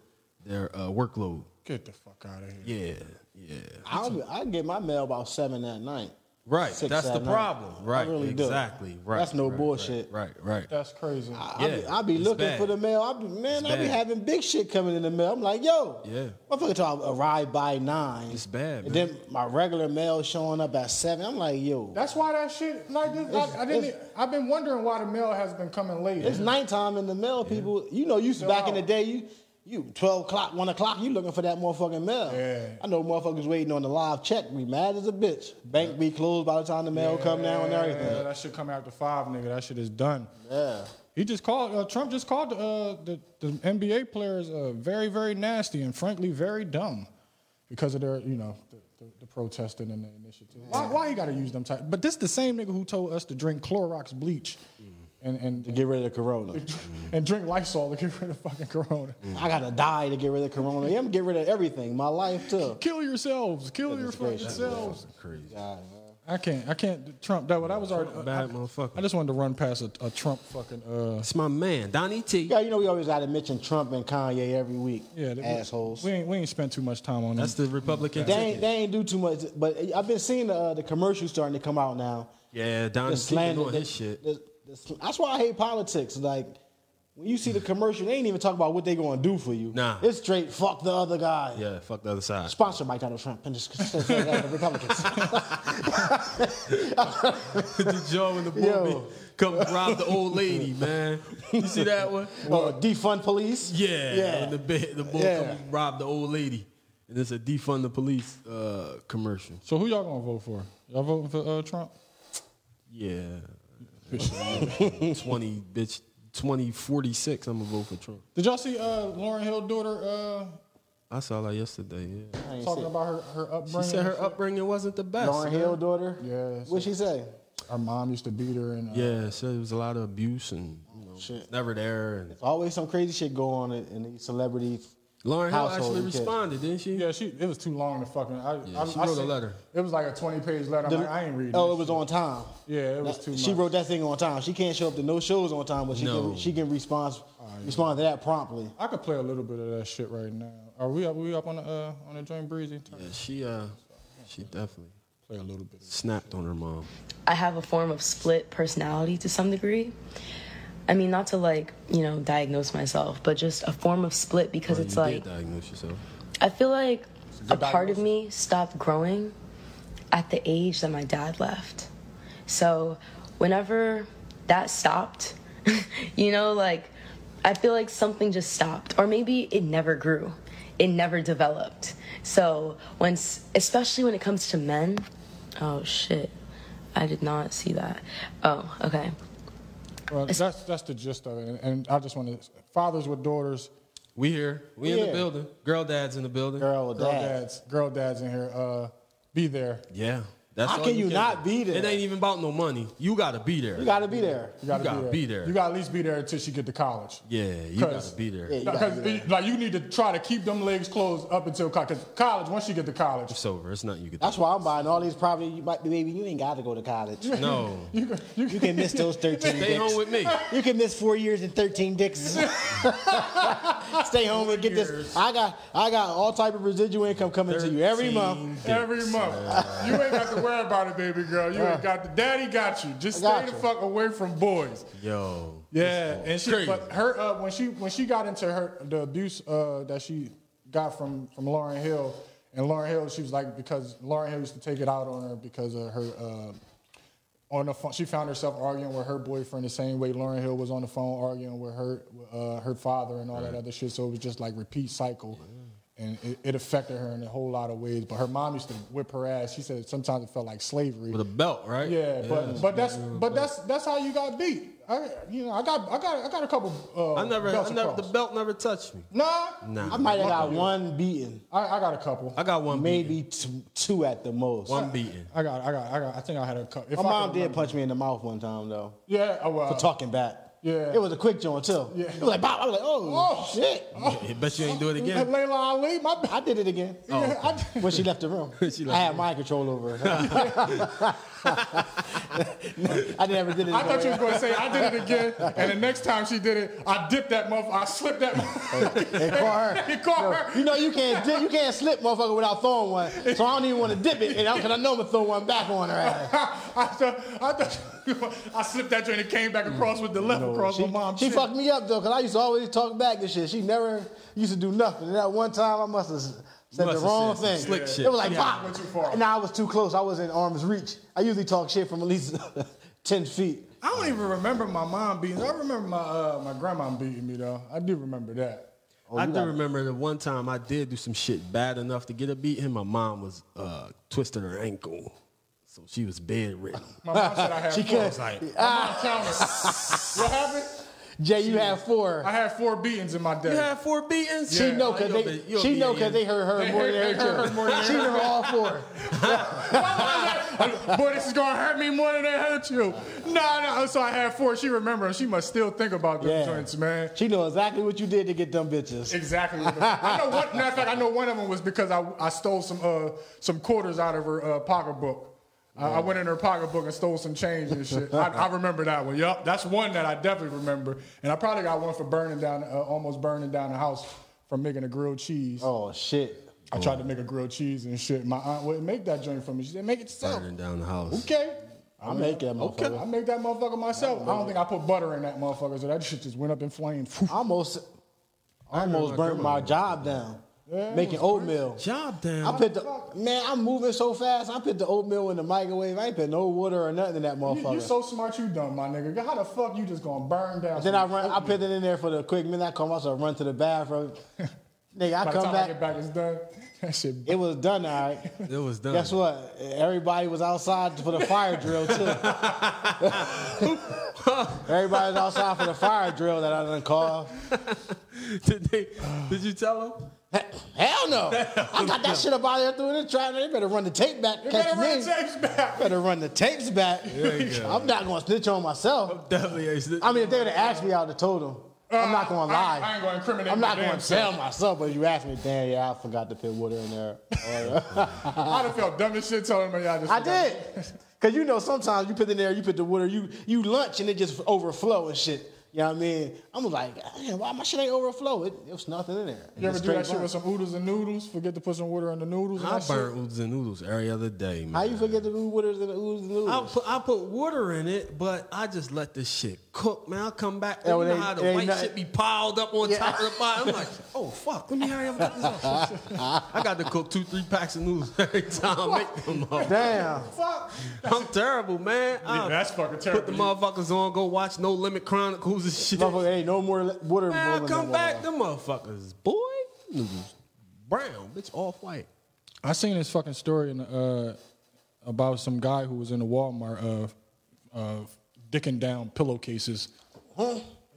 Speaker 2: their uh, workload.
Speaker 1: Get the fuck out of here.
Speaker 2: Yeah, yeah.
Speaker 3: I'll, I'll get my mail about seven that night.
Speaker 2: Right,
Speaker 3: Six
Speaker 2: that's
Speaker 3: that
Speaker 2: the
Speaker 3: night.
Speaker 2: problem.
Speaker 3: I
Speaker 2: Right,
Speaker 3: really do.
Speaker 2: exactly. Right,
Speaker 3: That's no
Speaker 2: right,
Speaker 3: bullshit.
Speaker 2: Right, right.
Speaker 1: That's crazy.
Speaker 3: I be, I be
Speaker 2: it's
Speaker 3: looking
Speaker 2: bad.
Speaker 3: for the mail. I be, man,
Speaker 2: It's
Speaker 3: I be
Speaker 2: bad.
Speaker 3: having big shit coming in the mail. I'm like, yo,
Speaker 2: Yeah.
Speaker 3: motherfucker, trying to arrive by nine. It's
Speaker 2: bad,
Speaker 3: And
Speaker 2: man.
Speaker 3: then my regular mail showing up at seven. I'm like, yo,
Speaker 1: That's why that shit. Like this,
Speaker 3: It's-
Speaker 1: I, I didn't. e-
Speaker 3: it's-
Speaker 1: I've been wondering why the mail has been coming late.
Speaker 3: it's nighttime in the mail. People, you know, you
Speaker 1: They're
Speaker 3: back in
Speaker 1: out.
Speaker 3: the day, you. You twelve o'clock, one o'clock. You looking for that motherfucking mail?
Speaker 1: Yeah.
Speaker 3: I know motherfuckers waiting on the live check. Be mad as a bitch. Bank be closed by the time the mail come down and everything.
Speaker 1: Yeah, that shit come after five, nigga. That shit is done.
Speaker 3: Yeah.
Speaker 1: He just called. Uh, Trump just called uh, the the NBA players uh, very, very nasty and frankly very dumb because of their, you know, the, the, the protesting and the initiative. Why, why you got to use them type? But this the same nigga who told us to drink Clorox bleach and and
Speaker 3: Get rid of the corona.
Speaker 1: and drink Lysol to get rid of fucking Corona.
Speaker 3: I gotta die to get rid of corona. Yeah, I'm get rid of everything. My life too.
Speaker 1: Kill yourselves. Kill your
Speaker 3: Goodness
Speaker 1: fucking
Speaker 3: gracious.
Speaker 1: selves.
Speaker 2: Crazy.
Speaker 1: I can't. I can't. Trump. That, that was already.
Speaker 2: Bad
Speaker 1: I,
Speaker 2: motherfucker.
Speaker 1: I just wanted to run past a, a Trump fucking. Uh,
Speaker 2: It's my man, Donnie T.
Speaker 3: Yeah, you know we always gotta mention Trump and Kanye every week.
Speaker 1: yeah, that-
Speaker 3: assholes.
Speaker 1: We ain't we ain't spent too much time on
Speaker 2: That's
Speaker 1: that.
Speaker 2: the Republican.
Speaker 3: They
Speaker 2: ticket.
Speaker 3: ain't, they ain't do too much, but I've been seeing the, uh, the commercials starting to come out now.
Speaker 2: yeah,
Speaker 3: The
Speaker 2: Donnie T. been
Speaker 3: slander,
Speaker 2: on
Speaker 3: the-
Speaker 2: his shit.
Speaker 3: the- the sl- that's why I hate politics. Like when you see the commercial, they ain't even talk about what they gonna do for you.
Speaker 2: Nah.
Speaker 3: it's straight fuck the other guy.
Speaker 2: Yeah, fuck the other side.
Speaker 3: Sponsored by Donald Trump and just the Republicans.
Speaker 2: the Joe and the
Speaker 3: Yo.
Speaker 2: boy come rob the old lady, man. You see that one?
Speaker 3: Uh, defund police.
Speaker 2: Yeah,
Speaker 3: yeah.
Speaker 2: and the ba- the boy
Speaker 3: Yeah.
Speaker 2: come rob the old lady, and it's a defund the police uh, commercial.
Speaker 1: So who y'all gonna vote for? Y'all voting for uh, Trump?
Speaker 2: Yeah, twenty bitch, twenty forty six. I'm gonna vote for Trump.
Speaker 1: Did y'all see uh, Lauren Hill daughter uh,
Speaker 2: I saw that yesterday. Yeah,
Speaker 3: I ain't
Speaker 1: talking
Speaker 3: see-
Speaker 1: about her her upbringing?
Speaker 2: she said her
Speaker 1: and
Speaker 2: upbringing wasn't the best.
Speaker 3: Lauren Hill daughter.
Speaker 1: Yeah,
Speaker 3: What she say?
Speaker 1: shit? Her mom used to beat her and uh,
Speaker 2: Yeah, so it was a lot of abuse and you know,
Speaker 3: Shit.
Speaker 2: never there. And
Speaker 3: Always some crazy shit go on in, in these celebrity.
Speaker 2: Lauren Hill
Speaker 3: Household
Speaker 2: actually
Speaker 3: and kids.
Speaker 2: responded, didn't she?
Speaker 1: Yeah, she. It was too long to fucking. I, I,
Speaker 2: she
Speaker 1: I
Speaker 2: wrote a
Speaker 1: seen-
Speaker 2: letter.
Speaker 1: It was like a twenty page letter. I'm like, I ain't reading.
Speaker 3: Oh,
Speaker 1: this
Speaker 3: it was
Speaker 1: shit.
Speaker 3: on time.
Speaker 1: Yeah, it was
Speaker 3: That-
Speaker 1: too.
Speaker 3: She
Speaker 1: much.
Speaker 3: wrote that thing on time. She can't show up to no shows on time, but she
Speaker 2: No.
Speaker 3: can she can respond respond to that promptly.
Speaker 1: I could play a little bit of that shit right now. Are we up? We up on the uh, on the joint breezy?
Speaker 2: Yeah, she uh, she definitely
Speaker 1: Play a little bit.
Speaker 2: snapped on her mom.
Speaker 11: I have a form of split personality to some degree. I mean, not to like, you know, diagnose myself, but just a form of split because
Speaker 2: Well,
Speaker 11: it's
Speaker 2: you
Speaker 11: like,
Speaker 2: did diagnose yourself.
Speaker 11: I feel like a part of me stopped growing at the age that my dad left. So whenever that stopped, you know, like I feel like something just stopped, or maybe it never grew, it never developed. So when, especially when it comes to men, oh shit, I did not see that. Oh, okay.
Speaker 1: Well, that's that's the gist of it. And, and I just want to fathers with daughters,
Speaker 2: We here. We in
Speaker 1: Yeah.
Speaker 2: the building. Girl dad's in the building.
Speaker 3: Girl or
Speaker 1: girl
Speaker 3: dad.
Speaker 1: dads, girl dads in here. Uh, be there.
Speaker 2: Yeah. That's
Speaker 3: How
Speaker 2: all
Speaker 3: can you
Speaker 2: get.
Speaker 3: not be there?
Speaker 2: It ain't even about no money. You gotta be there.
Speaker 3: You gotta be there.
Speaker 1: You gotta,
Speaker 2: You gotta
Speaker 1: be,
Speaker 2: be
Speaker 1: there.
Speaker 2: there.
Speaker 1: You gotta at least be there until she get to college.
Speaker 2: yeah, you gotta
Speaker 1: 'Cause-
Speaker 2: be there.
Speaker 3: Yeah, you gotta
Speaker 1: Because
Speaker 3: be there.
Speaker 1: like you need to try to keep them legs closed up until college. Because college, once you get to college,
Speaker 2: It's over. It's not you could
Speaker 3: That's why I'm buying all these property. You might, baby, you ain't got to go to college.
Speaker 2: No.
Speaker 1: you can, you
Speaker 3: You can miss those 13
Speaker 2: Stay home
Speaker 3: dicks.
Speaker 2: with me.
Speaker 3: You can miss four years and 13 dicks. Stay home and get this.
Speaker 2: years.
Speaker 3: I got I got all type of residual income coming to you every
Speaker 2: 13
Speaker 3: month.
Speaker 2: dicks.
Speaker 1: every month. You ain't got to worry about it, baby girl. You ain't got to. Daddy got you. Just
Speaker 3: I got
Speaker 1: stay the
Speaker 3: you.
Speaker 1: fuck away from boys.
Speaker 2: Yo.
Speaker 1: Yeah, and she
Speaker 2: Crazy.
Speaker 1: but her uh, when she when she got into her the abuse uh, that she got from from Lauren Hill and Lauren Hill she was like because Lauren Hill used to take it out on her because of her uh, on the phone she found herself arguing with her boyfriend the same way Lauren Hill was on the phone arguing with her uh, her father and all that other shit so it was just like repeat cycle. And it, it affected her in a whole lot of ways. But her mom used to whip her ass. She said sometimes it felt like slavery.
Speaker 2: With a belt, right?
Speaker 1: Yeah, but but that's but that's that's how you got beat. I, you know, I got, I got, I got a couple. Uh,
Speaker 2: I never,
Speaker 1: belts
Speaker 2: I never the
Speaker 1: across.
Speaker 2: belt never touched me.
Speaker 1: Nah,
Speaker 2: Nah.
Speaker 3: I might have got one beaten.
Speaker 1: I, I got a couple.
Speaker 2: I got one.
Speaker 3: Maybe two, two at the most.
Speaker 2: One beating.
Speaker 1: I got, I got, I got. I think I had a couple. If I
Speaker 3: My mom
Speaker 1: could
Speaker 3: did
Speaker 1: remember.
Speaker 3: punch me in the mouth one time though
Speaker 1: Yeah, oh, well.
Speaker 3: for talking back.
Speaker 1: Yeah.
Speaker 3: It was a quick joint too.
Speaker 1: Yeah.
Speaker 3: It was like, bop. I was like, oh,
Speaker 1: Oh.
Speaker 3: shit.
Speaker 2: I bet you ain't do it
Speaker 1: Yeah,
Speaker 2: again.
Speaker 1: Layla Ali, my
Speaker 3: I did it again.
Speaker 1: yeah, I,
Speaker 3: When she left the room,
Speaker 2: Oh, She left
Speaker 3: I
Speaker 2: the
Speaker 3: had my control over her. I never did it.
Speaker 1: I thought you was going to say I did it again, and the next time she did it, I dipped that motherfucker. I slipped that motherfucker.
Speaker 3: And caught her.
Speaker 1: He caught
Speaker 3: No,
Speaker 1: her.
Speaker 3: You know you can't dip, you can't slip motherfucker without throwing one. So I don't even want to dip it, and I, cause I know I'm gonna throw one back on her ass.
Speaker 1: I thought, I thought, I slipped that joint and came back across with the left across
Speaker 3: Oh, She,
Speaker 1: my mom.
Speaker 3: she fucked me up though, cause I used to always talk back and shit. She never used to do nothing. And that one time I must have said the
Speaker 2: Must have
Speaker 3: wrong thing.
Speaker 2: said some slick
Speaker 3: it
Speaker 2: shit.
Speaker 3: was like
Speaker 1: Yeah,
Speaker 3: pop.
Speaker 1: went too far.
Speaker 3: Nah, I was too close. I was in arm's reach. I usually talk shit from at least ten feet.
Speaker 1: I don't even remember my mom beating. I remember my uh, my grandma beating me though. I do remember that.
Speaker 3: Oh,
Speaker 2: I do remember the one time I did do some shit bad enough to get a beat, and my mom was uh, twisted her ankle, so she was bedridden.
Speaker 1: My mom said I had
Speaker 3: She
Speaker 1: four.
Speaker 3: could.
Speaker 1: I was like, I'm counting. what happened?
Speaker 3: Jay, you had four.
Speaker 1: I had four beatings in my day.
Speaker 2: You had four beatings.
Speaker 3: She know cause they she know cause they heard her
Speaker 1: They
Speaker 3: more
Speaker 1: heard-
Speaker 3: than
Speaker 1: they heard
Speaker 3: her.
Speaker 1: her more than
Speaker 3: She
Speaker 1: her.
Speaker 3: heard all four.
Speaker 1: Boy, this is gonna hurt me more than it hurt you. No, no. So I had four. She remembers. She must still think about them
Speaker 3: Yeah.
Speaker 1: joints, man.
Speaker 3: She know exactly what you did to get them bitches.
Speaker 1: Exactly. I know one. Matter of fact, I know one of them was because I, I stole some uh, some quarters out of her uh, pocketbook. I- I went in her pocketbook and stole some change and shit. I, I remember that one. Yup, that's one that I definitely remember. And I probably got one for burning down, uh, almost burning down the house from making a grilled cheese.
Speaker 3: Oh shit.
Speaker 1: I tried to make a grilled cheese and shit. My aunt wouldn't make that joint for me. She said, "Make it yourself."
Speaker 2: burning down the house.
Speaker 1: Okay.
Speaker 3: I make that
Speaker 1: Okay.
Speaker 3: motherfucker.
Speaker 1: I make that motherfucker myself. I don't think I put butter in that motherfucker, so that shit just went up in flames.
Speaker 3: I almost almost burnt my job down. making oatmeal.
Speaker 2: Job down.
Speaker 3: I put the man, I'm moving so fast. I put the oatmeal in the microwave. I ain't put no water or nothing in that
Speaker 1: You,
Speaker 3: motherfucker.
Speaker 1: you so smart, you dumb, my nigga. How the fuck you just gonna burn down?
Speaker 3: then I
Speaker 1: some
Speaker 3: run I
Speaker 1: oatmeal?
Speaker 3: put it in there for the quick minute. I call myself run to the bathroom. Nigga, I
Speaker 1: By the
Speaker 3: come
Speaker 1: time I
Speaker 3: back.
Speaker 1: get back, it's done. That shit.
Speaker 3: It was done, all right.
Speaker 2: It was done.
Speaker 3: Guess what? Everybody was outside for the fire drill too. Everybody was outside for the fire drill that I done called.
Speaker 2: did, they, did you tell him?
Speaker 3: Hell no! I got that shit up out there through the trap. They better run the tape back.
Speaker 1: You
Speaker 3: catch
Speaker 1: better run
Speaker 3: me.
Speaker 1: the tapes back.
Speaker 3: Better run the tapes back. I'm not gonna snitch on myself.
Speaker 2: Definitely. ain't snitching.
Speaker 3: I mean, if they would have asked me, I would have told them. I'm not gonna
Speaker 1: Uh, I-
Speaker 3: lie.
Speaker 1: I ain't gonna incriminate
Speaker 3: I'm not
Speaker 1: my damn
Speaker 3: gonna tell
Speaker 1: self.
Speaker 3: myself. But if you ask me, damn, yeah, I forgot to put water in there. Oh,
Speaker 1: I'd have felt dumb as shit telling him y'all just.
Speaker 3: I did. Cause you know sometimes you put in there, you put the water, you you lunch and it just overflow and shit. You know what I mean? I'm like, damn, why my shit ain't overflow? It, it was nothing in there.
Speaker 1: You ever
Speaker 3: It's
Speaker 1: do that shit
Speaker 3: straight
Speaker 1: with
Speaker 3: lunch.
Speaker 1: some oodles and noodles? Forget to put some water on the noodles. and
Speaker 2: I
Speaker 1: that shit?
Speaker 2: burn oodles and noodles every other day, man.
Speaker 3: How you forget the do waters and the ooze and
Speaker 2: I
Speaker 3: noodles?
Speaker 2: put I put water in it, but I just let the shit cook, man. I come back,
Speaker 3: Yeah,
Speaker 2: you
Speaker 3: well,
Speaker 2: know
Speaker 3: they-
Speaker 2: how
Speaker 3: they
Speaker 2: the white
Speaker 3: not-
Speaker 2: shit be piled up on
Speaker 3: Yeah.
Speaker 2: top of the pot. I'm like, oh fuck, let me hurry up. and Get this off. I got to cook two, three packs of noodles every time. I Make them up.
Speaker 3: Damn.
Speaker 1: Fuck.
Speaker 2: I'm terrible, man.
Speaker 1: Yeah,
Speaker 2: I
Speaker 1: that's fucking
Speaker 2: Put the
Speaker 1: terrible.
Speaker 2: motherfuckers on, go watch No Limit Chronicles and shit.
Speaker 3: Motherfucker, ain't no more le- water.
Speaker 2: Man, I
Speaker 3: boiling
Speaker 2: come
Speaker 3: no
Speaker 2: back,
Speaker 3: more.
Speaker 2: them motherfuckers, boy, noodles brown, bitch, off white.
Speaker 1: I seen this fucking story in, uh, about some guy who was in a Walmart uh, uh, dicking down pillowcases.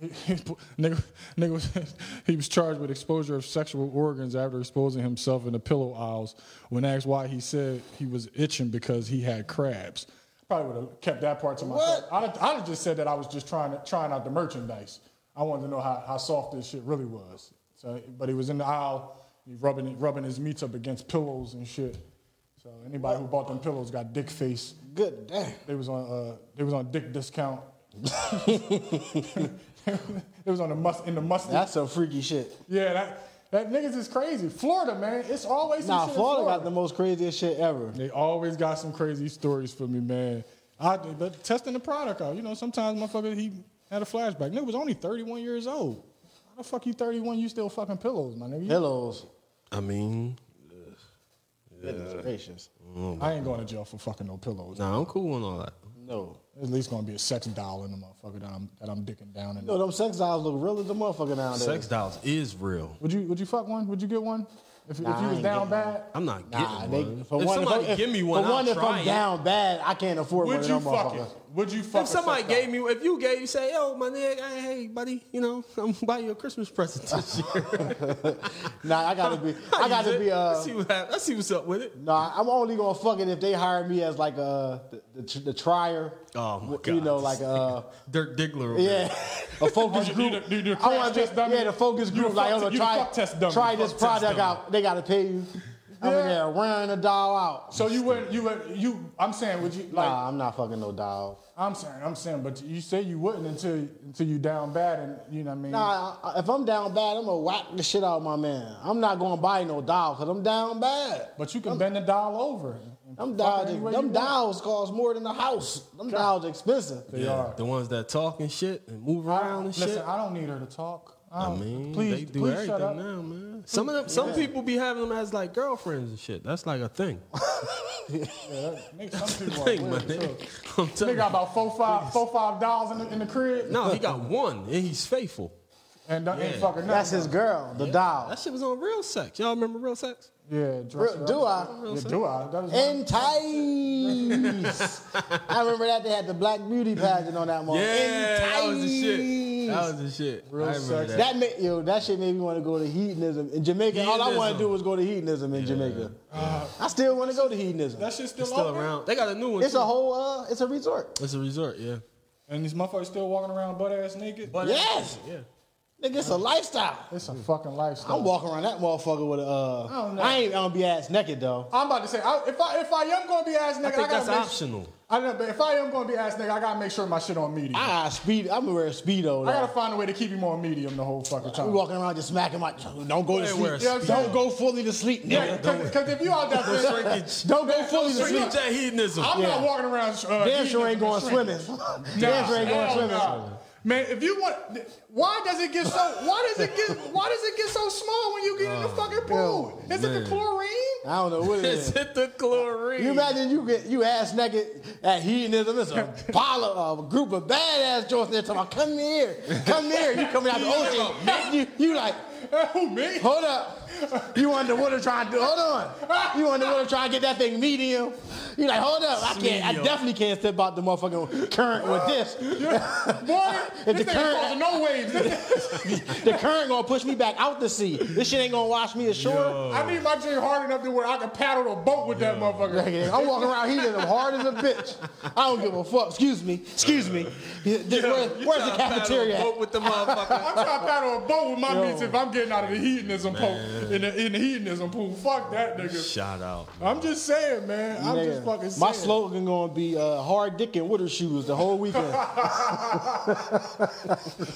Speaker 1: nigga, nigga was, he was charged with exposure of sexual organs after exposing himself in the pillow aisles. When asked why, he said he was itching because he had crabs. Probably would have kept that part to myself. I'd, have- I'd have just said that I was just trying to trying out the merchandise. I wanted to know how, how soft this shit really was. So, but he was in the aisle, he rubbing it- rubbing his meats up against pillows and shit. So anybody who bought them pillows got dick face.
Speaker 3: Good damn.
Speaker 1: They was on uh, they was on dick discount. it was on the must in the mustard.
Speaker 3: That's some freaky shit.
Speaker 1: yeah, that that niggas is crazy. Florida, man, it's always some
Speaker 3: Nah,
Speaker 1: shit in
Speaker 3: Florida got the most craziest shit ever.
Speaker 1: They always got some crazy stories for me, man. I but testing the product out. You know, sometimes motherfucker he had a flashback. Nigga was only 31 years old. How the fuck you 31? You still fucking pillows, my nigga. You-
Speaker 3: Pillows.
Speaker 2: I mean,
Speaker 3: Goodness gracious.
Speaker 1: I ain't going to jail for fucking no pillows.
Speaker 2: nah, I'm cool on all that.
Speaker 3: No.
Speaker 1: At least gonna be a sex doll in the motherfucker that I'm that I'm dicking down in.
Speaker 3: No, them sex dolls look real as a motherfucker nowadays.
Speaker 2: Sex dolls is real.
Speaker 1: Would you would you fuck one? Would you get one? If,
Speaker 3: Nah,
Speaker 1: if you
Speaker 3: I
Speaker 1: was
Speaker 3: ain't
Speaker 1: down
Speaker 3: getting
Speaker 1: bad,
Speaker 2: I'm not getting
Speaker 3: Nah, they,
Speaker 2: one.
Speaker 3: for
Speaker 2: if
Speaker 3: one,
Speaker 2: somebody
Speaker 3: if, I-
Speaker 2: give me
Speaker 3: for
Speaker 2: one, I'll
Speaker 3: one, if
Speaker 2: try
Speaker 3: I'm
Speaker 2: it.
Speaker 3: down bad, I can't afford
Speaker 1: would
Speaker 3: one
Speaker 1: you
Speaker 3: of them
Speaker 1: fuck
Speaker 3: motherfuckers.
Speaker 1: it? Would you fuck
Speaker 2: If somebody
Speaker 1: a sex
Speaker 2: gave me, if you gave, you say, "Yo, my nigga, hey, hey, buddy, you know, I'm buying you a Christmas present this year."
Speaker 3: Nah, I gotta be. I
Speaker 2: use
Speaker 3: gotta
Speaker 2: it.
Speaker 3: be.
Speaker 2: Let's
Speaker 3: Uh,
Speaker 2: see what happens. Let's see what's up with it.
Speaker 3: nah, I'm only gonna fuck it if they hire me as like uh the, the, tr- the trier.
Speaker 2: Oh my
Speaker 3: You
Speaker 2: God,
Speaker 3: know, like
Speaker 2: this
Speaker 3: uh
Speaker 2: Dirk Diggler. Over
Speaker 3: yeah, a focus
Speaker 1: You
Speaker 3: group.
Speaker 1: the- you the
Speaker 3: I want
Speaker 1: crash
Speaker 3: to
Speaker 1: test dummy?
Speaker 3: yeah, the focus
Speaker 1: You the
Speaker 3: group. Like,
Speaker 1: fuck-
Speaker 3: oh,
Speaker 1: you the
Speaker 3: try
Speaker 1: fuck test dummy.
Speaker 3: try
Speaker 1: You
Speaker 3: this
Speaker 1: fuck test
Speaker 3: product
Speaker 1: dummy.
Speaker 3: out. They gotta pay you. I'm in there running a doll out.
Speaker 1: So you wouldn't, you would, you. I'm saying, would you like?
Speaker 3: nah, I'm not fucking no doll.
Speaker 1: I'm saying, I'm saying, but you say you wouldn't until until you down bad, and you know what I mean.
Speaker 3: Nah, I- I- if I'm down bad, I'm gonna whack the shit out of my man. I'm not gonna buy no doll because I'm down bad.
Speaker 1: But you can bend the dial over. and
Speaker 3: Them
Speaker 1: fuck
Speaker 3: dolls,
Speaker 1: any way
Speaker 3: them
Speaker 1: you want.
Speaker 3: dolls cost more than a house. Them dolls expensive.
Speaker 1: They are.
Speaker 2: The ones that talk and shit and move
Speaker 1: I-
Speaker 2: around and
Speaker 1: listen,
Speaker 2: shit.
Speaker 1: I don't need her to talk. I,
Speaker 2: I
Speaker 1: don't-
Speaker 2: mean,
Speaker 1: please,
Speaker 2: they do
Speaker 1: please
Speaker 2: everything
Speaker 1: shut up.
Speaker 2: now, man. Some of them, some people be having them as like girlfriends and shit. That's like a thing.
Speaker 1: Yeah, that- nigga, some people are
Speaker 2: thing, my
Speaker 1: weird, too.
Speaker 2: nigga. I'm telling
Speaker 1: Nigga
Speaker 2: you.
Speaker 1: got about four, five, four, five dollars in the, in the crib,
Speaker 2: No, he got one and he's faithful.
Speaker 1: and that ain't
Speaker 2: Yeah.
Speaker 1: fucking
Speaker 3: That's
Speaker 1: nothing.
Speaker 3: his girl, the
Speaker 2: That
Speaker 3: doll.
Speaker 2: shit was on Real Sex. Y'all remember Real Sex?
Speaker 1: Yeah, dress
Speaker 3: Real-
Speaker 1: her
Speaker 3: do
Speaker 1: up.
Speaker 3: I?
Speaker 1: Yeah, do I? That was my-
Speaker 3: And tights. I remember that they had the black beauty pageant on that one.
Speaker 2: Yeah, that was the shit. That
Speaker 3: That,
Speaker 2: was the shit. Real
Speaker 1: Sex.
Speaker 2: That.
Speaker 3: that ma- yo, that shit made me want to go to hedonism in Jamaica. All I want to
Speaker 2: Hedonism.
Speaker 3: do was go to hedonism in Jamaica.
Speaker 1: Uh,
Speaker 3: I still want to go to hedonism.
Speaker 1: that shit still,
Speaker 2: It's still
Speaker 1: open?
Speaker 2: around. They got a new one.
Speaker 3: It's
Speaker 2: too.
Speaker 3: a whole, uh, it's a resort.
Speaker 2: It's a resort. Yeah.
Speaker 1: And these motherfuckers still walking around butt ass naked.
Speaker 3: Yes,
Speaker 2: Yeah.
Speaker 3: nigga, it's a lifestyle.
Speaker 1: It's a fucking lifestyle.
Speaker 3: I'm walking around that motherfucker with a. Uh,
Speaker 1: I don't know.
Speaker 3: I ain't gonna be ass naked though.
Speaker 1: I'm about to say, I, if I if I am gonna be ass nigga,
Speaker 2: I
Speaker 1: I,
Speaker 2: think
Speaker 1: gotta
Speaker 2: that's
Speaker 1: make,
Speaker 2: optional.
Speaker 1: I don't know, but if I am gonna be ass nigga, I gotta make sure my shit on medium.
Speaker 3: I
Speaker 1: I,
Speaker 3: got speed. I'm wearing speedo. Though.
Speaker 1: gotta find a way to keep him on medium the whole fucking
Speaker 3: We
Speaker 1: time.
Speaker 3: walking around just smacking my. Don't go to
Speaker 2: They wear
Speaker 3: sleep.
Speaker 2: a
Speaker 1: Speedo.
Speaker 3: Don't go fully to sleep,
Speaker 1: yeah,
Speaker 3: nigga.
Speaker 1: because if you out there,
Speaker 2: shrinkage.
Speaker 3: Don't go fully to
Speaker 2: Bring
Speaker 3: sleep.
Speaker 2: up that hedonism.
Speaker 1: I'm
Speaker 3: Yeah.
Speaker 1: not walking around. Uh,
Speaker 3: Damn sure
Speaker 1: eating
Speaker 3: ain't
Speaker 1: nothing
Speaker 3: going
Speaker 1: but
Speaker 3: swimming.
Speaker 1: shrimp.
Speaker 3: Damn sure ain't going
Speaker 1: Hell
Speaker 3: swimming.
Speaker 1: nah. Man, if you want, why does it get so? Why does it get? Why does it get so small when you get
Speaker 3: Ah.
Speaker 1: in the fucking pool? Is it the chlorine?
Speaker 3: I don't know what it
Speaker 2: Is
Speaker 3: is.
Speaker 2: it the chlorine?
Speaker 3: You imagine you get you ass naked at hedonism. It's a pile of a group of badass joints there talking about come here, come here. You coming out the ocean. You, you like,
Speaker 1: Who me?
Speaker 3: hold up. You underwater trying to hold on. You underwater trying to get that thing medium. You like, hold up. I can't I
Speaker 2: Medium.
Speaker 3: definitely can't step out the motherfucking current with this.
Speaker 1: Boy, this
Speaker 3: If the
Speaker 1: thing
Speaker 3: current-
Speaker 1: causing no waves.
Speaker 3: The current gonna push me back out to sea. This shit ain't gonna wash me ashore.
Speaker 1: I need my drink hard enough to where I can paddle a boat with that motherfucker.
Speaker 3: Nigga, I'm walking around heating them hard as a bitch. I don't give a fuck. Excuse me. Excuse me. Yeah, this- where-
Speaker 2: You
Speaker 3: where's the
Speaker 2: tryna paddle
Speaker 3: cafeteria?
Speaker 2: a
Speaker 3: at?
Speaker 2: boat with the motherfucker.
Speaker 1: I'm trying to paddle a boat with my meats if I'm getting out of the hedonism pool in the in the hedonism pool. Fuck that nigga.
Speaker 2: Shout out.
Speaker 1: I'm just saying, man. I'm just
Speaker 3: Nigga,
Speaker 1: fucking saying.
Speaker 3: My slogan gonna be uh, hard dick and water shoes the whole weekend. I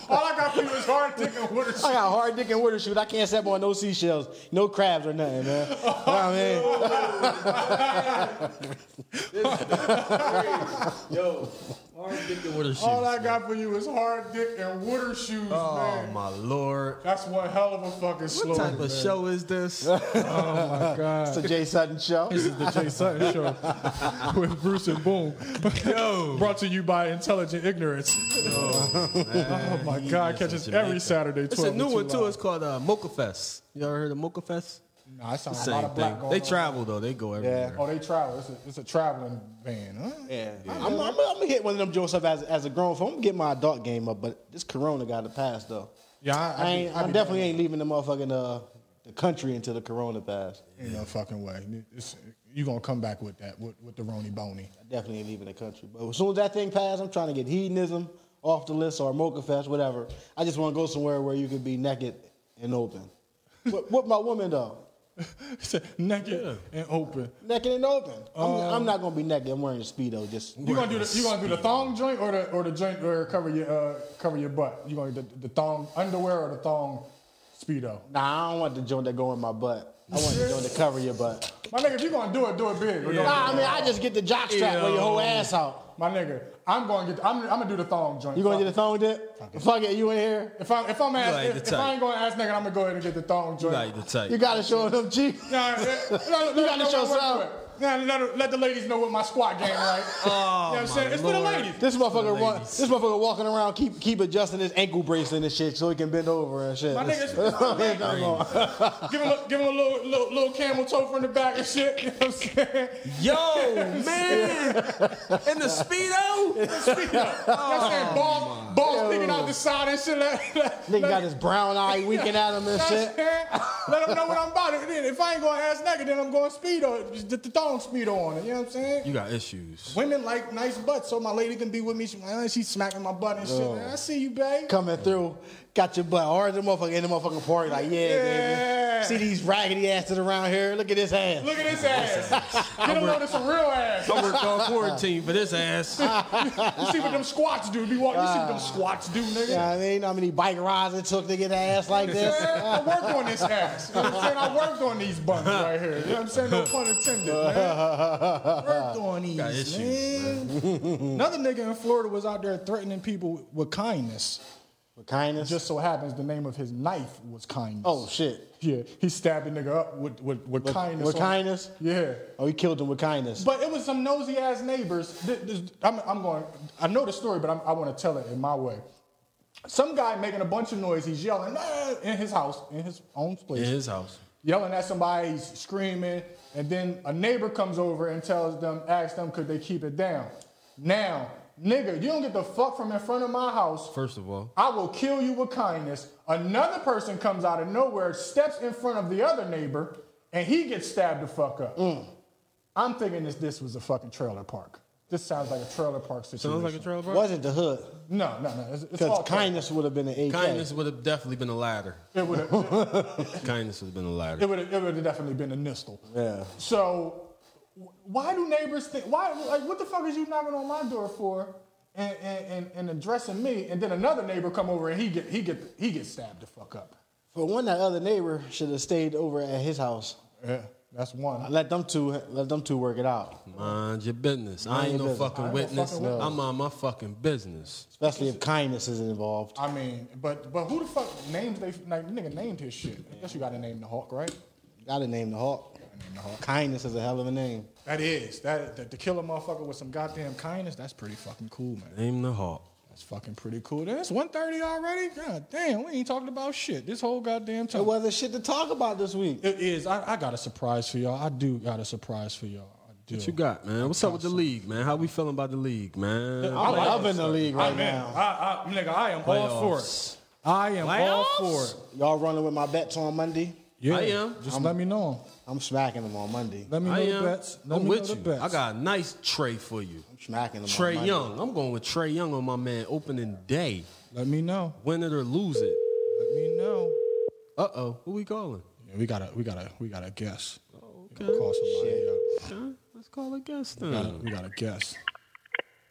Speaker 1: All I got for you is hard ticket with a
Speaker 3: got hard dick and water shoes. I can't step on no seashells, no crabs or nothing, man. You know what I mean?
Speaker 2: Yo, hard dick with a shoe.
Speaker 1: All I got for you is hard dick and water shoes,
Speaker 2: Oh
Speaker 1: man.
Speaker 2: my lord.
Speaker 1: That's one hell of a fucking slogan.
Speaker 2: What type of
Speaker 1: man.
Speaker 2: show is this? All
Speaker 3: It's the Jay Sutton show.
Speaker 1: The Jay Sutton Show with Bruce and Boom.
Speaker 2: Yo.
Speaker 1: Brought to you by Intelligent Ignorance. oh my God! Catches every Saturday. 12
Speaker 2: It's a
Speaker 1: to
Speaker 2: new one
Speaker 1: 2
Speaker 2: too.
Speaker 1: hours.
Speaker 2: It's called uh, Mocha Fest. You ever heard of Mocha Fest?
Speaker 1: Nah, that sounds a lot
Speaker 2: Same
Speaker 1: of black
Speaker 2: thing.
Speaker 1: going
Speaker 2: They
Speaker 1: on.
Speaker 2: travel though. They go everywhere.
Speaker 1: Oh, they travel. It's a, it's a traveling band. Huh?
Speaker 3: Yeah. I'm, I'm, I'm gonna hit one of them joints up as, as a grown phone. I'm gonna get my adult game up, but this Corona got to pass though.
Speaker 1: Yeah, I,
Speaker 3: I, ain't, I,
Speaker 1: be
Speaker 3: definitely ain't leaving the motherfucking uh, the country until the Corona pass.
Speaker 1: Ain't no fucking way. It's, you gonna come back with that with, with the Rony Boney.
Speaker 3: Definitely ain't leaving the country. But as soon as that thing passes, I'm trying to get hedonism off the list or Mocha Fest, whatever. I just want to go somewhere where you can be naked and open. What with my woman, though.
Speaker 1: Naked and open. Um,
Speaker 3: Naked and open. I'm, I'm not going to be naked. I'm wearing a Speedo. Just
Speaker 1: You gonna do the you gonna do the thong joint or the or the joint where it cover your uh, cover your butt? You gonna do the, the thong underwear or the thong speedo?
Speaker 3: Nah, I don't want the joint that go in my butt. I want the joint to cover your butt.
Speaker 1: My nigga, if you gonna do it, do it big. Or don't do
Speaker 3: Nah, I
Speaker 1: it.
Speaker 3: mean, I just get the jock strap with your whole ass out.
Speaker 1: my nigga, I'm going to get. I'm, I'm gonna do the thong joint.
Speaker 3: You gonna get the thong dip? Fuck it, you in here?
Speaker 1: If I'm if I'm
Speaker 3: You
Speaker 1: ass,
Speaker 3: like
Speaker 1: if,
Speaker 3: the
Speaker 1: if I
Speaker 3: type.
Speaker 1: ain't gonna ask nigga, I'm gonna go ahead and get the thong joint.
Speaker 2: like the type.
Speaker 3: You gotta show them cheeks.
Speaker 1: Nah, nah, nah,
Speaker 3: You gotta
Speaker 1: nah,
Speaker 3: show
Speaker 1: nah,
Speaker 3: some.
Speaker 1: nah, nah, nah, let the ladies know what my squat game like. you know what I'm saying? It's for the ladies.
Speaker 3: This motherfucker, wa- this motherfucker walking around keep keep adjusting his ankle bracelet and shit so he can bend over and shit.
Speaker 1: My nigga, it's for the give him a, give him a little, little little camel toe from the back and shit. You know what I'm saying?
Speaker 2: Yo, man. And the speedo. Oh,
Speaker 1: Speaking of, you know what I'm saying? Balls, balls sticking out the side and shit. Let, let,
Speaker 3: Nigga got his brown eye winking at him and shit.
Speaker 1: Let them know what I'm about. Then If I ain't going to ass naked, then I'm going speedo. Just get the thong speedo on it. You know what I'm saying?
Speaker 2: You got issues.
Speaker 1: Women like nice butts, so my lady can be with me. She, uh, she smacking my butt and shit.
Speaker 3: Oh.
Speaker 1: Man, I see you, babe.
Speaker 3: Coming through, got your butt hard as a motherfucker in the motherfucking party. Like, yeah,
Speaker 1: Yeah.
Speaker 3: baby. See these raggedy asses around here. Look at this ass.
Speaker 1: Look at this ass. Get him on to some real ass.
Speaker 2: I worked all quarantine for this ass.
Speaker 1: you see what them squats do? Be walking. You see what them squats do, nigga?
Speaker 3: You know what I mean? How many bike rides it took to get that ass like this?
Speaker 1: Yeah, I worked on this ass. You know what I'm saying? I worked on these buns right here. You know what I'm saying? No pun intended, man. Worked on these,
Speaker 2: Got issues,
Speaker 1: man. Another nigga in Florida was out there threatening people with kindness.
Speaker 3: With kindness?
Speaker 1: Just so happens the name of his knife was kindness.
Speaker 3: Oh, shit.
Speaker 1: Yeah, he stabbed a nigga up with, with, with, kindness.
Speaker 3: With
Speaker 1: on-
Speaker 3: kindness?
Speaker 1: Yeah.
Speaker 3: Oh, he killed him with kindness.
Speaker 1: But it was some nosy ass neighbors. Th- this- I'm, I'm going. I know the story, but I'm, I want to tell it in my way. Some guy making a bunch of noise. He's yelling "Ah," in his house, in his own place,
Speaker 2: In his house.
Speaker 1: yelling at somebody. He's screaming, and then a neighbor comes over and tells them, asks them, could they keep it down? Now, nigga, you don't get the fuck from in front of my house.
Speaker 2: First of all,
Speaker 1: I will kill you with kindness. Another person comes out of nowhere, steps in front of the other neighbor, and he gets stabbed the fuck up.
Speaker 3: Mm.
Speaker 1: I'm thinking this this was a fucking trailer park. This sounds like a trailer park situation.
Speaker 2: sounds like a trailer park.
Speaker 3: Wasn't the hood.
Speaker 1: No, no, no. It's, it's all
Speaker 3: Because
Speaker 1: kind.
Speaker 3: kindness would have been an AK.
Speaker 2: Kindness would have definitely been a ladder.
Speaker 1: It would have
Speaker 2: Kindness would have been a ladder.
Speaker 1: it would it would have definitely been a nistle.
Speaker 3: Yeah.
Speaker 1: So wh- why do neighbors think why like what the fuck is you knocking on my door for and and, and, and addressing me and then another neighbor come over and he get he get he gets stabbed the fuck up.
Speaker 3: For one, that other neighbor should have stayed over at his house.
Speaker 1: Yeah, that's one.
Speaker 3: Let them two, let them two work it out.
Speaker 2: Mind your business. I
Speaker 3: Mind
Speaker 2: ain't
Speaker 3: your
Speaker 2: no
Speaker 3: business.
Speaker 2: fucking
Speaker 1: I ain't no
Speaker 2: witness.
Speaker 1: fucking witness.
Speaker 2: I'm on my fucking business.
Speaker 3: Especially if kindness is involved.
Speaker 1: I mean, but but who the fuck names they like nigga named his shit? I guess you gotta name the Hawk, right?
Speaker 3: Gotta name the hawk. Kindness is a hell of a name.
Speaker 1: That is that the, the killer motherfucker with some goddamn kindness. That's pretty fucking cool, man.
Speaker 2: Name the hawk.
Speaker 1: That's fucking pretty cool. Then it's 1.30 already. God damn, we ain't talking about shit this whole goddamn
Speaker 3: There
Speaker 1: time.
Speaker 3: wasn't shit to talk about this week.
Speaker 1: It is. I, I got a surprise for y'all. I do got a surprise for y'all. I do.
Speaker 2: What you got, man? What's up with the league, man? How we feeling about the league, man?
Speaker 3: I'm
Speaker 1: like
Speaker 3: loving the league right now.
Speaker 1: I, I, nigga, I am all for it.
Speaker 2: Playoffs.
Speaker 1: I am all for it.
Speaker 3: Y'all running with my bets on Monday.
Speaker 1: Yeah,
Speaker 2: I am.
Speaker 1: Just let me know.
Speaker 3: I'm smacking them on Monday.
Speaker 1: Let me know
Speaker 2: I
Speaker 1: the
Speaker 2: am.
Speaker 1: bets. Let
Speaker 2: I'm
Speaker 1: me
Speaker 2: with
Speaker 1: know
Speaker 2: you.
Speaker 1: the bets.
Speaker 2: I got a nice tray for you.
Speaker 3: I'm smacking them on
Speaker 2: Trey
Speaker 3: Monday.
Speaker 2: Young. I'm going with Trey Young on my man opening day.
Speaker 1: Let me know.
Speaker 2: Win it or lose it.
Speaker 1: Let me know.
Speaker 2: Uh oh. Who we calling?
Speaker 1: Yeah, we gotta, we gotta, we gotta guess. We gotta call somebody. up.
Speaker 2: Huh? Let's call a guest
Speaker 1: uh, We gotta,
Speaker 2: then.
Speaker 1: we gotta guess.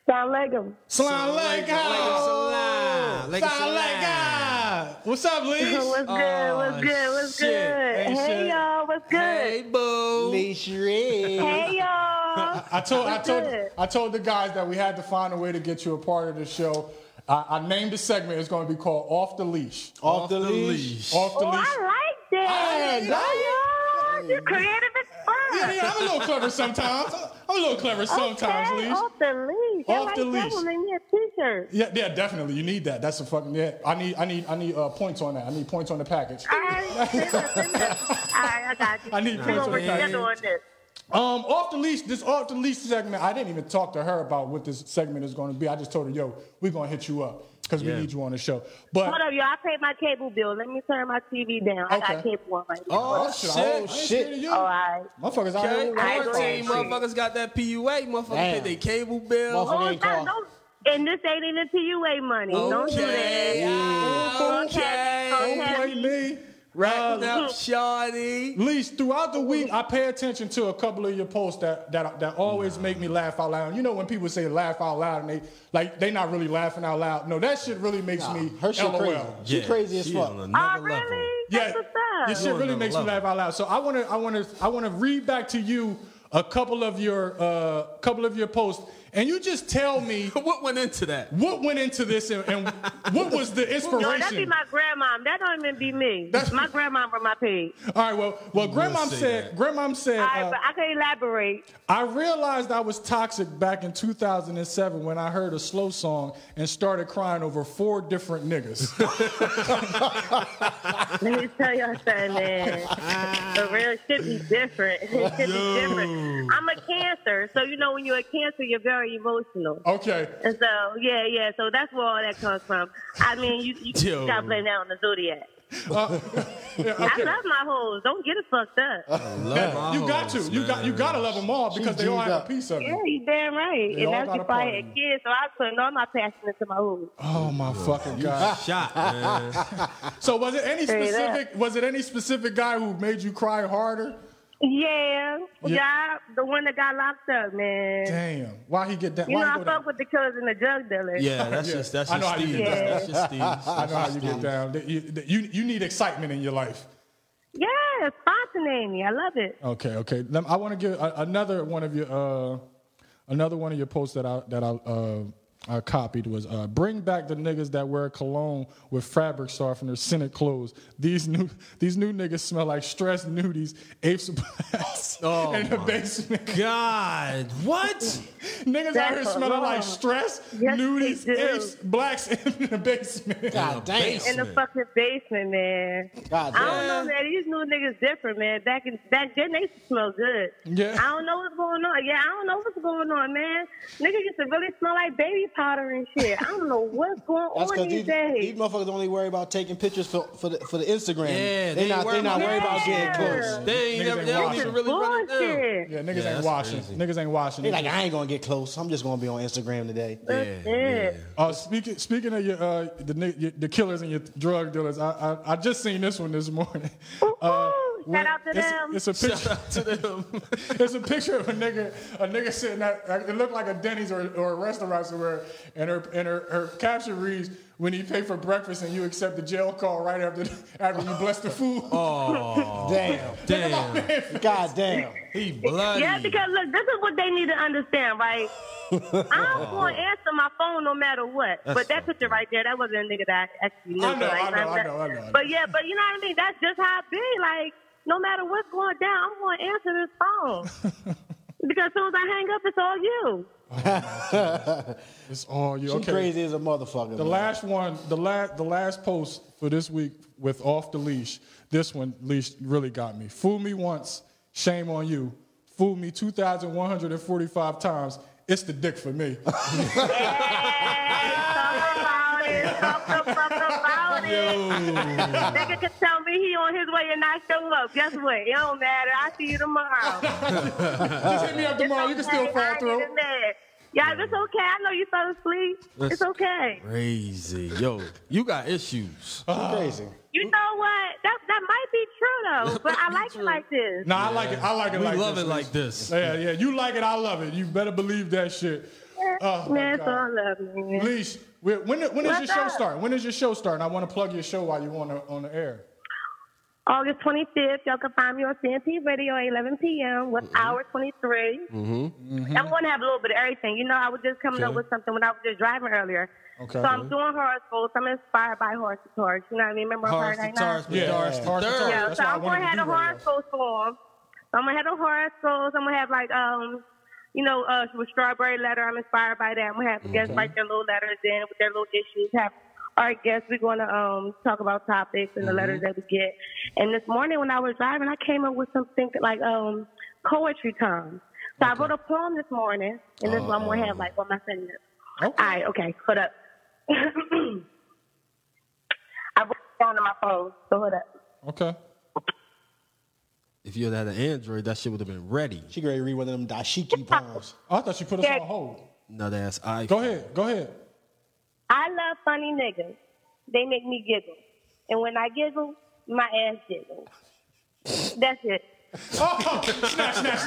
Speaker 6: Sound like him.
Speaker 1: Slime Lego.
Speaker 2: Salam. Lego
Speaker 1: Slime
Speaker 2: Salam.
Speaker 1: Lego. Ah, What's up, Lee?
Speaker 6: What's good?
Speaker 2: Oh,
Speaker 6: what's good? What's
Speaker 2: shit.
Speaker 6: good?
Speaker 1: Hey,
Speaker 6: Hey,
Speaker 1: shit.
Speaker 6: y'all, what's good?
Speaker 2: Hey,
Speaker 6: Hey,
Speaker 2: boo.
Speaker 6: y'all.
Speaker 1: I told, I
Speaker 6: What's
Speaker 1: told,
Speaker 6: good?
Speaker 1: I told the guys that we had to find a way to get you a part of the show. I, I named the segment. It's going to be called "Off the Leash."
Speaker 3: Off, the, leash.
Speaker 1: Off the
Speaker 6: Oh, I
Speaker 1: leash.
Speaker 6: like that.
Speaker 1: Yeah,
Speaker 6: Oh, y'all, you creative as fuck.
Speaker 1: Yeah, yeah, I'm a little clever sometimes. I'm a little clever sometimes,
Speaker 6: okay,
Speaker 1: Leash.
Speaker 6: Off the leash.
Speaker 1: Off
Speaker 6: I like
Speaker 1: the
Speaker 6: that
Speaker 1: leash.
Speaker 6: one. Make me a t-shirt.
Speaker 1: Yeah, yeah, definitely. You need that. That's a fucking yeah. I need, I need, I need uh, points on that. I need points on the package.
Speaker 6: All right, send that, send that. All right, I got you.
Speaker 1: I need
Speaker 6: We're
Speaker 1: points
Speaker 6: gonna
Speaker 1: on the
Speaker 6: work together
Speaker 1: package.
Speaker 6: on this.
Speaker 1: Um, off the leash. This off the leash segment. I didn't even talk to her about what this segment is going to be. I just told her, "Yo, we're going to hit you up because
Speaker 2: Yeah.
Speaker 1: we need you on the show." But
Speaker 6: Hold up, y'all. I paid my cable bill. Let me turn my TV down. I got
Speaker 1: Okay.
Speaker 6: cable on right now.
Speaker 2: Oh,
Speaker 1: Oh, shit.
Speaker 2: shit.
Speaker 1: I ain't
Speaker 2: shit.
Speaker 1: scared of you.
Speaker 6: All right.
Speaker 1: Motherfuckers out
Speaker 2: Okay.
Speaker 1: here.
Speaker 6: Oh, I ain't
Speaker 2: Quarantine
Speaker 6: gonna lie.
Speaker 2: motherfuckers got that PUA. Motherfuckers
Speaker 3: Damn.
Speaker 2: paid their cable bill.
Speaker 3: Motherfucker.
Speaker 6: Oh,
Speaker 3: ain't
Speaker 6: stop.
Speaker 3: call.
Speaker 6: Don't, and this ain't in the TUA money. Don't do
Speaker 2: Okay.
Speaker 6: that.
Speaker 2: Okay.
Speaker 6: Don't
Speaker 1: Don't
Speaker 6: have
Speaker 1: play me.
Speaker 2: Racking up, shawty.
Speaker 1: Least throughout the week, I pay attention to a couple of your posts that that that always make me laugh out loud. You know when people say laugh out loud and they like they not really laughing out loud. No, that shit really makes me
Speaker 3: Her shit
Speaker 1: LOL.
Speaker 3: crazy. She
Speaker 2: Yeah,
Speaker 3: crazy as
Speaker 2: she
Speaker 3: fuck.
Speaker 2: on
Speaker 6: Oh,
Speaker 1: Ah,
Speaker 2: another level.
Speaker 6: really?
Speaker 1: Yeah,
Speaker 6: That's what's
Speaker 1: your
Speaker 6: up.
Speaker 1: shit really
Speaker 2: another
Speaker 1: makes me
Speaker 2: level.
Speaker 1: laugh out loud. So I want to, I want to, I want to read back to you a couple of your, uh, couple of your posts, and you just tell me
Speaker 2: what went into that.
Speaker 1: What went into this, and, and what was the inspiration?
Speaker 6: No, that be my grandmom. That don't even be me. That's my grandmom from my page.
Speaker 1: All right. Well, well, grandmom
Speaker 2: say
Speaker 1: said.
Speaker 2: that.
Speaker 1: Grandmom said.
Speaker 6: All right,
Speaker 1: uh,
Speaker 6: but I can elaborate.
Speaker 1: I realized I was toxic back in 2007 when I heard a slow song and started crying over four different niggas.
Speaker 6: Let me tell y'all something, man. The real shit be different. It should
Speaker 1: Yo.
Speaker 6: be different. I'm a cancer, so you know when you're a cancer, you're very emotional.
Speaker 1: Okay.
Speaker 6: And so, yeah, yeah. So that's where all that comes from. I mean, you, you,
Speaker 1: Yo.
Speaker 6: you got to blame that on the zodiac.
Speaker 1: Uh, yeah,
Speaker 6: I
Speaker 1: okay.
Speaker 6: love my hoes. Don't get it fucked up.
Speaker 1: Yeah, you got to. You got. You got to love them all because they all
Speaker 6: G'd
Speaker 1: have
Speaker 6: up.
Speaker 1: a piece of it.
Speaker 6: Yeah, you damn right.
Speaker 1: They all
Speaker 6: and that's
Speaker 1: got a
Speaker 6: before I
Speaker 1: part
Speaker 6: had kids, so I putting all my passion into my hoes.
Speaker 1: Oh my fucking
Speaker 6: You
Speaker 1: god!
Speaker 2: shot, man.
Speaker 1: so was it any
Speaker 6: Straight up.
Speaker 1: specific? Was it any specific guy who made you cry harder?
Speaker 6: Yeah,
Speaker 1: Yeah.
Speaker 6: yeah, the one that got locked up, man.
Speaker 1: Damn! Why he get that?
Speaker 6: You know,
Speaker 1: why he go
Speaker 6: I fuck with the killers and the drug dealers.
Speaker 2: Yeah, that's just- that's
Speaker 1: I
Speaker 2: just
Speaker 1: know how you
Speaker 2: Steve.
Speaker 1: get down.
Speaker 2: That's just Steve.
Speaker 1: I know how
Speaker 2: That's
Speaker 1: you
Speaker 2: just
Speaker 1: get
Speaker 2: Steve.
Speaker 1: down. That You, that you you need excitement in your life.
Speaker 6: Yeah, spontaneity. I love it.
Speaker 1: Okay, okay. Lem- I want to give a- another one of your uh, another one of your posts that I that I uh, I copied was uh, bring back the niggas that wear cologne with fabric softener scented clothes. These new these new niggas smell like stressed nudies, apes supplies
Speaker 2: Oh,
Speaker 1: in the
Speaker 2: my
Speaker 1: basement.
Speaker 2: God, what
Speaker 1: niggas out here
Speaker 6: That's
Speaker 1: smelling like
Speaker 6: wrong.
Speaker 1: stress,
Speaker 6: Yes, they
Speaker 1: nudies,
Speaker 6: do.
Speaker 1: apes, blacks in the basement.
Speaker 6: God
Speaker 1: damn.
Speaker 6: In the fucking basement, man.
Speaker 1: God
Speaker 6: I don't know, man. These new niggas different, man. Back in back then, they used to smell good.
Speaker 1: Yeah.
Speaker 6: I don't know what's going on. Yeah, I don't know what's going on, man. Niggas used to really smell like baby powder and shit. I don't know what's going
Speaker 3: That's
Speaker 6: on
Speaker 3: because these,
Speaker 6: these days.
Speaker 3: these motherfuckers only worry about taking pictures for, for, the, for the Instagram. they,
Speaker 2: Yeah, they
Speaker 3: not
Speaker 2: ain't
Speaker 3: they not
Speaker 2: worried
Speaker 3: worried
Speaker 2: about
Speaker 3: about getting
Speaker 2: getting
Speaker 3: close.
Speaker 2: close. They ain't never- they don't even really run it down. Bullshit.
Speaker 1: Yeah, niggas
Speaker 2: Yeah,
Speaker 1: ain't
Speaker 2: that's
Speaker 1: washing. Niggas ain't washing.
Speaker 3: They like I ain't gonna get close. I'm just gonna be on Instagram today.
Speaker 6: Yeah.
Speaker 1: Uh, speaking speaking of your uh, the ni- your, the killers and your drug dealers, I, I I just seen this one this morning. Uh,
Speaker 6: Shout out to
Speaker 1: it's,
Speaker 6: them.
Speaker 1: it's a picture. it's a picture of a nigga a nigga sitting at it looked like a Denny's or, or a restaurant somewhere, and her and her, her caption reads, "When you pay for breakfast and you accept the jail call right after after you bless the food."
Speaker 2: Oh,
Speaker 3: damn,
Speaker 1: damn,
Speaker 3: god damn,
Speaker 2: he bloody.
Speaker 6: Yeah, because look, this is what they need to understand, right? I'm going to answer my phone no matter what.
Speaker 1: That's
Speaker 6: but that picture right there, that wasn't a nigga that I actually knew.
Speaker 1: I know,
Speaker 6: so, like,
Speaker 1: I know,
Speaker 6: I'm
Speaker 1: I
Speaker 6: not-
Speaker 1: know, I know, I know.
Speaker 6: But yeah, but you know what I mean? That's just how it be. Like, no matter what's going down, I'm going to answer this phone. because as soon as I hang up, it's all you.
Speaker 1: It's all you.
Speaker 3: She
Speaker 1: okay.
Speaker 3: crazy as a motherfucker.
Speaker 1: The
Speaker 3: man.
Speaker 1: last one, the last, the last post for this week with off the leash. This one, leash really got me. Fool me once, shame on you. Fool me two thousand one hundred and forty-five times. It's the dick for me. Ah!
Speaker 6: About it. Talk the fuck about it. Nigga can tell me he on his way and not show up. Guess what? It don't matter. I'll see you tomorrow.
Speaker 1: Just hit me up tomorrow. You can still
Speaker 6: Hey,
Speaker 1: fall
Speaker 6: I
Speaker 1: through.
Speaker 6: get mad. Yeah, it's okay. I know you fell asleep. It's
Speaker 2: That's-
Speaker 6: okay.
Speaker 2: Crazy, yo, you got issues.
Speaker 3: crazy.
Speaker 6: You know what? That that might be true though, but I like it like this.
Speaker 1: Nah, I like it. I like it
Speaker 2: We
Speaker 1: like
Speaker 2: love
Speaker 1: this.
Speaker 2: it like this.
Speaker 1: Yeah, yeah. You like it. I love it. You better believe that shit. Oh, my
Speaker 6: man, it's
Speaker 1: God.
Speaker 6: all love, man.
Speaker 1: Leash. When, when when does your
Speaker 6: What's
Speaker 1: show
Speaker 6: up?
Speaker 1: start? When does your show start? And I want to plug your show while you on the, on the air.
Speaker 6: August 25th, y'all can find me on CNP Radio at 11 p.m.
Speaker 2: Mm-hmm.
Speaker 6: with hour 23.
Speaker 1: Mm-hmm.
Speaker 6: I'm going to have a little bit of everything. You know, I was just coming
Speaker 2: Okay.
Speaker 6: up with something when I was just driving earlier.
Speaker 2: Okay.
Speaker 6: So I'm doing horoscopes. I'm inspired by horse to Taurus. You know what I mean? Remember
Speaker 2: Horace the
Speaker 6: Horse
Speaker 2: Taurus,
Speaker 1: Yeah.
Speaker 2: Horace the
Speaker 1: Horace the
Speaker 2: Third.
Speaker 1: Taurus.
Speaker 6: Yeah,
Speaker 1: That's
Speaker 6: so
Speaker 1: why I
Speaker 6: I'm
Speaker 1: wanted to
Speaker 6: gonna have
Speaker 1: do
Speaker 6: the
Speaker 1: radio.
Speaker 6: horoscopes for 'em. So I'm gonna have the horoscopes. I'm gonna have like um, you know, uh, with strawberry letter. I'm inspired by that. I'm gonna have the guests write their little letters in with their little issues. Have our guests. We're gonna um talk about topics and the letters that we get. And this morning when I was driving, I came up with something like um poetry time. So I wrote a poem this morning, and this one I'm gonna have like on my fingers. All right, okay, hold up. I wrote it down on my phone. So hold up.
Speaker 1: Okay.
Speaker 2: If you had had an Android, that shit would have been ready.
Speaker 3: She ready to read one of them dashiki poems.
Speaker 1: Oh, I thought she put us on hold.
Speaker 2: Nut ass iPhone.
Speaker 1: Go ahead. Go ahead.
Speaker 6: I love funny niggas. They make me giggle. And when I giggle, my ass giggles. That's it.
Speaker 1: Oh, snap, snap, snap, snap,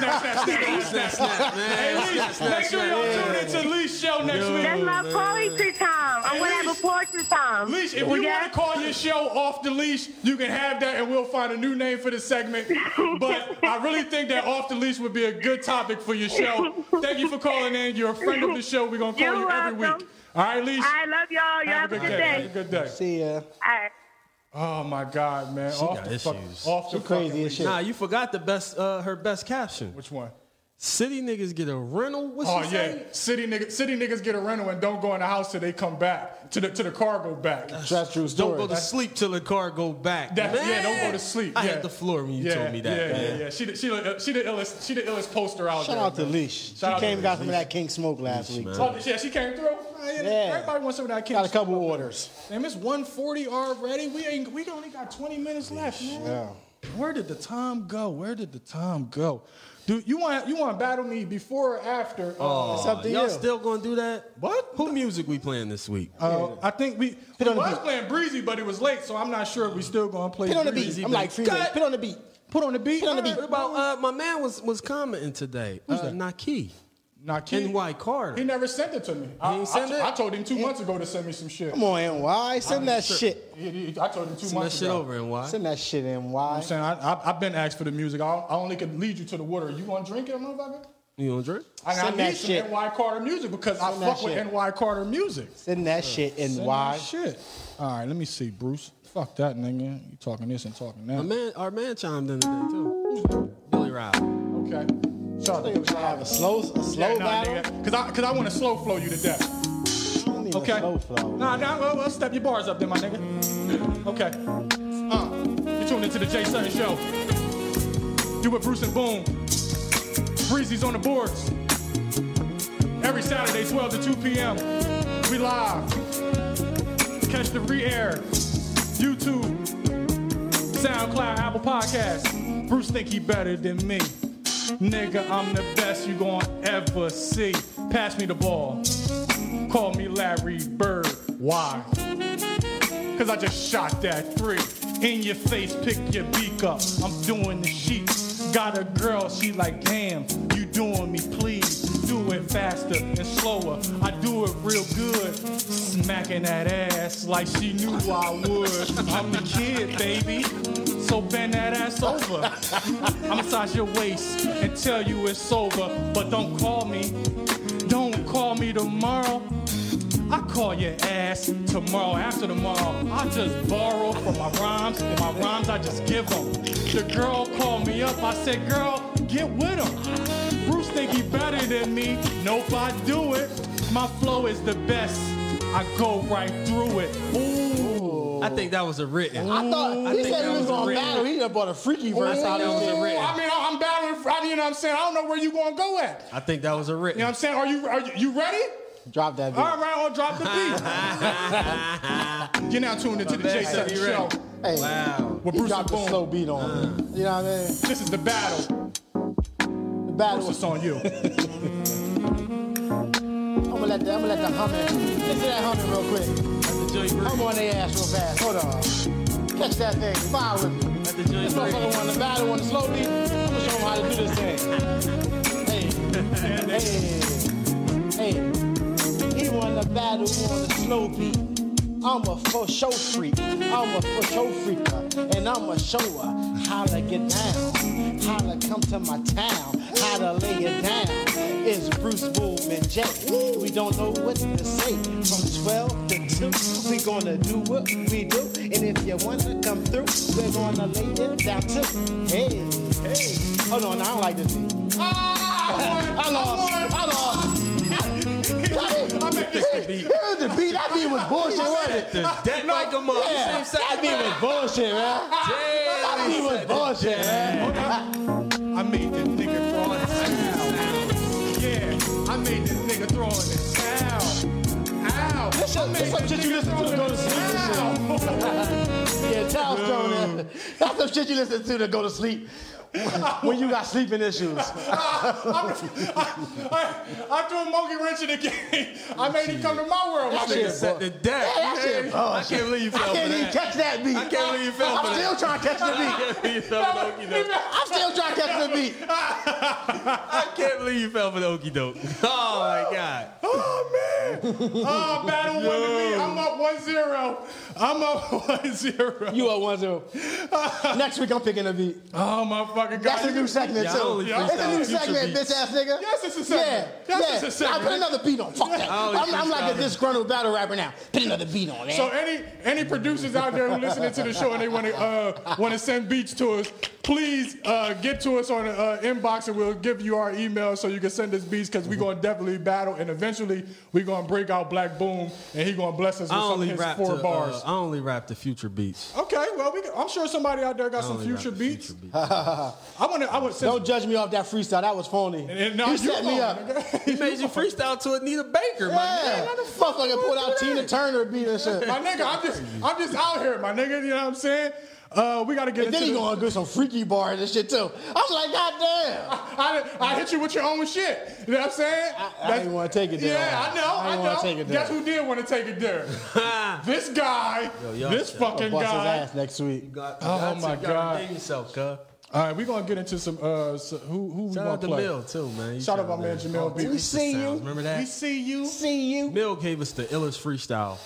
Speaker 1: snap, snap, snap. Hey, Leash, make sure y'all tune into Leash Show next week.
Speaker 6: That's my poetry time. I'm I want to have a portrait time.
Speaker 1: Leash, if you want to call your show off the leash, you can have that, and we'll find a new name for the segment. But I really think that off the leash would be a good topic for your show. Thank you for calling in. You're a friend of the show. We're gonna call
Speaker 6: You're
Speaker 1: you every
Speaker 6: welcome.
Speaker 1: week. All right, Leash.
Speaker 6: I love y'all. Y'all
Speaker 1: Have a good day. Have a good day.
Speaker 3: See ya.
Speaker 6: All right.
Speaker 1: Oh my God, man!
Speaker 2: She
Speaker 1: off
Speaker 2: got
Speaker 1: the fuck-
Speaker 2: issues.
Speaker 1: off the fucking leash.
Speaker 2: Nah, you forgot the best. Uh, her best caption.
Speaker 1: Which one?
Speaker 2: City niggas get a rental. What's
Speaker 1: oh
Speaker 2: she
Speaker 1: yeah,
Speaker 2: saying?
Speaker 1: city niggas, city niggas get a rental and don't go in the house till they come back to the to the car go back.
Speaker 3: That's true
Speaker 2: Don't go to sleep till the car go back.
Speaker 1: That-
Speaker 2: man.
Speaker 1: yeah, don't go to sleep.
Speaker 2: I
Speaker 1: yeah.
Speaker 2: hit the floor when you
Speaker 1: yeah,
Speaker 2: told me that.
Speaker 1: Yeah,
Speaker 2: man.
Speaker 1: yeah, yeah. She the, she the, uh, she the illest she the illest poster out
Speaker 3: Shout
Speaker 1: there.
Speaker 3: out to
Speaker 1: man.
Speaker 3: Leash.
Speaker 1: Shout out
Speaker 3: she came
Speaker 1: to
Speaker 3: and got
Speaker 1: Leash.
Speaker 3: some of that King Smoke last week.
Speaker 1: Oh, yeah, she came through. Oh, yeah,
Speaker 3: Yeah.
Speaker 1: Everybody wants some of that
Speaker 3: Got a
Speaker 1: King.
Speaker 3: couple orders.
Speaker 1: Damn, it's 140 already. We ain't we only got 20 minutes left, man. Where did the time go? Where did the time go? Dude, you want you want to battle me before or after?
Speaker 2: Oh,
Speaker 1: it's up to
Speaker 2: y'all
Speaker 1: you.
Speaker 2: still gonna do that?
Speaker 1: What?
Speaker 2: Who music we playing this week?
Speaker 1: Uh, I think we, we
Speaker 3: Put on the
Speaker 1: was
Speaker 3: beat.
Speaker 1: playing breezy, but it was late, so I'm not sure if we still gonna play
Speaker 3: Put on the
Speaker 1: breezy.
Speaker 3: beat. I'm like, Freeway,
Speaker 2: Cut.
Speaker 3: put on the beat.
Speaker 1: Put on the beat.
Speaker 3: Put on the
Speaker 2: What
Speaker 3: beat.
Speaker 2: about uh, my man was was commenting today.
Speaker 1: Who's
Speaker 2: uh,
Speaker 1: that?
Speaker 2: Naki.
Speaker 1: Not kidding.
Speaker 2: NY Carter.
Speaker 1: He never sent it to me. I,
Speaker 2: ain't
Speaker 1: I-
Speaker 2: send it?
Speaker 1: I told him two months ago to send me some shit.
Speaker 3: Come on, NY. Send that shit.
Speaker 1: He- he- I told him two
Speaker 2: Send that
Speaker 1: months
Speaker 2: shit
Speaker 1: ago.
Speaker 2: over and why?
Speaker 3: Send that shit,
Speaker 1: I'm
Speaker 3: NY.
Speaker 1: saying I, I, I've been asked for the music. I, I only could lead you to the water. You want to drink it, motherfucker?
Speaker 2: You don't drink?
Speaker 1: I, I
Speaker 3: Send that
Speaker 1: need some
Speaker 3: shit.
Speaker 1: NY Carter music because
Speaker 3: Send
Speaker 1: I
Speaker 3: that
Speaker 1: fuck with
Speaker 3: shit.
Speaker 1: NY Carter music.
Speaker 3: Send that shit,
Speaker 1: Send
Speaker 3: NY.
Speaker 1: that Shit.
Speaker 2: Uh,
Speaker 1: All right, let me see, Bruce. Fuck that nigga. You talking this and talking
Speaker 2: My
Speaker 1: that.
Speaker 2: man, our man chimed in today too. Billy Rob.
Speaker 1: Okay.
Speaker 3: I think we should have a slow, a slow
Speaker 1: Yeah, nah,
Speaker 3: battle.
Speaker 1: nigga. Cause I, cause I want to slow flow you to death.
Speaker 3: I don't need a
Speaker 1: Okay.
Speaker 3: slow flow.
Speaker 1: Nah, nah, well, well, step your bars up, then, my nigga.
Speaker 3: Mm.
Speaker 1: Okay. Uh, you tuned into the Jay Sutton Show. Do it, Bruce and Boom. Breezy's on the boards. Every Saturday, 12 to 2 p.m. We live. Catch the re-air. YouTube, SoundCloud, Apple Podcasts. Bruce think he better than me. Nigga, I'm the best you gon' ever see. Pass me the ball. Call me Larry Bird. Why? Cause I just shot that three. In your face, pick your beak up. I'm doing the sheet. Got a girl, she like, damn, you doing me, please. Do it faster and slower. I do it real good. Smacking that ass like she knew I would. I'm the kid, baby. So bend that ass over. I'm inside your waist and tell you it's over. But don't call me. Don't call me tomorrow. I call your ass tomorrow after tomorrow. I just borrow from my rhymes, and my rhymes I just give them. The girl called me up, I said, girl, get with him. Bruce think he better than me. Nope, I do it. My flow is the best. I go right through it. Ooh.
Speaker 2: I think that was a written.
Speaker 3: I thought he
Speaker 2: think
Speaker 3: said
Speaker 2: that
Speaker 3: he was
Speaker 2: was
Speaker 3: gonna
Speaker 2: written.
Speaker 3: battle. He done bought a freaky verse
Speaker 2: I
Speaker 3: out
Speaker 2: thought
Speaker 3: of
Speaker 2: that was a
Speaker 3: it.
Speaker 2: written.
Speaker 1: I mean, I- I'm battling. For, I mean, you know what I'm saying? I don't know where you gonna go at.
Speaker 2: I think that was a
Speaker 1: You know what
Speaker 2: written.
Speaker 1: I'm saying? Are you are you, you ready?
Speaker 3: Drop that
Speaker 1: All
Speaker 3: beat.
Speaker 1: right, I'll drop the beat. You're now tuned into the Jay Sutton
Speaker 2: You
Speaker 1: Show
Speaker 2: ready?
Speaker 3: Hey,
Speaker 2: Wow.
Speaker 1: with
Speaker 3: Oh. he
Speaker 1: Bruce and
Speaker 3: dropped a slow
Speaker 1: Boom.
Speaker 3: beat on him. You know what I mean?
Speaker 1: This is the battle.
Speaker 3: The battle
Speaker 1: Bruce,
Speaker 3: was
Speaker 1: it's on you.
Speaker 3: I'm gonna let the, I'm gonna let the humming. Let's hear that humming real quick.
Speaker 2: Let the joint
Speaker 3: I'm
Speaker 2: breathe.
Speaker 3: on their ass real fast. Hold on. Catch that thing. Fire with me.
Speaker 2: Let the
Speaker 3: This
Speaker 2: joint breathe.
Speaker 3: motherfucker wanna battle, wanna slow beat. I'm gonna show him how to do this thing. Hey, hey, hey. He wanna battle on the slow beat. I'm a for show freak. I'm a for show freaker. And I'm a shower. How to get down. How to come to my town. How to lay it down. It's Bruce Boom and Jay. We don't know what to say. From 12 to 2, we gonna do what we do. And if you wanna come through, we're gonna lay it down too. Hey, hey. Hold on, I don't like this beat. Ah! I lost. I lost. I
Speaker 2: the beat.
Speaker 3: Here's the beat. That beat was bullshit, wasn't it?
Speaker 2: The deck like a mother.
Speaker 3: Yeah, that beat was bullshit, man. That beat was bullshit, man.
Speaker 1: I made this nigga throwing it down. Yeah, I made this nigga throwing it down. Ow.
Speaker 3: This shit-
Speaker 1: I made
Speaker 3: this some shit you
Speaker 1: nigga
Speaker 3: listen to to go to sleep and shit.
Speaker 1: throwing it down.
Speaker 3: Yeah, Tal's throwing that. That's some shit you listen to to go to sleep. when you got sleeping issues.
Speaker 1: I, I threw a monkey wrench in the game. I made him come to my world.
Speaker 2: That
Speaker 1: my
Speaker 2: shit
Speaker 1: nigga.
Speaker 2: set the deck.
Speaker 3: Yeah, that shit
Speaker 2: man. I
Speaker 3: bullshit.
Speaker 2: can't believe you fell
Speaker 3: I
Speaker 2: for
Speaker 3: can't even
Speaker 2: that.
Speaker 3: catch that beat.
Speaker 2: I can't believe you fell
Speaker 3: I'm
Speaker 2: for
Speaker 3: still
Speaker 2: that.
Speaker 3: trying to catch the
Speaker 2: I
Speaker 3: beat.
Speaker 2: can't believe you fell for the okie doke.
Speaker 3: I'm still trying to catch the beat.
Speaker 2: I can't believe you fell for the okie doke. Oh my god.
Speaker 1: Oh man! Oh, battle one to me. I'm up one zero. I'm up one zero.
Speaker 3: You are one zero. Next week I'm picking a beat.
Speaker 1: Oh my fucking god!
Speaker 3: That's a new segment
Speaker 2: Yeah, I
Speaker 3: too. It's
Speaker 2: only
Speaker 3: a
Speaker 2: freestyle
Speaker 3: new
Speaker 2: Future
Speaker 3: segment,
Speaker 2: beats.
Speaker 3: bitch ass nigga.
Speaker 1: Yes, it's a segment.
Speaker 3: Yeah,
Speaker 1: Yes,
Speaker 3: yeah.
Speaker 1: it's a segment.
Speaker 3: Nah, put another beat on. Fuck that.
Speaker 2: I only
Speaker 3: I'm, I'm like a
Speaker 2: freestyle.
Speaker 3: disgruntled battle rapper now. Put another beat on, man.
Speaker 1: So any any producers out there who listening to the show and they want to uh, want to send beats to us, please uh, get to us on uh, inbox and we'll give you our email so you can send us beats because we're
Speaker 3: Mm-hmm.
Speaker 1: gonna definitely battle and eventually we're gonna break out Black Boom and he gonna bless us with
Speaker 2: I
Speaker 1: some of
Speaker 2: only
Speaker 1: his
Speaker 2: rap
Speaker 1: four
Speaker 2: to,
Speaker 1: bars.
Speaker 2: Uh, I only rap to future beats.
Speaker 1: okay, well we I'm sure somebody out there got
Speaker 2: I
Speaker 1: some
Speaker 2: only rap
Speaker 1: future
Speaker 2: to
Speaker 1: beats.
Speaker 2: Future
Speaker 1: I want to I would send.
Speaker 3: Don't judge me off that freestyle. That was phony.
Speaker 1: and- and now
Speaker 3: you
Speaker 1: you
Speaker 3: set me
Speaker 1: wrong,
Speaker 3: up.
Speaker 1: nigga.
Speaker 2: He made you freestyle to Anita Baker, my
Speaker 3: Yeah, Oh,
Speaker 2: man.
Speaker 3: motherfucker pulled out Tina Turner beat and shit.
Speaker 1: My nigga, I'm just I'm just out here, my nigga. You know what I'm saying? Uh, we gotta get
Speaker 3: And
Speaker 1: into
Speaker 3: then he
Speaker 1: the-
Speaker 3: gonna do some freaky bars and shit too. I'm like, God damn.
Speaker 1: I, I hit you with your own shit. You know what I'm saying?
Speaker 3: I- I
Speaker 1: That's-
Speaker 3: didn't wanna take it there.
Speaker 1: Yeah, I know.
Speaker 3: I
Speaker 1: I,
Speaker 3: didn't
Speaker 1: know.
Speaker 3: wanna take it there.
Speaker 1: Guess who did want to take it there? this guy.
Speaker 2: y'all
Speaker 1: this
Speaker 2: shut
Speaker 1: fucking
Speaker 3: Bust his
Speaker 1: guy.
Speaker 3: ass next week.
Speaker 2: God,
Speaker 1: Oh, my God.
Speaker 2: Redeem yourself, cuz.
Speaker 1: All right, we're gonna get into some. Uh, so who who we
Speaker 2: Shout
Speaker 1: gonna
Speaker 2: out to
Speaker 1: play?
Speaker 2: Mill too, man. You
Speaker 1: Shout out my
Speaker 2: out
Speaker 1: man
Speaker 2: there.
Speaker 1: Jamel B.
Speaker 2: Delicious
Speaker 3: see you.
Speaker 2: Sounds. Remember
Speaker 1: We
Speaker 2: that?
Speaker 1: see you.
Speaker 3: See you
Speaker 2: Mill gave us the illest freestyle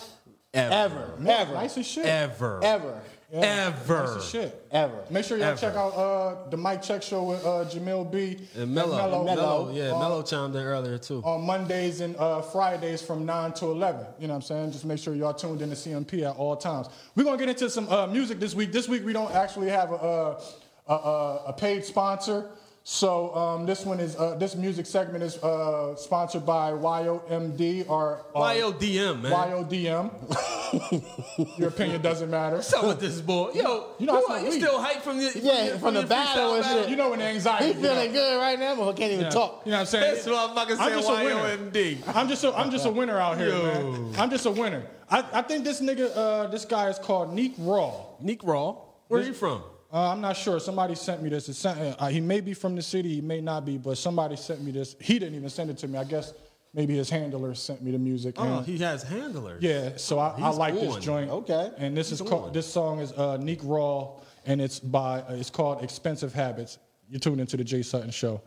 Speaker 3: ever,
Speaker 2: ever,
Speaker 3: ever,
Speaker 1: Nice as shit.
Speaker 2: ever,
Speaker 3: ever,
Speaker 2: ever.
Speaker 1: Nice as shit.
Speaker 3: ever.
Speaker 1: Make sure y'all
Speaker 2: Ever.
Speaker 1: check out uh, the Mike Check Show with uh, Jamel B.
Speaker 2: And Mello,
Speaker 1: Mello.
Speaker 2: Mello,
Speaker 1: Mello,
Speaker 2: yeah,
Speaker 1: uh,
Speaker 2: Mello chimed in earlier too.
Speaker 1: on Mondays and uh, Fridays from 9 to 11. You know what I'm saying? Just make sure y'all tuned in to CMP at all times. We're going to get into some uh, music this week. This week, we don't actually have a, uh, a, a, a paid sponsor. So um, this one is uh, this music segment is uh, sponsored by YOMD or uh,
Speaker 2: YODM, man.
Speaker 1: YODM. Your opinion doesn't matter.
Speaker 2: What's up with this boy? Yo,
Speaker 1: You
Speaker 2: you,
Speaker 1: know I
Speaker 2: know,
Speaker 1: smoke
Speaker 2: you
Speaker 1: weed.
Speaker 2: still hyped from the
Speaker 3: Yeah, from the
Speaker 2: your
Speaker 3: battle
Speaker 2: freestyle
Speaker 3: and
Speaker 2: battle?
Speaker 3: shit.
Speaker 1: You know, in anxiety.
Speaker 3: He
Speaker 1: you know.
Speaker 3: feeling good right now, but can't even talk.
Speaker 1: You know what I'm saying?
Speaker 2: That's what I'm fucking
Speaker 1: I'm
Speaker 2: saying.
Speaker 1: just a winner.
Speaker 2: YOMD.
Speaker 1: I'm just a, I'm just a winner out here,
Speaker 2: Yo.
Speaker 1: man. I'm just a winner. I, I think this nigga, uh, this guy is called Neek Raw.
Speaker 2: Nick Raw, where you from?
Speaker 1: Uh, I'm not sure. Somebody sent me this. It sent, uh, he may be from the city. He may not be, but somebody sent me this. He didn't even send it to me. I guess maybe his handler sent me the music.
Speaker 2: Oh,
Speaker 1: and-
Speaker 2: he has handlers.
Speaker 1: yeah. So I, I
Speaker 2: He's
Speaker 1: like this
Speaker 2: on.
Speaker 1: joint.
Speaker 3: Okay.
Speaker 1: And this
Speaker 2: He's
Speaker 1: is called.
Speaker 2: on.
Speaker 1: This song is uh, Neek Raw, and it's by. Uh, it's called Expensive Habits. You're tuned into the Jay Sutton Show.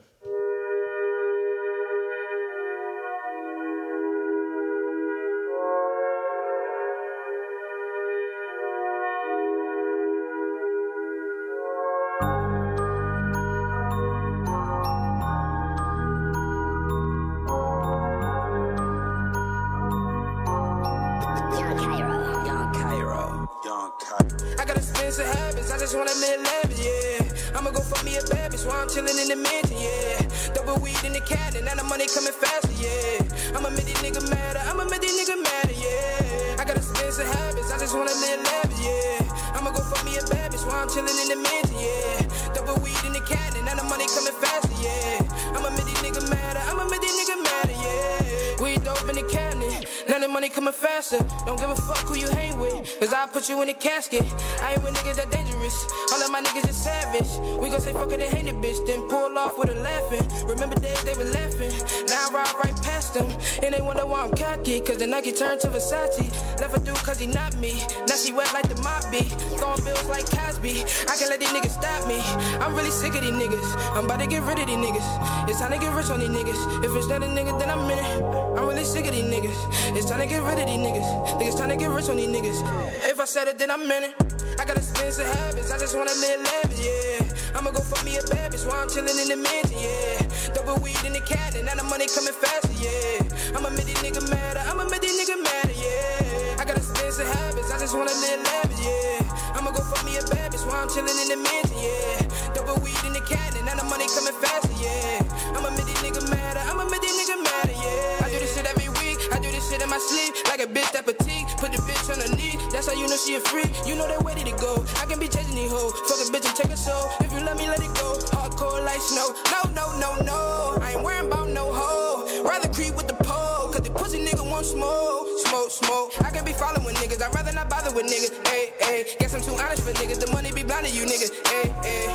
Speaker 12: Young Cairo. Young Cairo. Young Cairo.
Speaker 13: I got expensive habits, I just wanna live lavish, yeah. I'ma go fuck me a bad bitch while I'm chillin' in the mansion, yeah. Double weed in the cabinet, now the money coming faster, yeah. I'ma make these nigga matter, I'ma make these nigga matter, yeah. I got expensive habits, I just wanna live lavish, yeah. I'ma go fuck me a bad bitch while I'm chillin' in the mansion, yeah. Double weed in the cabinet, now the money coming faster, yeah. I'ma make these nigga matter, I'ma make these nigga matter, yeah. We dope in the cabinet, now the money coming faster. Don't give a fuck who you hang with, cause I put you in a casket. I ain't with niggas that dangerous, all of my niggas is savage. We gon' say fuck it and hate the bitch, then pull off with a laughing. Remember days they were laughing, now I ride right past them. And they wonder why I'm cocky, cause the Nike turned to Versace. Left a dude cause he not me, now she wet like the mob be. Throwing bills like Cosby, I can let these niggas stop me. I'm really sick of these niggas, I'm about to get rid of these niggas. It's time to get rich on these niggas, if it's not a nigga then I'm in it. I'm really sick of these niggas, it's time to get rid of these niggas. Niggas time to get rich on these niggas, if I said it then I'm in it. I got expensive habits, I just wanna live lavish, yeah. I'ma go fuck me a bad bitch while I'm chillin' in the mansion, yeah. Double weed in the cabinet, now the money coming faster, yeah. I'ma make these nigga matter, I'ma make these nigga matter, yeah. I got expensive habits, I just wanna live lavish, yeah. I'ma go fuck me a bad bitch while I'm chillin' in the mansion, yeah. Double weed in the cabinet, now the money coming faster, yeah. I'ma make these nigga matter, I'ma make these nigga matter, yeah. I do this shit every week, I do this shit in my sleep, like a bitch that petite. Put the bitch on her knee, that's how you know she a freak. You know they ready to go. I can be chasing these hoes, fuck a bitch and take her soul. If you let me, let it go. Hardcore like snow. No, no, no, no. I ain't worrying about no hoe. Rather creep with the pole, cause the pussy nigga won't smoke. Smoke, smoke. I can be following niggas, I'd rather not bother with niggas. Ayy, ayy. Guess I'm too honest for niggas, the money be blinding you niggas. Ayy, ayy.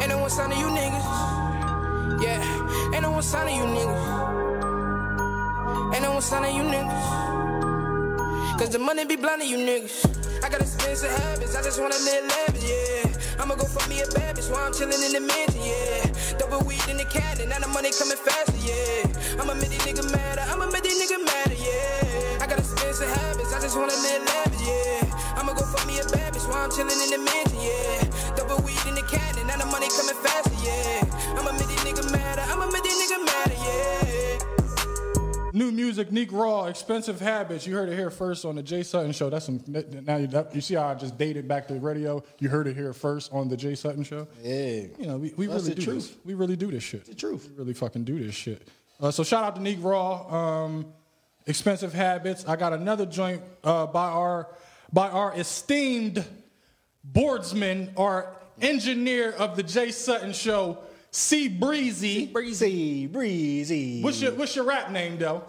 Speaker 13: Ain't no one signing you niggas. Yeah, ain't no one signing you niggas. Ain't no one signing you niggas. Cause the money be blinding you niggas. I got expensive habits, I just wanna live lavish, yeah. I'ma go fuck me a bad bitch while I'm chillin' in the mansion, yeah. Double weed in the cabinet, now the money coming faster, yeah. I'ma make these nigga matter, I'ma make these nigga matter, yeah. I got expensive habits, I just wanna live lavish, yeah. I'ma go fuck me a bad bitch while I'm chillin' in the mansion, yeah. Double weed in the cabinet, now the money coming faster, yeah. I'ma make these nigga matter, I'ma make these nigga matter, yeah.
Speaker 1: New music, Neek Raw, Expensive Habits. You heard it here first on the Jay Sutton Show. That's some. Now you, that, you see how I just dated back to the radio. You heard it here first on the Jay Sutton Show.
Speaker 3: Yeah.
Speaker 1: You know, we, we
Speaker 3: That's
Speaker 1: really
Speaker 3: the
Speaker 1: do
Speaker 3: truth.
Speaker 1: this. We really do this shit. The
Speaker 3: truth.
Speaker 1: We really fucking do this shit. Uh, so shout out to Neek Raw, um, Expensive Habits. I got another joint uh, by our by our esteemed boardsman, our engineer of the Jay Sutton Show, C Breezy.
Speaker 3: Breezy, Breezy.
Speaker 1: What's your What's your rap name though?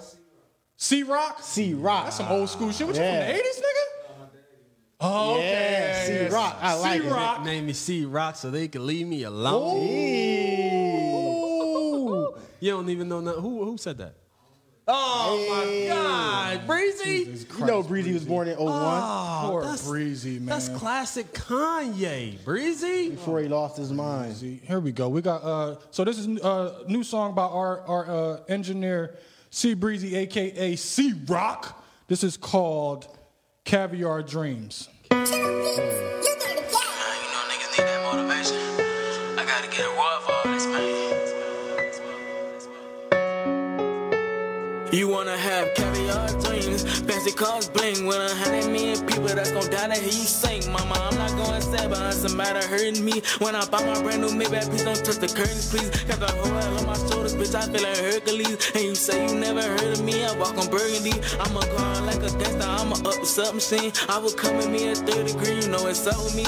Speaker 1: C Rock.
Speaker 3: C Rock.
Speaker 1: That's some old school shit. What you
Speaker 3: Yeah.
Speaker 1: from the eighties, nigga? Oh,
Speaker 3: Yeah,
Speaker 1: okay.
Speaker 3: C Rock. I like
Speaker 1: C
Speaker 3: it.
Speaker 1: Rock.
Speaker 2: Name me C Rock so they can leave me alone. You don't even know nothing. Who who said that? Oh my God, Breezy.
Speaker 3: You know Breezy was born in 01
Speaker 2: Oh,
Speaker 1: Poor
Speaker 2: that's,
Speaker 1: Breezy, man.
Speaker 2: that's classic Kanye. Breezy.
Speaker 3: before he lost his mind.
Speaker 1: Here we go. We got uh so this is uh new song by our our uh, engineer C Breezy aka C Rock. This is called Caviar Dreams.
Speaker 14: You know, niggas need that motivation. I gotta get a reward for all this pain. You wanna have caviar dreams, fancy cars bling. With a hundred million people that's gon' die to hear you sing. Mama, I'm not going sad, but it's a matter of hurting me. When I buy my brand new Maybach, please don't touch the curtains, please. Got the whole hell on my shoulders, bitch, I feel like Hercules. And you say you never heard of me, I walk on burgundy. I'm a car like a gangster, I'm a up sub machine. I would come at me at third degree, you know it's up with me.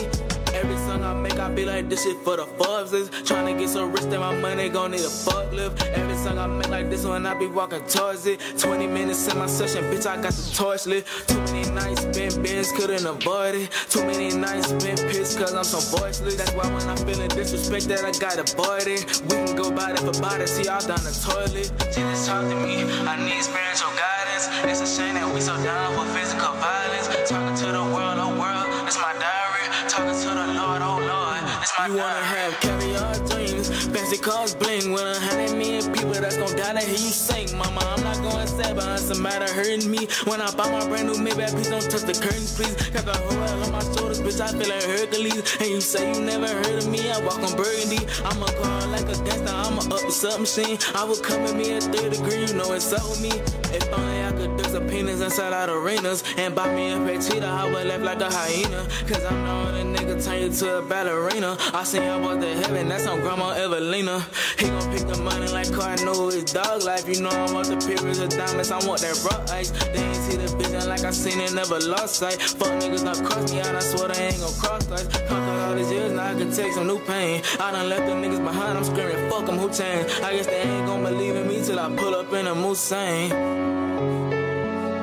Speaker 14: Every song I make, I be like, this shit for the Forbeses. Tryna get so rich that my money gon' need a forklift. Every song I make, like this one, I be walking towards it. 20 minutes in my session, bitch, I got the torch lit. Too many nights been bins, couldn't avoid it. Too many nights been pissed, cause I'm so voiceless. That's why when I'm feeling disrespect, that I gotta avoid it. We can go body for body, see y'all down the toilet. Jesus talk to me, I need spiritual guidance. It's a shame that we so down for physical violence. Talking to the world, oh world, it's my diary. Talking to the Lord, oh Lord, it's my You wanna have caviar dreams, fancy cars bling. With a hundred million people that's gon' die to hear you sing. Mama, I'm not going sad, but it's a matter of hurting me. When I buy my brand new Maybach, please don't touch the curtains, please. Got the whole hell on my shoulders, bitch, I feel like Hercules. And you say you never heard of me, I walk on burgundy. I'm a car like a gangster, I'm a up to something machine. I would come at me at third degree, you know it's up with me. If only I could duck some penis inside out arenas and buy me a petita, I would laugh like a hyena. Cause I know the nigga turn you to a ballerina. I seen him up to heaven, that's on Grandma Evelina. He gon' pick the money like Cardinal, his dog life. You know I'm up to periods of diamonds, I want that raw ice. They ain't see the vision like I seen it, never lost sight. Fuck niggas don't cross me out, I swear they ain't gon' cross us. Come through all these years, now I can take some new pain. I done left the niggas behind, I'm screaming, fuck them, who changed? I guess they ain't gon' believe in me till I pull up in a Mustang.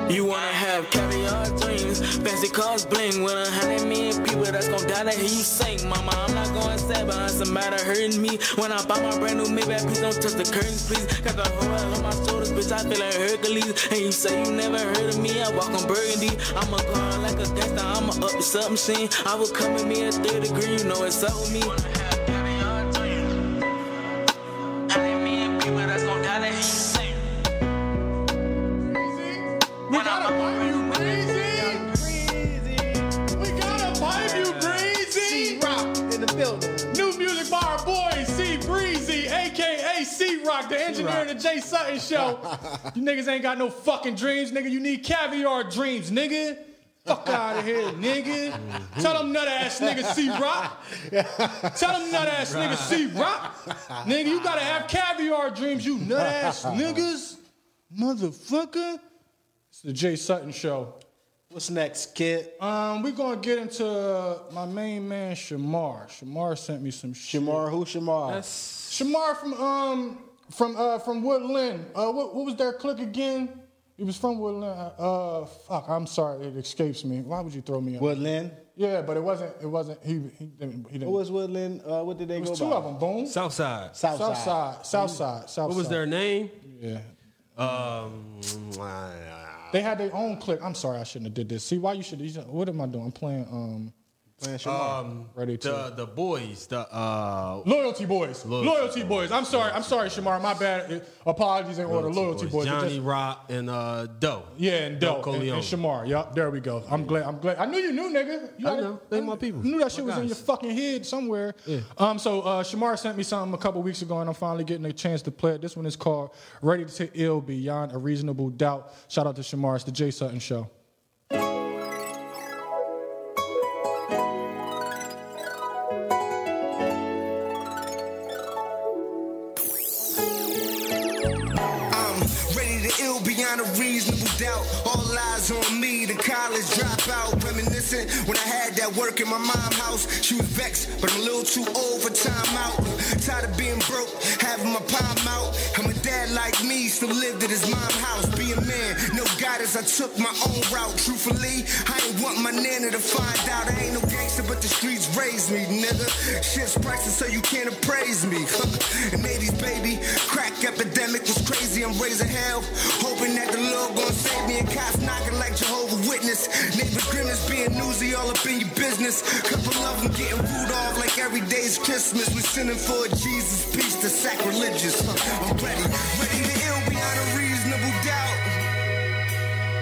Speaker 14: You wanna have caviar dreams, fancy cars bling. With a hundred million people that's gon' die to hear you sing. Mama, I'm not going sad, but it's a matter of hurting me. When I buy my brand new Maybach, please don't touch the curtains, please. Got the whole hell on my shoulders, bitch, I feel like Hercules. And you say you never heard of me, I walk on burgundy. I'm a car like a gangster, I'm a up to something machine. I would come at me at third degree, you know it's up with me. Wanna have caviar dreams, hundred million people that's gon' die to hear you sing.
Speaker 1: We gotta vibe you breezy. We gotta vibe you breezy.
Speaker 3: C Rock in the building.
Speaker 1: New music by our boy C Breezy, aka C Rock, the engineer of the Jay Sutton Show. you niggas ain't got no fucking dreams, nigga. You need caviar dreams, nigga. Fuck out of here, nigga. Tell them nut ass nigga C Rock. Tell them nut ass nigga C Rock. Nigga, you gotta have caviar dreams, you nut ass niggas. Motherfucker. It's the Jay Sutton Show.
Speaker 3: What's next, kid?
Speaker 1: Um, we're gonna get into uh, my main man Shamar. Shamar sent me some shit.
Speaker 3: Shamar, who Shamar?
Speaker 1: Shamar from um from uh from Woodland. Uh, what, what was their click again? It was from Woodland. Uh, fuck, I'm sorry, it escapes me. Why would you throw me? Up?
Speaker 3: Woodland.
Speaker 1: Yeah, but it wasn't. It wasn't. He he didn't. He didn't.
Speaker 3: What was Woodland? Uh, what did they
Speaker 1: It
Speaker 3: go
Speaker 1: was two
Speaker 3: by?
Speaker 1: of them. Boom.
Speaker 2: Southside. Mm.
Speaker 3: Southside.
Speaker 1: Southside. Southside. Southside.
Speaker 2: What was their name?
Speaker 1: Yeah.
Speaker 2: Um,
Speaker 1: They had their own clip. I'm sorry, I shouldn't have did this. See why you should. You should- what am I doing? I'm playing. Um, playing Shamar.
Speaker 2: um,
Speaker 1: Ready to.
Speaker 2: the the boys. The uh,
Speaker 1: Loyalty boys. Loyalty, boys. I'm sorry. I'm sorry, Shamar. My bad. Uh, Apologies in order. Loyalty boys. It
Speaker 2: Johnny
Speaker 1: just-
Speaker 2: Rock and uh, Doe.
Speaker 1: yeah, and Doe and,
Speaker 2: Corleone.
Speaker 1: and Shamar. Yup, there we go. I'm glad. I'm glad. I knew you knew, nigga. You
Speaker 2: I know. They my people.
Speaker 1: knew that shit
Speaker 2: My
Speaker 1: was in
Speaker 2: guys.
Speaker 1: your fucking head somewhere.
Speaker 2: Yeah.
Speaker 1: Um, so uh, Shamar sent me something a couple weeks ago, and I'm finally getting a chance to play it. This one is called "Ready to Ill Beyond a Reasonable Doubt." Shout out to Shamar. It's the Jay Sutton Show.
Speaker 15: I'm ready to ill beyond a reasonable doubt. All eyes on me, the college dropout. Reminiscent when I had that work in my mom's house. She was vexed, but I'm a little too old for time out. Tired of being broke, having my palm out. And my dad, like me, still lived at his mom's house. Being man, no guidance, I took my own route. Truthfully, I ain't want my nana to find out. I ain't no gangster, but the streets raised me, nigga. Shit's priceless, so you can't appraise me. In 80s, baby, crack epidemic was crazy. I'm raising hell, hoping that the Lord gonna save me. And cops knocking like Jehovah's Witness. Neighbors grimace, being newsy, all up in your business. Couple of them getting Rudolph like every day's Christmas. We sending for a Jesus peace to sacrilegious. Huh, I'm ready, ready to ill beyond a reasonable doubt.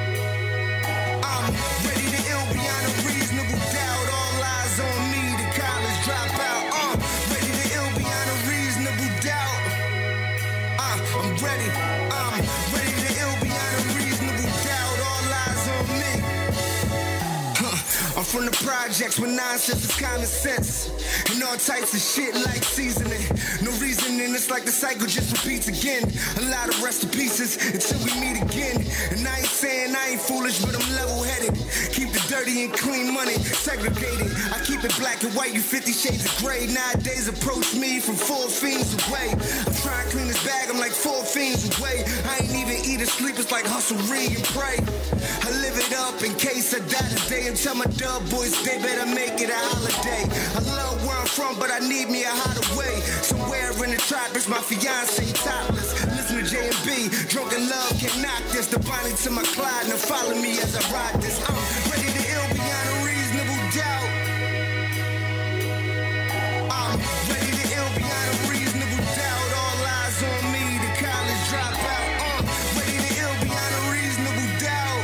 Speaker 15: I'm ready to ill beyond a reasonable doubt. All eyes on me, the college dropout. I'm ready to ill beyond a reasonable doubt. Uh, I'm ready. I'm ready to ill beyond a reasonable doubt. All eyes on me. Huh. I'm from the projects where nonsense is common sense and all types of shit like seasoning. No reasoning, it's like the cycle just repeats again. A lot of rest in pieces until we meet again. And I ain't saying I ain't foolish, but I'm level headed. Keep the dirty and clean money segregated. I keep it black and white, you 50 shades of gray. Nowadays, approach me from four fiends away. I'm trying to clean this bag, I'm like four fiends away. I ain't even eat or sleep, it's like hustle, read, and pray. I live it up in case I die today and tell my dub boys they better make it a holiday. I love where I'm from, but I need me a hideaway. Somewhere in the tribe is my fiance topless. Listen to J and B, drunk in love can knock this. The Bonnie to my Clyde, now follow me as I ride this. I'm ready to ill beyond a reasonable doubt. I'm ready to ill beyond a reasonable doubt. All eyes on me, the college dropout. I'm ready to ill beyond a reasonable doubt.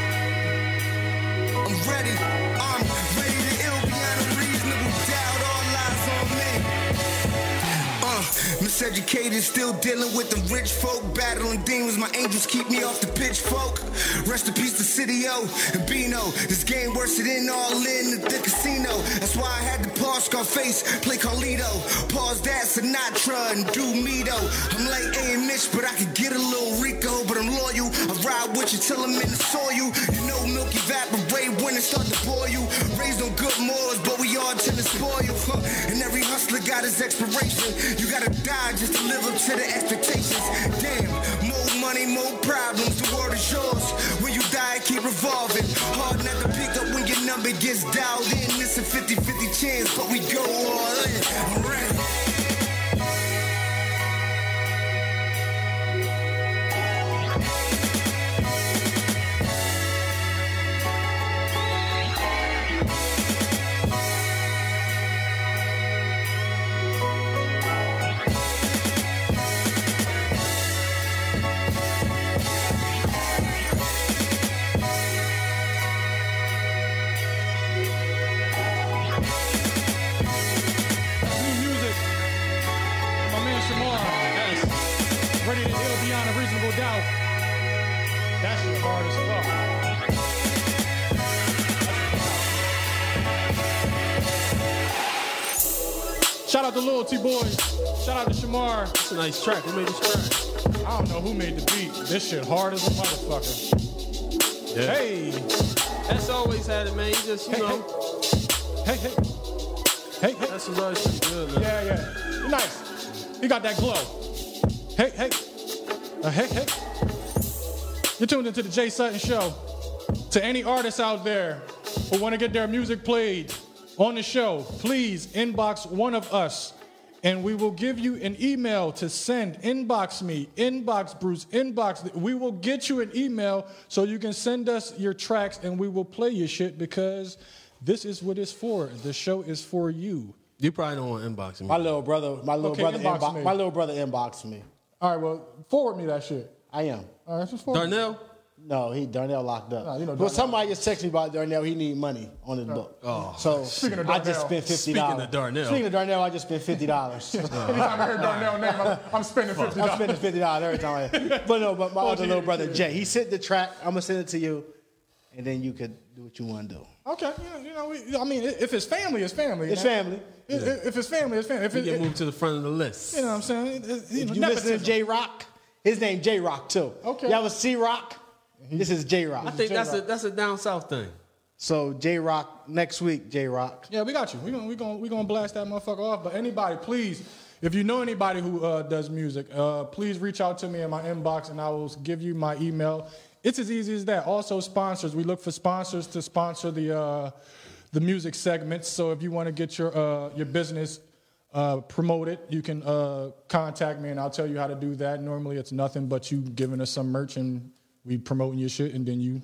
Speaker 15: I'm ready. I'm ready to ill beyond a reasonable doubt. All eyes on me. Uh, miseducated, still dealing with the rich folk. Battling demons, my angels keep me off the pitchfork. Rest in peace to City O and Bino. This game worse than all in the casino. That's why I had to pause Scarface, play Carlito. Pause that Sinatra and do me though. I'm like A and Mitch, but I could get a little Rico. But I'm loyal. I ride with you till I'm in the soil. You know milk evaporate when it start to boil you. Raised on good morals, but we all tend to spoil. Huh. And every hustler got his expiration. You gotta die just to live up to the expectations. Damn, more money, more problems. The world is yours. When you die, it keep revolving. Hard not to pick up when your number gets dialed in. It's a 50-50 chance, but we go all in. I'm ready.
Speaker 1: New music. My man Shamar. Yes. Ready to ill beyond a reasonable doubt. That shit hard as fuck. Shout out to Loyalty Boys. Shout out to Shamar. It's a nice track. Who made this track? I don't know who made the beat. This shit hard as a motherfucker.
Speaker 2: Yeah.
Speaker 1: Hey.
Speaker 2: That's always had it, man. You just you know.
Speaker 1: Hey hey. Hey hey.
Speaker 2: That's what always been good, man.
Speaker 1: Yeah, yeah. You nice. You got that glow. Hey, hey. Uh, hey, hey. You're tuned into the Jay Sutton Show. To any artists out there who want to get their music played, on the show, please inbox one of us and we will give you an email to send. Inbox me, inbox Bruce, inbox. We will get you an email so you can send us your tracks and we will play your shit because this is what it's for. The show is for you.
Speaker 2: You probably don't want inboxing.
Speaker 3: My little brother, my little
Speaker 1: Okay,
Speaker 3: brother,
Speaker 1: inbox me.
Speaker 3: inbox, my little brother inboxed me.
Speaker 1: All right, well, forward me that shit.
Speaker 3: I am.
Speaker 1: All right, just forward. me.
Speaker 2: Darnell?
Speaker 3: No, he Darnell locked up.
Speaker 1: Nah, you know
Speaker 3: Well,
Speaker 1: Darnell.
Speaker 3: somebody just texted me about Darnell. He need money on his book.
Speaker 2: Oh.
Speaker 3: so
Speaker 1: Speaking of
Speaker 3: I just
Speaker 1: Darnell.
Speaker 3: spent fifty
Speaker 2: Speaking
Speaker 3: dollars.
Speaker 2: of Darnell.
Speaker 3: Speaking of Darnell, I just spent fifty dollars.
Speaker 1: Anytime I hear Darnell name, I'm, I'm spending fifty
Speaker 3: I'm
Speaker 1: dollars. Oh,
Speaker 3: spending fifty dollars every time. I but no, but my other little brother Jay, he sent the track. I'm gonna send it to you, and then you could do what you want to do.
Speaker 1: Okay, yeah, you know, we, I mean, if it's family, it's family.
Speaker 3: It's
Speaker 1: man.
Speaker 3: family.
Speaker 1: If- If, if it's family, it's family. If
Speaker 2: You
Speaker 1: it,
Speaker 2: get
Speaker 1: it,
Speaker 2: moved to the front of the list.
Speaker 1: you know what I'm saying? It- it- you know,
Speaker 3: You listen to
Speaker 1: nepotism.
Speaker 3: J Rock. His name J Rock too.
Speaker 1: Okay. Mm-hmm.
Speaker 3: Y'all was C Rock. This is J
Speaker 2: I
Speaker 3: Rock.
Speaker 2: think that's a that's a down south thing.
Speaker 3: So J Rock next week. J Rock.
Speaker 1: Yeah, we got you. We're gonna we gonna we gonna blast that motherfucker off. But anybody, please, if you know anybody who uh, does music, uh, please reach out to me in my inbox, and I will give you my email. It's as easy as that. Also, sponsors. We look for sponsors to sponsor the uh, the music segments. So if you want to get your uh, your business uh, promoted, you can uh, contact me, and I'll tell you how to do that. Normally, it's nothing but you giving us some merch, and we promoting your shit, and then you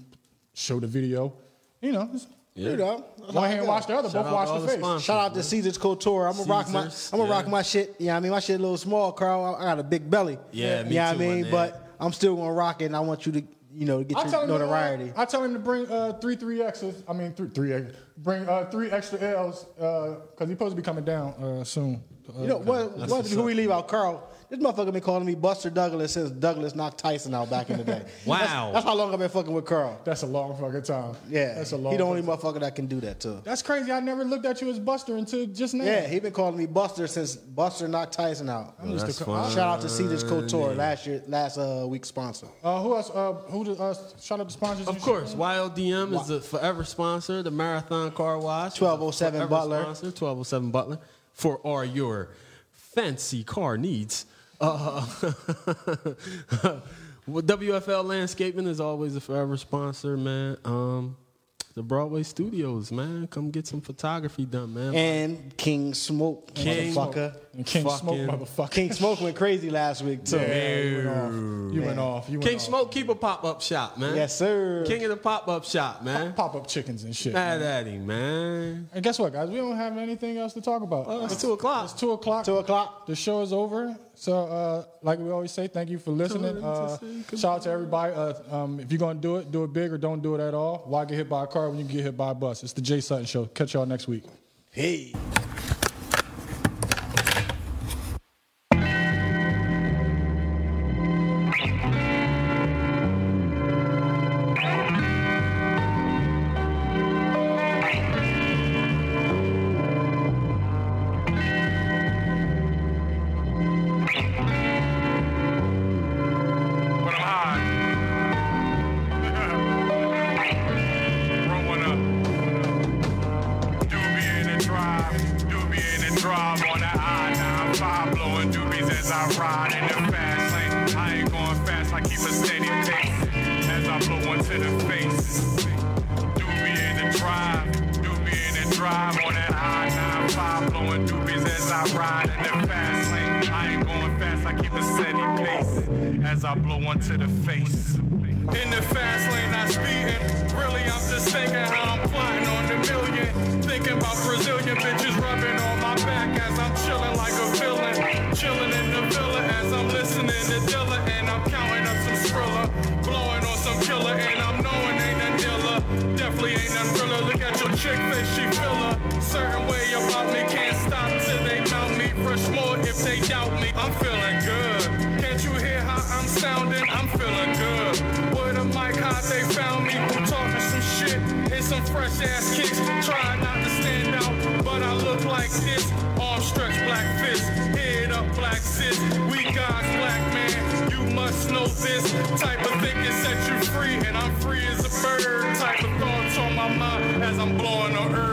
Speaker 1: show the video. You know, it's-
Speaker 3: You know. that's how
Speaker 1: one
Speaker 3: I
Speaker 1: hand
Speaker 3: go.
Speaker 1: wash the other,
Speaker 2: Shout
Speaker 1: both
Speaker 2: out to all
Speaker 1: wash
Speaker 2: the
Speaker 1: the face.
Speaker 2: sponsors.
Speaker 3: Shout out to Caesars Couture. I'm gonna rock my I'm
Speaker 2: Caesars,
Speaker 3: gonna rock
Speaker 2: yeah.
Speaker 3: my shit. Yeah, I mean my shit a little small, Carl. I, I got a big belly.
Speaker 2: Yeah, me
Speaker 3: you know
Speaker 2: too,
Speaker 3: what I
Speaker 2: my
Speaker 3: mean?
Speaker 2: nigga.
Speaker 3: But I'm still gonna rock it and I want you to you know get
Speaker 1: I tell
Speaker 3: your
Speaker 1: him to, uh,
Speaker 3: notoriety.
Speaker 1: I tell him to bring uh, three three X's. I mean three three X's. Bring uh, three extra L's because he's supposed to be coming down uh, soon. Uh,
Speaker 3: you know, what,
Speaker 2: That's
Speaker 3: what
Speaker 2: what's
Speaker 3: who
Speaker 2: up.
Speaker 3: we leave out, Carl. This motherfucker been calling me Buster Douglas since Douglas knocked Tyson out back in the day.
Speaker 2: Wow.
Speaker 3: That's, that's how long I've been fucking with Carl.
Speaker 1: that's a long fucking time.
Speaker 3: Yeah.
Speaker 1: that's a long.
Speaker 3: He the only
Speaker 1: fucking-
Speaker 3: motherfucker that can do that to.
Speaker 1: That's crazy. I never looked at you as Buster until just now.
Speaker 3: Yeah, he been calling me Buster since Buster knocked Tyson out.
Speaker 1: I'm used to.
Speaker 2: That's
Speaker 1: co-
Speaker 2: fine.
Speaker 3: Shout out to Caesars Couture,
Speaker 2: Funny.
Speaker 3: last year last uh, week's sponsor.
Speaker 1: Uh, who else? Uh, who? The, uh, shout out the sponsors.
Speaker 2: Of
Speaker 1: you-
Speaker 2: course, YLDM is the forever sponsor. The Marathon Car Wash, is a
Speaker 3: 1207
Speaker 2: forever
Speaker 3: Butler.
Speaker 2: sponsor, 1207 Butler for all your fancy car needs. Uh, WFL Landscaping is always a forever sponsor, man. Um, the Broadway Studios, man, come get some photography done, man.
Speaker 3: And King Smoke,
Speaker 2: King-
Speaker 3: motherfucker.
Speaker 1: And King Smoke,
Speaker 2: Fucking-
Speaker 1: motherfucker.
Speaker 3: King Smoke went crazy last week too.
Speaker 1: you went off. You went
Speaker 2: King
Speaker 1: off.
Speaker 2: Smoke, keep a pop up shop, man.
Speaker 3: Yes, sir.
Speaker 2: King of the pop up shop, man.
Speaker 1: Pop up chickens and shit.
Speaker 2: Mad at him, man.
Speaker 1: And guess what, guys? We don't have anything else to talk about.
Speaker 2: Oh, it's two o'clock.
Speaker 1: It's two o'clock.
Speaker 3: Two o'clock.
Speaker 1: The show is over. So, uh, like we always say, thank you for listening. Uh, shout out to everybody. Uh, um, if you're going to do it, do it big or don't do it at all. Why get hit by a car when you can get hit by a bus? It's the Jay Sutton Show. Catch y'all next week.
Speaker 3: Hey.
Speaker 16: But I'm high. Roll one up. Doobie in the drive. Doobie in the drive on the I-95. Blowing doobies as I ride in the fast lane. I ain't going fast. I keep a steady pace as I blow into the face. Doobie in the drive. Doobie in the drive on that I-95. Blowing doobies as I ride in the fast lane. I ain't going fast. I keep a steady pace as I blow into the face. In the fast lane, I speeding. Really, I'm just thinking how I'm plotting on the million. Thinking about Brazilian bitches rubbing on my back as I'm chilling like a villain. Chilling in the villa as I'm listening to Dilla and I'm counting up some Skrilla. Blowing on some killer and I'm knowing ain't a dealer. Definitely ain't nothing realer. Look at your chick face, she filler. Certain way about me can't stop till they mount me. Rush more if they doubt me. I'm feeling good. Can't you hear how I'm sounding? I'm feeling good. Word of mic, how they found me. I'm talking some shit. Hit some fresh ass kicks. Try not to stand out, but I look like this. Arm stretched black fist. Head up black sis. We God's black man. You must know this. Type of thinking set you free. And I'm free as a bird. Type of thoughts on my mind as I'm blowing on earth.